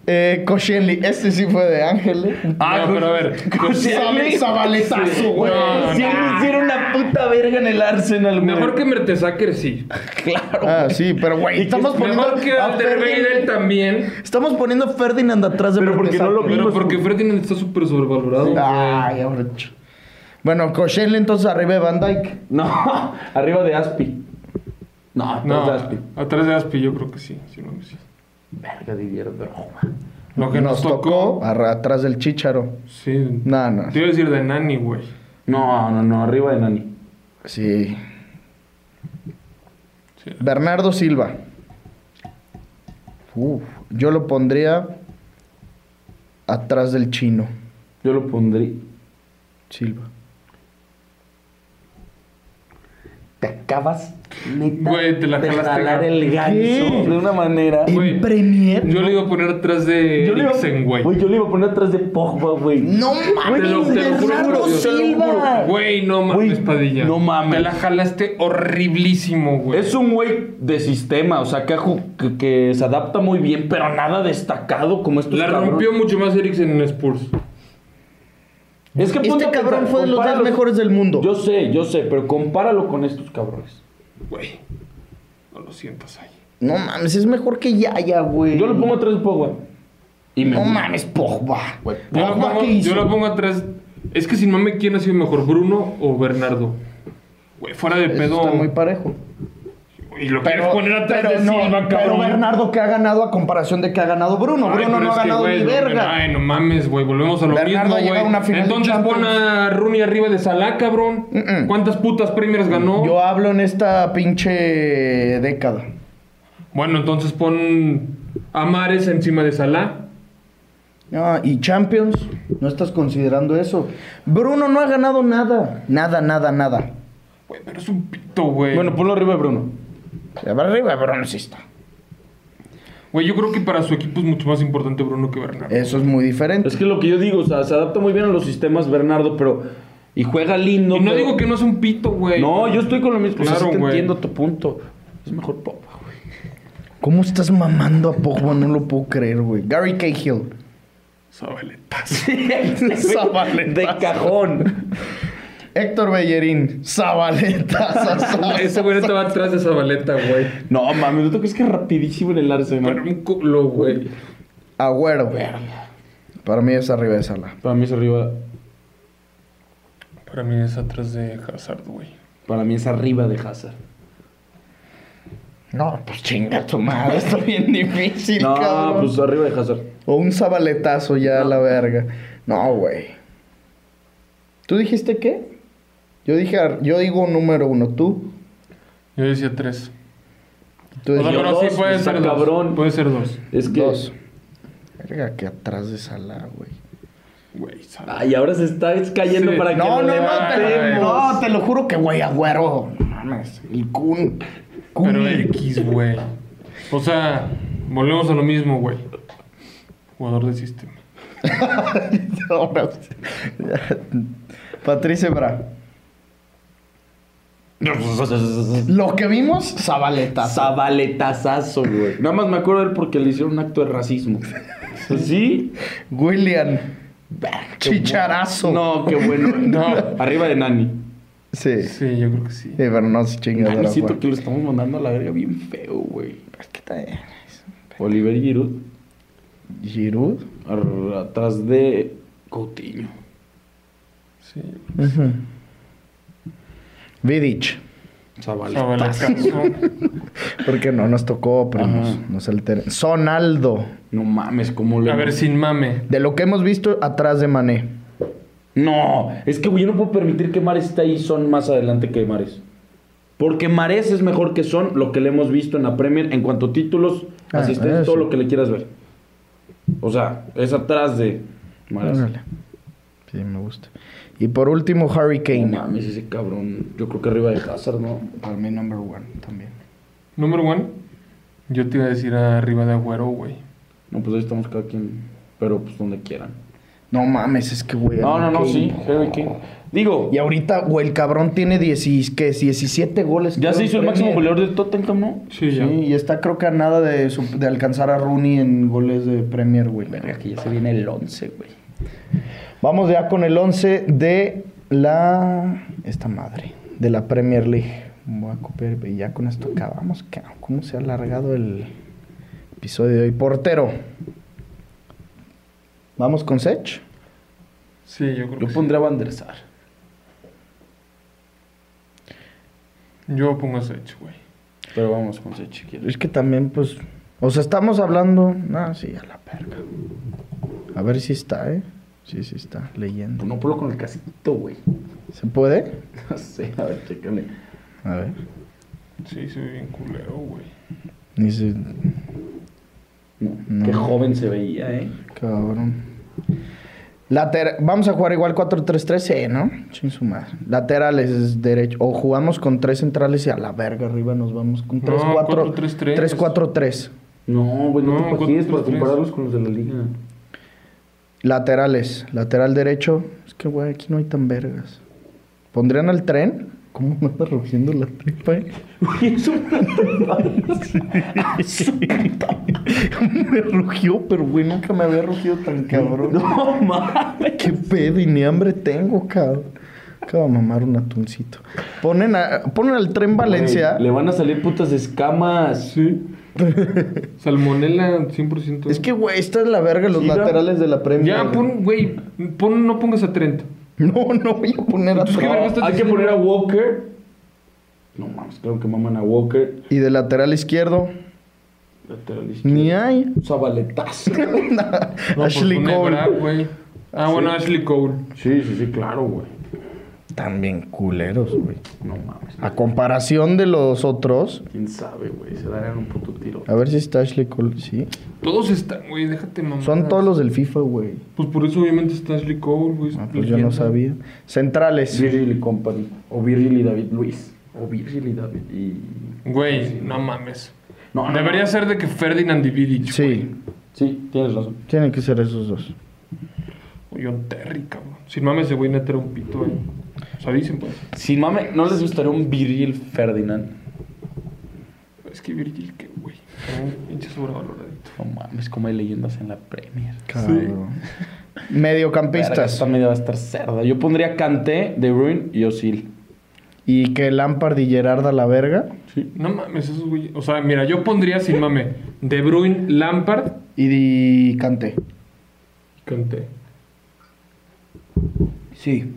[SPEAKER 2] eh, Koscielny. Este sí fue de Ángeles.
[SPEAKER 4] Ah,
[SPEAKER 3] No,
[SPEAKER 4] pero a ver.
[SPEAKER 2] Zab- Zabaletazo, güey.
[SPEAKER 4] No,
[SPEAKER 3] Si él hiciera una puta verga en el Arsenal, güey.
[SPEAKER 4] Mejor que Mertesacker sí.
[SPEAKER 3] Claro.
[SPEAKER 2] Ah, sí, pero güey. Estamos poniendo.
[SPEAKER 4] Mejor que
[SPEAKER 2] a
[SPEAKER 4] Alderweireld
[SPEAKER 2] Ferdinand-
[SPEAKER 4] también.
[SPEAKER 2] Estamos poniendo a Ferdinand atrás de
[SPEAKER 3] Pero
[SPEAKER 2] Mertesacker.
[SPEAKER 3] porque no lo
[SPEAKER 4] Pero
[SPEAKER 3] vimos.
[SPEAKER 4] porque Ferdinand está súper sobrevalorado. güey.
[SPEAKER 2] Ah, Ay, ahora. ch- Bueno, Koscielny entonces arriba de Van Dyke.
[SPEAKER 3] No, arriba de Aspi. No, atrás
[SPEAKER 4] No,
[SPEAKER 3] de Aspi.
[SPEAKER 4] atrás de Aspi yo creo que sí. sí, no, sí.
[SPEAKER 3] Verga, Didier Drogba.
[SPEAKER 4] Lo que nos, tocó...
[SPEAKER 2] arra- atrás del Chicharo.
[SPEAKER 4] Sí.
[SPEAKER 2] No, no.
[SPEAKER 4] Te iba a decir de Nani, güey.
[SPEAKER 3] No, no, no, arriba de Nani.
[SPEAKER 2] Sí.
[SPEAKER 4] Sí.
[SPEAKER 2] Bernardo Silva. Uf, yo lo pondría atrás del chino.
[SPEAKER 3] Yo lo pondría.
[SPEAKER 2] Silva.
[SPEAKER 3] Te acabas, neta,
[SPEAKER 4] Güey, te la
[SPEAKER 3] de
[SPEAKER 4] jalaste,
[SPEAKER 3] jalar
[SPEAKER 4] güey.
[SPEAKER 3] el gancho
[SPEAKER 2] ¿Qué?
[SPEAKER 3] de una manera.
[SPEAKER 4] Y- Güey,
[SPEAKER 2] ¿En Premier?
[SPEAKER 4] Yo le iba a poner atrás de
[SPEAKER 3] Yo le iba-
[SPEAKER 4] Eriksen, güey.
[SPEAKER 3] Güey, yo le iba a poner atrás de Pogba, güey.
[SPEAKER 2] No
[SPEAKER 4] Te lo,
[SPEAKER 2] mames,
[SPEAKER 4] te lo juro,
[SPEAKER 2] Bernardo
[SPEAKER 4] por Dios, te lo juro.
[SPEAKER 2] Silva.
[SPEAKER 4] Güey, no mames,
[SPEAKER 3] Güey,
[SPEAKER 4] Padilla.
[SPEAKER 3] no mames.
[SPEAKER 4] Te la jalaste horriblísimo, güey.
[SPEAKER 3] Es un güey de sistema, o sea, que, ha ju- que, que se adapta muy bien, pero nada destacado como estos
[SPEAKER 4] La
[SPEAKER 3] cabrones.
[SPEAKER 4] rompió mucho más Eriksen en Spurs.
[SPEAKER 3] Es que ponte
[SPEAKER 2] Este
[SPEAKER 3] a
[SPEAKER 2] cabrón
[SPEAKER 3] pensar,
[SPEAKER 2] fue de los
[SPEAKER 3] compáralos-
[SPEAKER 2] dos mejores del mundo.
[SPEAKER 3] Yo sé, yo sé, pero compáralo con estos cabrones.
[SPEAKER 4] Güey, no lo sientas ahí.
[SPEAKER 2] No mames, es mejor que Yaya, güey.
[SPEAKER 3] Yo lo pongo atrás de Pogba. Y me
[SPEAKER 2] No mames, Pogba.
[SPEAKER 4] Yo lo,
[SPEAKER 2] Pogba,
[SPEAKER 4] pongo,
[SPEAKER 2] ¿qué
[SPEAKER 4] yo
[SPEAKER 2] hizo?
[SPEAKER 4] lo pongo atrás. Es que sin mame, ¿quién ha sido mejor, Bruno o Bernardo? Güey, fuera de
[SPEAKER 2] Eso
[SPEAKER 4] pedo.
[SPEAKER 2] Está muy parejo.
[SPEAKER 4] Y lo quieres poner atrás
[SPEAKER 2] pero
[SPEAKER 4] de
[SPEAKER 2] no,
[SPEAKER 4] Silva,
[SPEAKER 2] pero
[SPEAKER 4] cabrón.
[SPEAKER 2] Bernardo que ha ganado a comparación de que ha ganado Bruno.
[SPEAKER 4] Ay,
[SPEAKER 2] Bruno no
[SPEAKER 4] Ah, pero
[SPEAKER 2] ha
[SPEAKER 4] es que,
[SPEAKER 2] ganado
[SPEAKER 4] güey,
[SPEAKER 2] ni
[SPEAKER 4] no-
[SPEAKER 2] verga.
[SPEAKER 4] Ay, no mames, güey. Volvemos a lo
[SPEAKER 2] Bernardo ha
[SPEAKER 4] mismo,
[SPEAKER 2] llegado a
[SPEAKER 4] güey.
[SPEAKER 2] una final de
[SPEAKER 4] Entonces pon
[SPEAKER 2] Champions.
[SPEAKER 4] a Rooney arriba de Salah, cabrón.
[SPEAKER 2] Mm-mm.
[SPEAKER 4] ¿Cuántas putas premiers ganó?
[SPEAKER 2] Yo hablo en esta pinche década.
[SPEAKER 4] Bueno, entonces pon a Mares encima de Salah.
[SPEAKER 2] No, Ah, y Champions, no estás considerando eso. Bruno no ha ganado nada. Nada, nada, nada.
[SPEAKER 4] Güey, pero es un pito, güey.
[SPEAKER 3] Bueno,
[SPEAKER 2] pues-
[SPEAKER 3] ponlo arriba de Bruno.
[SPEAKER 2] Arriba Bruno sí está.
[SPEAKER 4] Güey, yo creo que para su equipo es mucho más importante Bruno que Bernardo.
[SPEAKER 2] Eso es muy diferente.
[SPEAKER 3] Es que lo que yo digo, o sea, se adapta muy bien a los sistemas Bernardo, pero. Y juega lindo.
[SPEAKER 4] y no
[SPEAKER 3] pero-
[SPEAKER 4] digo que no es un pito, güey.
[SPEAKER 3] No, yo estoy con lo mismo.
[SPEAKER 4] Claro,
[SPEAKER 3] o sea, sí te
[SPEAKER 4] güey.
[SPEAKER 3] entiendo tu punto. Es mejor Pogba, güey.
[SPEAKER 2] ¿Cómo estás mamando a Pogba? No lo puedo creer, güey. Gary Cahill.
[SPEAKER 4] Zabaletas.
[SPEAKER 3] De
[SPEAKER 2] Zabaletazo.
[SPEAKER 3] cajón.
[SPEAKER 2] Héctor Bellerín. Zabaleta.
[SPEAKER 4] Ese güey estaba atrás de Zabaleta, güey.
[SPEAKER 3] No, mami, ¿no te crees que es rapidísimo en el Arsenal?
[SPEAKER 4] Pero un culo, güey.
[SPEAKER 2] Agüero. Para mí es arriba de Sala.
[SPEAKER 3] Para mí es arriba.
[SPEAKER 4] Para mí es atrás de Hazard, güey.
[SPEAKER 3] Para mí es arriba de Hazard.
[SPEAKER 2] No, pues chinga tu madre, está bien difícil,
[SPEAKER 3] No,
[SPEAKER 2] cabrón.
[SPEAKER 3] pues arriba de Hazard.
[SPEAKER 2] O un sabaletazo ya a la verga. No, güey. ¿Tú dijiste qué? Yo dije, ar- yo digo número uno, tú.
[SPEAKER 4] Yo decía tres.
[SPEAKER 2] Tú
[SPEAKER 4] O sea,
[SPEAKER 2] decías
[SPEAKER 3] Pues,
[SPEAKER 4] pero sí
[SPEAKER 3] dos,
[SPEAKER 4] puede
[SPEAKER 3] está
[SPEAKER 4] ser dos.
[SPEAKER 3] cabrón.
[SPEAKER 4] Puede ser dos.
[SPEAKER 3] Es que.
[SPEAKER 2] dos. verga, que atrás de Salah, güey.
[SPEAKER 4] Güey, Salah.
[SPEAKER 3] Ay, ahora se está cayendo
[SPEAKER 4] Sí.
[SPEAKER 3] para que
[SPEAKER 2] No, no,
[SPEAKER 3] lo
[SPEAKER 2] no, te
[SPEAKER 4] levantemos.
[SPEAKER 2] lo, no, te lo juro que, güey, agüero. No mames, el Kun. Kun.
[SPEAKER 4] Pero X, güey. O sea, volvemos a lo mismo, güey. Jugador de sistema.
[SPEAKER 2] No, no. Patrice Bra. Lo que vimos, Zabaleta.
[SPEAKER 3] Zabaletazazo, güey. Nada más me acuerdo de él porque le hicieron un acto de racismo. ¿Sí?
[SPEAKER 2] William. Chicharazo.
[SPEAKER 3] No, qué bueno.
[SPEAKER 4] No.
[SPEAKER 3] Arriba de Nani.
[SPEAKER 2] Sí. Sí,
[SPEAKER 4] Sí, yo creo que sí.
[SPEAKER 2] pero no se chingadera,
[SPEAKER 3] Nanicito
[SPEAKER 2] güey.
[SPEAKER 3] que lo estamos mandando a la verga bien feo, güey.
[SPEAKER 2] ¿Qué tal?
[SPEAKER 3] Oliver Giroud
[SPEAKER 2] Giroud.
[SPEAKER 3] ar- atrás de Coutinho.
[SPEAKER 4] Sí.
[SPEAKER 2] Vidic.
[SPEAKER 4] Sabaletazo.
[SPEAKER 2] Porque no nos tocó, primos.
[SPEAKER 3] Ajá.
[SPEAKER 2] Nos alteren. Sonaldo.
[SPEAKER 3] No mames, cómo le...
[SPEAKER 4] A ver, sin mame.
[SPEAKER 2] De lo que hemos visto atrás de Mané.
[SPEAKER 3] No, es que güey, yo no puedo permitir que Mares esté ahí son más adelante que Mares. Porque Mares es mejor que son lo que le hemos visto en la Premier en cuanto a títulos,
[SPEAKER 2] Ah,
[SPEAKER 3] asistencias,
[SPEAKER 2] eso.
[SPEAKER 3] todo lo que le quieras ver. O sea, es atrás de Mares.
[SPEAKER 2] Órale. Sí, me gusta. Y por último, Harry
[SPEAKER 3] No
[SPEAKER 2] Kane.
[SPEAKER 3] mames, ese cabrón. Yo creo que arriba de Hazard, ¿no?
[SPEAKER 2] Para mí, number one también.
[SPEAKER 4] Número one, yo te iba a decir arriba de Agüero, güey.
[SPEAKER 3] No, pues ahí estamos cada quien. Pero pues donde quieran.
[SPEAKER 2] No mames, es que güey.
[SPEAKER 3] No, no, no,
[SPEAKER 2] Kane.
[SPEAKER 3] sí. Harry Kane. Digo,
[SPEAKER 2] Y ahorita, güey, el cabrón tiene 10 que es 17 goles.
[SPEAKER 3] ya
[SPEAKER 2] creo,
[SPEAKER 3] se
[SPEAKER 2] en
[SPEAKER 3] hizo el
[SPEAKER 2] Premier.
[SPEAKER 3] máximo goleador del Tottenham, ¿no?
[SPEAKER 4] Sí, ya.
[SPEAKER 2] Sí, y está creo que a nada de, su- de alcanzar a Rooney en goles de Premier, güey.
[SPEAKER 3] que ya se viene el 11, güey.
[SPEAKER 2] Vamos ya con el 11 de la... Esta madre. De la Premier League. Voy a copiar y ya con esto acabamos. cabrón. ¿Cómo se ha alargado el episodio de hoy? Portero. Vamos con Sech.
[SPEAKER 4] Sí, yo creo
[SPEAKER 3] Yo
[SPEAKER 4] que sí.
[SPEAKER 3] pondría a Van der Sar.
[SPEAKER 4] Yo pongo ese hecho, güey.
[SPEAKER 3] Pero vamos con Sechi, ¿quieres?
[SPEAKER 2] Es que también, pues... O sea, estamos hablando... No, sí, a la perga. A ver si está, ¿eh? Sí, sí está. Leyendo.
[SPEAKER 3] No puedo con el casquito, güey.
[SPEAKER 2] ¿Se puede?
[SPEAKER 3] No sé, a ver, chécale.
[SPEAKER 2] A ver.
[SPEAKER 4] Sí, soy bien culero, güey.
[SPEAKER 2] Ni se-
[SPEAKER 3] No,
[SPEAKER 2] No.
[SPEAKER 3] Qué joven se veía, ¿eh?
[SPEAKER 2] Cabrón. Later- Vamos a jugar igual 4-3-3, eh, ¿no? Ching su madre. Laterales es derecho. O jugamos con tres centrales y a la verga arriba nos vamos con
[SPEAKER 4] No,
[SPEAKER 2] 3-4.
[SPEAKER 4] 4-3-3.
[SPEAKER 2] 3-4-3.
[SPEAKER 3] No, güey,
[SPEAKER 4] No,
[SPEAKER 3] no, te pajes
[SPEAKER 4] cuatro,
[SPEAKER 3] para
[SPEAKER 4] tres.
[SPEAKER 3] compararlos con los de la liga.
[SPEAKER 2] Laterales. Lateral derecho. Es que, güey, aquí no hay tan vergas. ¿Pondrían al tren? ¿Cómo me anda rugiendo la tripa? eh?
[SPEAKER 3] Güey, es una
[SPEAKER 2] me rugió, pero, güey, nunca me había rugido tan cabrón.
[SPEAKER 3] No mames.
[SPEAKER 2] ¿Qué pedo? Y ni hambre tengo, cabrón. Acabo de mamar un atuncito. Ponen, a- ponen al tren Valencia.
[SPEAKER 3] Güey, Le van a salir putas escamas.
[SPEAKER 4] Sí. Salmonela 100%.
[SPEAKER 2] Es que, güey, esta es la verga, los
[SPEAKER 3] Sí, ¿no?
[SPEAKER 2] laterales de la Premier.
[SPEAKER 4] Ya, pon, güey, pon, no pongas a Trent.
[SPEAKER 2] No, no voy a poner a
[SPEAKER 4] Entonces, ¿qué
[SPEAKER 2] Trent.
[SPEAKER 4] verga estás
[SPEAKER 3] Hay que
[SPEAKER 4] diciendo?
[SPEAKER 3] poner a Walker. No mames, creo que maman a Walker.
[SPEAKER 2] Y de lateral izquierdo,
[SPEAKER 3] Lateral izquierdo.
[SPEAKER 2] ni hay.
[SPEAKER 3] Zabaletazo.
[SPEAKER 4] No, pues
[SPEAKER 2] Ashley
[SPEAKER 4] pon a
[SPEAKER 2] Cole.
[SPEAKER 4] Ebra, güey. Ah, bueno, Ashley Cole.
[SPEAKER 3] Sí, sí, sí, claro, güey.
[SPEAKER 2] También culeros, güey.
[SPEAKER 3] No mames.
[SPEAKER 2] A comparación de los otros,
[SPEAKER 3] ¿Quién sabe, güey? Se darían un puto tiro.
[SPEAKER 2] a ver si está Ashley Cole. Sí.
[SPEAKER 4] Todos están, güey, déjate mamar.
[SPEAKER 2] Son todos los del FIFA, güey.
[SPEAKER 4] Pues por eso obviamente está Ashley Cole, güey. es
[SPEAKER 2] Ah, pues yo no
[SPEAKER 4] leyenda.
[SPEAKER 2] sabía. Centrales.
[SPEAKER 3] Virgil y Company. O Virgil y David Luis. O Virgil y David y...
[SPEAKER 4] Güey, no mames.
[SPEAKER 3] No, no,
[SPEAKER 4] Debería
[SPEAKER 3] no.
[SPEAKER 4] ser de que Ferdinand y Vidic,
[SPEAKER 2] Sí,
[SPEAKER 3] Sí, tienes razón.
[SPEAKER 2] tienen que ser esos dos.
[SPEAKER 4] güey. John Terry, cabrón. Sin mames, ese güey neta era un pito, güey. O sea, dicen, pues.
[SPEAKER 3] Sin mame, ¿no les gustaría un Virgil Ferdinand?
[SPEAKER 4] Es que Virgil, qué güey. Era Un pinche sobrevaloradito.
[SPEAKER 3] No mames, como hay leyendas en la Premier.
[SPEAKER 2] Cabrón.
[SPEAKER 3] Verga,
[SPEAKER 2] Mediocampistas.
[SPEAKER 3] Esta media va a estar cerda. Yo pondría Kanté, De Bruyne y Osil.
[SPEAKER 2] Y que Lampard y Gerard a la verga.
[SPEAKER 4] No mames, esos güey. O sea, mira, yo pondría sin mame De Bruyne, Lampard
[SPEAKER 2] Y di Kanté.
[SPEAKER 4] y Kanté.
[SPEAKER 2] Sí.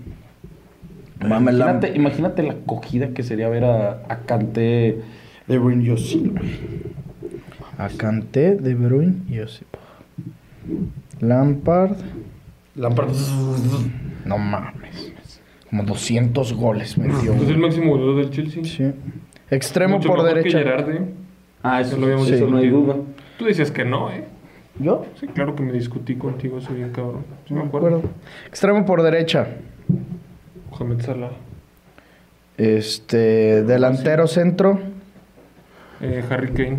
[SPEAKER 3] Imagínate, imagínate la acogida que sería ver a, a Kanté, De Bruyne y Osil, güey.
[SPEAKER 2] A Kanté, De Bruyne y Osip. Lampard.
[SPEAKER 3] Lampard.
[SPEAKER 2] No mames. Como 200 goles metió.
[SPEAKER 4] Es
[SPEAKER 2] güey.
[SPEAKER 4] el máximo goleador del Chelsea.
[SPEAKER 2] Sí. Extremo
[SPEAKER 4] Mucho
[SPEAKER 2] por
[SPEAKER 4] mejor que
[SPEAKER 2] derecha.
[SPEAKER 4] Gerrard, ¿eh?
[SPEAKER 3] Ah, eso,
[SPEAKER 4] Eso lo habíamos
[SPEAKER 3] eso no hay
[SPEAKER 4] discutido.
[SPEAKER 3] duda.
[SPEAKER 4] Tú decías que no, ¿eh?
[SPEAKER 2] ¿Yo?
[SPEAKER 4] Sí, claro que me discutí contigo, soy bien cabrón. Sí, me
[SPEAKER 2] No me
[SPEAKER 4] acuerdo.
[SPEAKER 2] acuerdo. Extremo por derecha.
[SPEAKER 4] Mohamed Salah.
[SPEAKER 2] Este, delantero centro.
[SPEAKER 4] Eh, Harry Kane.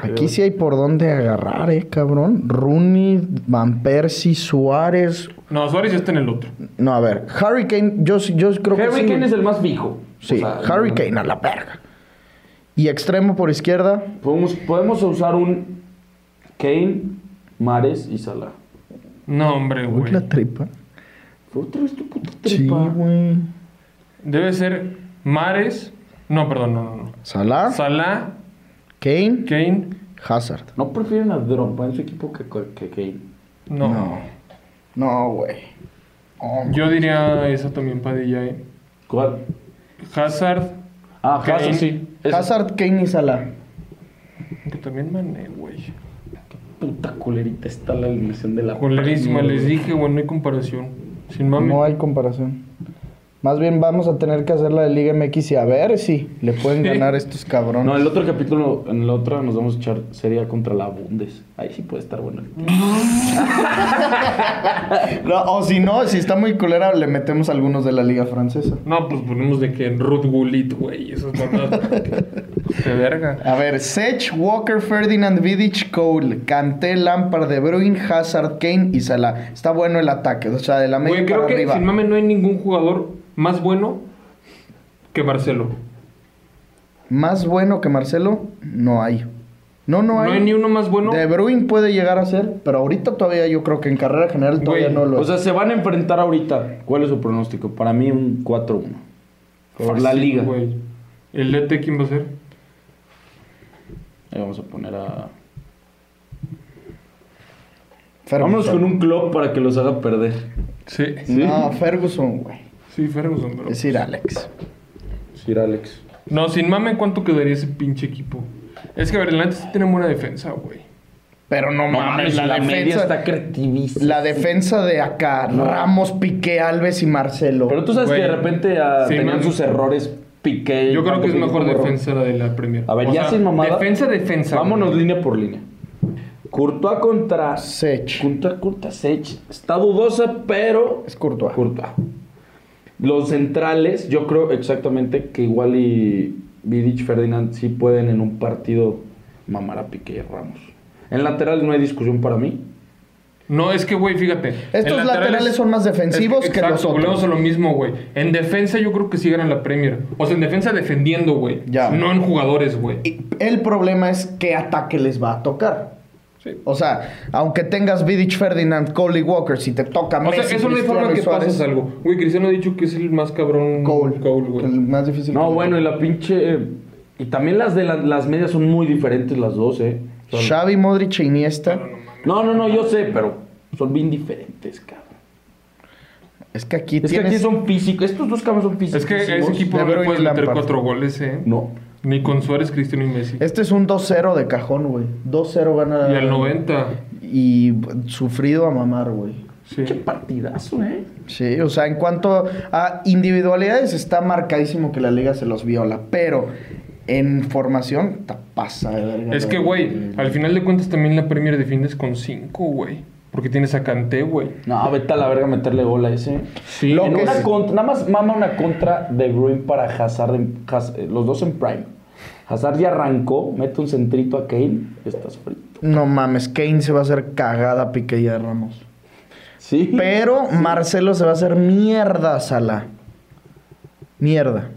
[SPEAKER 2] Aquí sí hay por dónde agarrar, eh, cabrón. Rooney, Van Persie, Suárez.
[SPEAKER 4] No, Suárez ya está en el otro.
[SPEAKER 2] No, a ver, Harry Kane, yo, sí- yo creo que
[SPEAKER 3] Harry
[SPEAKER 2] sí.
[SPEAKER 3] Kane es el más fijo.
[SPEAKER 2] Sí,
[SPEAKER 3] O sea,
[SPEAKER 2] Harry
[SPEAKER 3] no-
[SPEAKER 2] Kane a la verga. Y extremo por izquierda,
[SPEAKER 3] Podemos, podemos usar un Kane, Mares y Salah.
[SPEAKER 4] No, hombre,
[SPEAKER 2] Uy,
[SPEAKER 4] güey.
[SPEAKER 2] la tripa.
[SPEAKER 3] Otra vez tu puta
[SPEAKER 2] Sí,
[SPEAKER 3] tripa.
[SPEAKER 2] güey.
[SPEAKER 4] Debe ser Mares. No, perdón, no, no,
[SPEAKER 2] Salah,
[SPEAKER 4] no. Salah,
[SPEAKER 2] Kane,
[SPEAKER 4] Kane.
[SPEAKER 2] Hazard.
[SPEAKER 3] ¿No prefieren a Drogba en su equipo que, que Kane?
[SPEAKER 4] No.
[SPEAKER 2] No, güey.
[SPEAKER 4] Yo diría eso también, Padilla. eh.
[SPEAKER 3] ¿Cuál?
[SPEAKER 4] Hazard,
[SPEAKER 3] Ah,
[SPEAKER 4] Kane.
[SPEAKER 3] Hazard, sí. Esa
[SPEAKER 2] Hazard, Kane y Salah.
[SPEAKER 4] que también mané, güey.
[SPEAKER 3] puta culerita está la alineación de la...
[SPEAKER 4] Colerísima,
[SPEAKER 3] Premier,
[SPEAKER 4] les
[SPEAKER 3] güey.
[SPEAKER 4] dije, güey, no hay comparación. Sin mami.
[SPEAKER 2] No hay comparación. Más bien vamos a tener que hacer la de Liga MX y a ver si le pueden ganar estos cabrones.
[SPEAKER 3] No, el otro capítulo, en la otra nos vamos a echar sería contra la Bundes. Ahí sí puede estar bueno.
[SPEAKER 2] No, o si no, si está muy culera, le metemos algunos de la Liga Francesa.
[SPEAKER 4] No, pues ponemos de que Ruth Gullit, güey. Eso es verdad. Qué verga.
[SPEAKER 2] A ver, Sech, Walker, Ferdinand, Vidic, Cole, Kanté, Lampard, De Bruyne, Hazard, Kane y Salah. Está bueno el ataque, o sea, de la media
[SPEAKER 4] Güey,
[SPEAKER 2] para
[SPEAKER 4] creo que
[SPEAKER 2] arriba.
[SPEAKER 4] sin mame no hay ningún jugador más bueno que Marcelo.
[SPEAKER 2] Más bueno que Marcelo, no hay. No, no
[SPEAKER 4] No
[SPEAKER 2] hay.
[SPEAKER 4] hay ni uno más bueno.
[SPEAKER 2] De Bruyne puede llegar a ser, pero ahorita todavía yo creo que en carrera general todavía
[SPEAKER 4] Güey,
[SPEAKER 2] no lo
[SPEAKER 3] O
[SPEAKER 2] es.
[SPEAKER 3] sea, se van a enfrentar ahorita. ¿Cuál es su pronóstico? Para mí un 4-1. Por la liga.
[SPEAKER 4] Pues Güey. ¿El DT quién va a ser?
[SPEAKER 3] Ahí vamos a poner a...
[SPEAKER 2] Ferguson.
[SPEAKER 3] Vámonos con un club para que los haga perder.
[SPEAKER 4] Sí.
[SPEAKER 2] No, Ah, Ferguson, güey.
[SPEAKER 4] Sí, Ferguson, pero.
[SPEAKER 2] Es decir, Alex.
[SPEAKER 3] Sir Alex.
[SPEAKER 4] No, sin mame, ¿cuánto quedaría ese pinche equipo? Es que, a ver, el Atlante sí tiene buena defensa, güey.
[SPEAKER 2] Pero no,
[SPEAKER 3] No
[SPEAKER 2] mames,
[SPEAKER 3] mames, la,
[SPEAKER 2] la,
[SPEAKER 3] media
[SPEAKER 2] defensa.
[SPEAKER 3] está creativísima.
[SPEAKER 2] La defensa de acá, Ramos, Piqué, Alves y Marcelo.
[SPEAKER 3] Pero tú sabes
[SPEAKER 4] Güey.
[SPEAKER 3] que de repente ah,
[SPEAKER 4] Sí,
[SPEAKER 3] tenían
[SPEAKER 4] man.
[SPEAKER 3] sus errores Piqué.
[SPEAKER 4] Yo creo que es
[SPEAKER 3] tanto
[SPEAKER 4] mejor
[SPEAKER 3] Piqué como
[SPEAKER 4] defensa la de la Premier.
[SPEAKER 3] A ver,
[SPEAKER 4] O
[SPEAKER 3] ya
[SPEAKER 4] sea,
[SPEAKER 3] sin mamada.
[SPEAKER 4] Defensa, defensa. güey.
[SPEAKER 3] Vámonos línea por línea. Courtois contra
[SPEAKER 2] Sech.
[SPEAKER 3] Contra Courtois Sech. Está dudosa, pero
[SPEAKER 2] Es Courtois.
[SPEAKER 3] Courtois. Los centrales, yo creo exactamente que igual y Vidic, Ferdinand sí pueden en un partido mamar a Piqué y a Ramos. En lateral no hay discusión para mí.
[SPEAKER 4] No, es que, güey, fíjate.
[SPEAKER 2] Estos
[SPEAKER 4] en
[SPEAKER 2] laterales son más defensivos que los
[SPEAKER 4] exacto,
[SPEAKER 2] otros.
[SPEAKER 4] volvemos a lo mismo, güey. En defensa yo creo que sí ganan la Premier. O sea, en defensa defendiendo, güey.
[SPEAKER 2] Ya.
[SPEAKER 4] No en jugadores, güey.
[SPEAKER 2] Y el problema es qué ataque les va a tocar.
[SPEAKER 4] Sí.
[SPEAKER 2] O sea, aunque tengas Vidic, Ferdinand, Cole y Walker, si te toca
[SPEAKER 4] O
[SPEAKER 2] Messi,
[SPEAKER 4] sea, eso no hay
[SPEAKER 2] Cristiano
[SPEAKER 4] forma
[SPEAKER 2] y
[SPEAKER 4] que
[SPEAKER 2] Suárez,
[SPEAKER 4] pases algo. Güey, Cristiano ha dicho que es el más cabrón.
[SPEAKER 2] Cole,
[SPEAKER 4] güey.
[SPEAKER 2] el más difícil.
[SPEAKER 3] No, bueno, y la pinche. eh, Y también las de la- las medias son muy diferentes las dos, ¿eh? Son-
[SPEAKER 2] Xavi, Modric e Iniesta.
[SPEAKER 3] No, no, no, yo sé, pero son bien diferentes, cabrón.
[SPEAKER 2] Es que aquí
[SPEAKER 3] Es que
[SPEAKER 2] tienes...
[SPEAKER 3] aquí son físicos. Estos dos cabros son físicos.
[SPEAKER 4] Es que a ese equipo
[SPEAKER 2] De
[SPEAKER 4] no le
[SPEAKER 2] Bruyne
[SPEAKER 4] puedes
[SPEAKER 2] y
[SPEAKER 4] meter
[SPEAKER 2] Lampard.
[SPEAKER 4] cuatro goles, eh.
[SPEAKER 3] No.
[SPEAKER 4] Ni con Suárez, Cristiano y Messi.
[SPEAKER 2] Este es un 2-0 de cajón, güey. 2-0 gana...
[SPEAKER 4] Y al 90.
[SPEAKER 2] Y sufrido a mamar, güey.
[SPEAKER 4] Sí.
[SPEAKER 3] Qué partidazo, ¿eh?
[SPEAKER 2] Sí, o sea, en cuanto a individualidades, está marcadísimo que la liga se los viola, pero en formación, ta pasa de verga.
[SPEAKER 4] Es que, güey, al final de cuentas también la Premier defiendes con cinco, güey. Porque tienes a Kanté, güey.
[SPEAKER 3] No, vete a la verga a meterle gol a ese.
[SPEAKER 4] Sí.
[SPEAKER 2] Lo
[SPEAKER 3] En
[SPEAKER 2] que
[SPEAKER 3] una
[SPEAKER 2] es-
[SPEAKER 3] contra- nada más mama una contra de Bruin para Hazard. en- Haz- eh, los dos en Prime. Hazard ya arrancó, mete un centrito a Kane. Estás frito.
[SPEAKER 2] No mames, Kane se va a hacer cagada a Piqué y a Ramos.
[SPEAKER 3] Sí.
[SPEAKER 2] Pero Marcelo se va a hacer mierda, Sala. Mierda.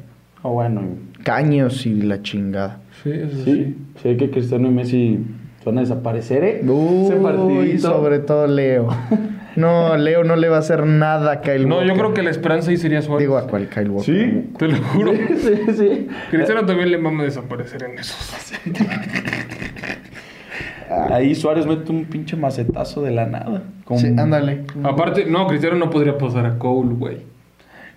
[SPEAKER 3] Ah, bueno.
[SPEAKER 2] Caños y la chingada.
[SPEAKER 4] Sí, eso
[SPEAKER 3] Sí. Sé que Cristiano y Messi van a desaparecer, ¿eh? Ese
[SPEAKER 2] Uy,
[SPEAKER 3] partidito.
[SPEAKER 2] sobre todo Leo. No, Leo no le va a hacer nada a Kyle
[SPEAKER 4] No,
[SPEAKER 2] Walker.
[SPEAKER 4] yo creo que la esperanza ahí sería Suárez.
[SPEAKER 2] Digo a cuál Kyle Walker.
[SPEAKER 3] Sí.
[SPEAKER 4] Te lo juro.
[SPEAKER 3] sí, sí.
[SPEAKER 4] Cristiano también le mama desaparecer en esos.
[SPEAKER 3] Ahí Suárez mete un pinche macetazo de la nada. Con-
[SPEAKER 2] Sí, ándale.
[SPEAKER 4] Aparte, no, Cristiano no podría pasar a Cole, güey.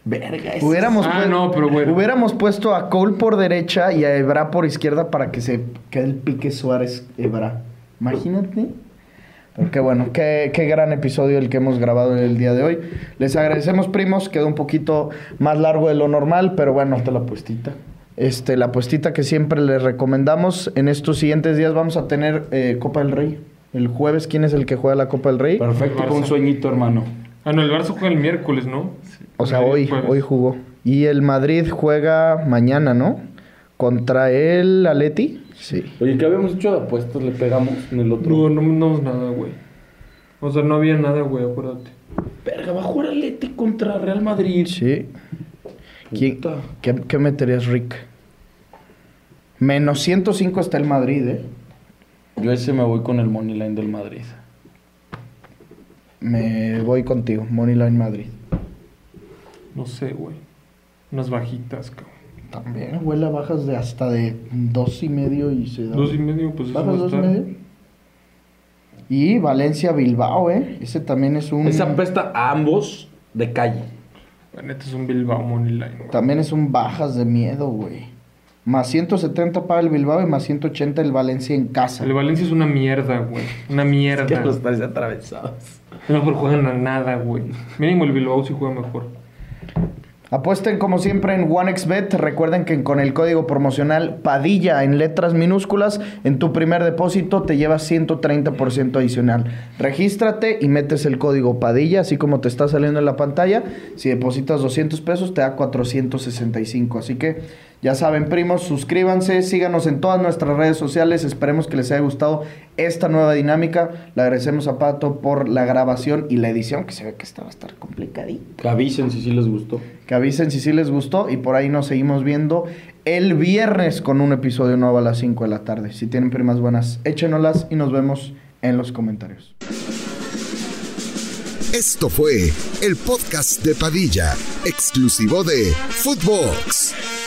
[SPEAKER 3] Verga, ese-
[SPEAKER 2] Hubiéramos,
[SPEAKER 4] Ah,
[SPEAKER 2] pue-
[SPEAKER 4] no, pero bueno.
[SPEAKER 2] hubiéramos puesto a Cole por derecha y a Ebra por izquierda para que se quede el pique Suárez Ebra. Imagínate. Pero qué bueno, qué, qué gran episodio el que hemos grabado el día de hoy. Les agradecemos, primos. Quedó un poquito más largo de lo normal, pero bueno.
[SPEAKER 3] Falta la puestita.
[SPEAKER 2] este, la puestita que siempre les recomendamos. En estos siguientes días vamos a tener eh, Copa del Rey. El jueves, ¿quién es el que juega la Copa del Rey?
[SPEAKER 6] Perfecto,
[SPEAKER 4] Barça.
[SPEAKER 6] con un sueñito, hermano.
[SPEAKER 4] Ah, no, el Barça juega el miércoles, ¿no?
[SPEAKER 2] O sea,
[SPEAKER 4] El
[SPEAKER 2] hoy,
[SPEAKER 4] jueves.
[SPEAKER 2] hoy jugó. Y el Madrid juega mañana, ¿no? Contra el Aleti. Sí.
[SPEAKER 6] Oye, ¿qué habíamos hecho de apuestas? Le pegamos en el otro.
[SPEAKER 4] No, no mandamos nada, güey. O sea, no había nada, güey, acuérdate.
[SPEAKER 6] Verga, va a jugar Atleti contra Real Madrid.
[SPEAKER 2] Sí. ¿Quién-
[SPEAKER 6] Puta.
[SPEAKER 2] qué, qué meterías, Rick? Menos 105 está el Madrid, ¿eh?
[SPEAKER 6] Yo ese me voy con el money line del Madrid.
[SPEAKER 2] Me voy contigo, Moneyline Madrid.
[SPEAKER 4] No sé, güey. Unas bajitas, cabrón.
[SPEAKER 2] También, güey, la bajas de hasta de dos y medio y se da.
[SPEAKER 4] Dos y medio, pues eso va a
[SPEAKER 2] Bajas dos y
[SPEAKER 4] estar.
[SPEAKER 2] medio. Y Valencia Bilbao, ¿eh? Ese también es un.
[SPEAKER 6] Esa apesta a ambos de calle.
[SPEAKER 4] La neta es un Bilbao Money Line, güey.
[SPEAKER 2] También es un bajas de miedo, güey. Más 170 para el Bilbao y más 180 el Valencia en casa.
[SPEAKER 4] El Valencia es una mierda, güey. Una mierda.
[SPEAKER 6] Que los traes atravesados.
[SPEAKER 4] No, pero juegan a nada, güey. Mínimo el Bilbao sí juega mejor.
[SPEAKER 2] Apuesten como siempre en OneXBet. Recuerden que con el código promocional Padilla en letras minúsculas, en tu primer depósito te llevas 130% adicional. Regístrate y metes el código Padilla, así como te está saliendo en la pantalla. Si depositas 200 pesos, te da 465. Así que ya saben, primos, suscríbanse, síganos en todas nuestras redes sociales. Esperemos que les haya gustado esta nueva dinámica. Le agradecemos a Pato por la grabación y la edición, que se ve que esta va a estar complicadita
[SPEAKER 6] Que avisen si sí les gustó.
[SPEAKER 2] que avisen si sí les gustó y por ahí nos seguimos viendo el viernes con un episodio nuevo a las 5 de la tarde. Si tienen primas buenas, échenolas y nos vemos en los comentarios.
[SPEAKER 1] Esto fue el podcast de Padilla, exclusivo de Footbox.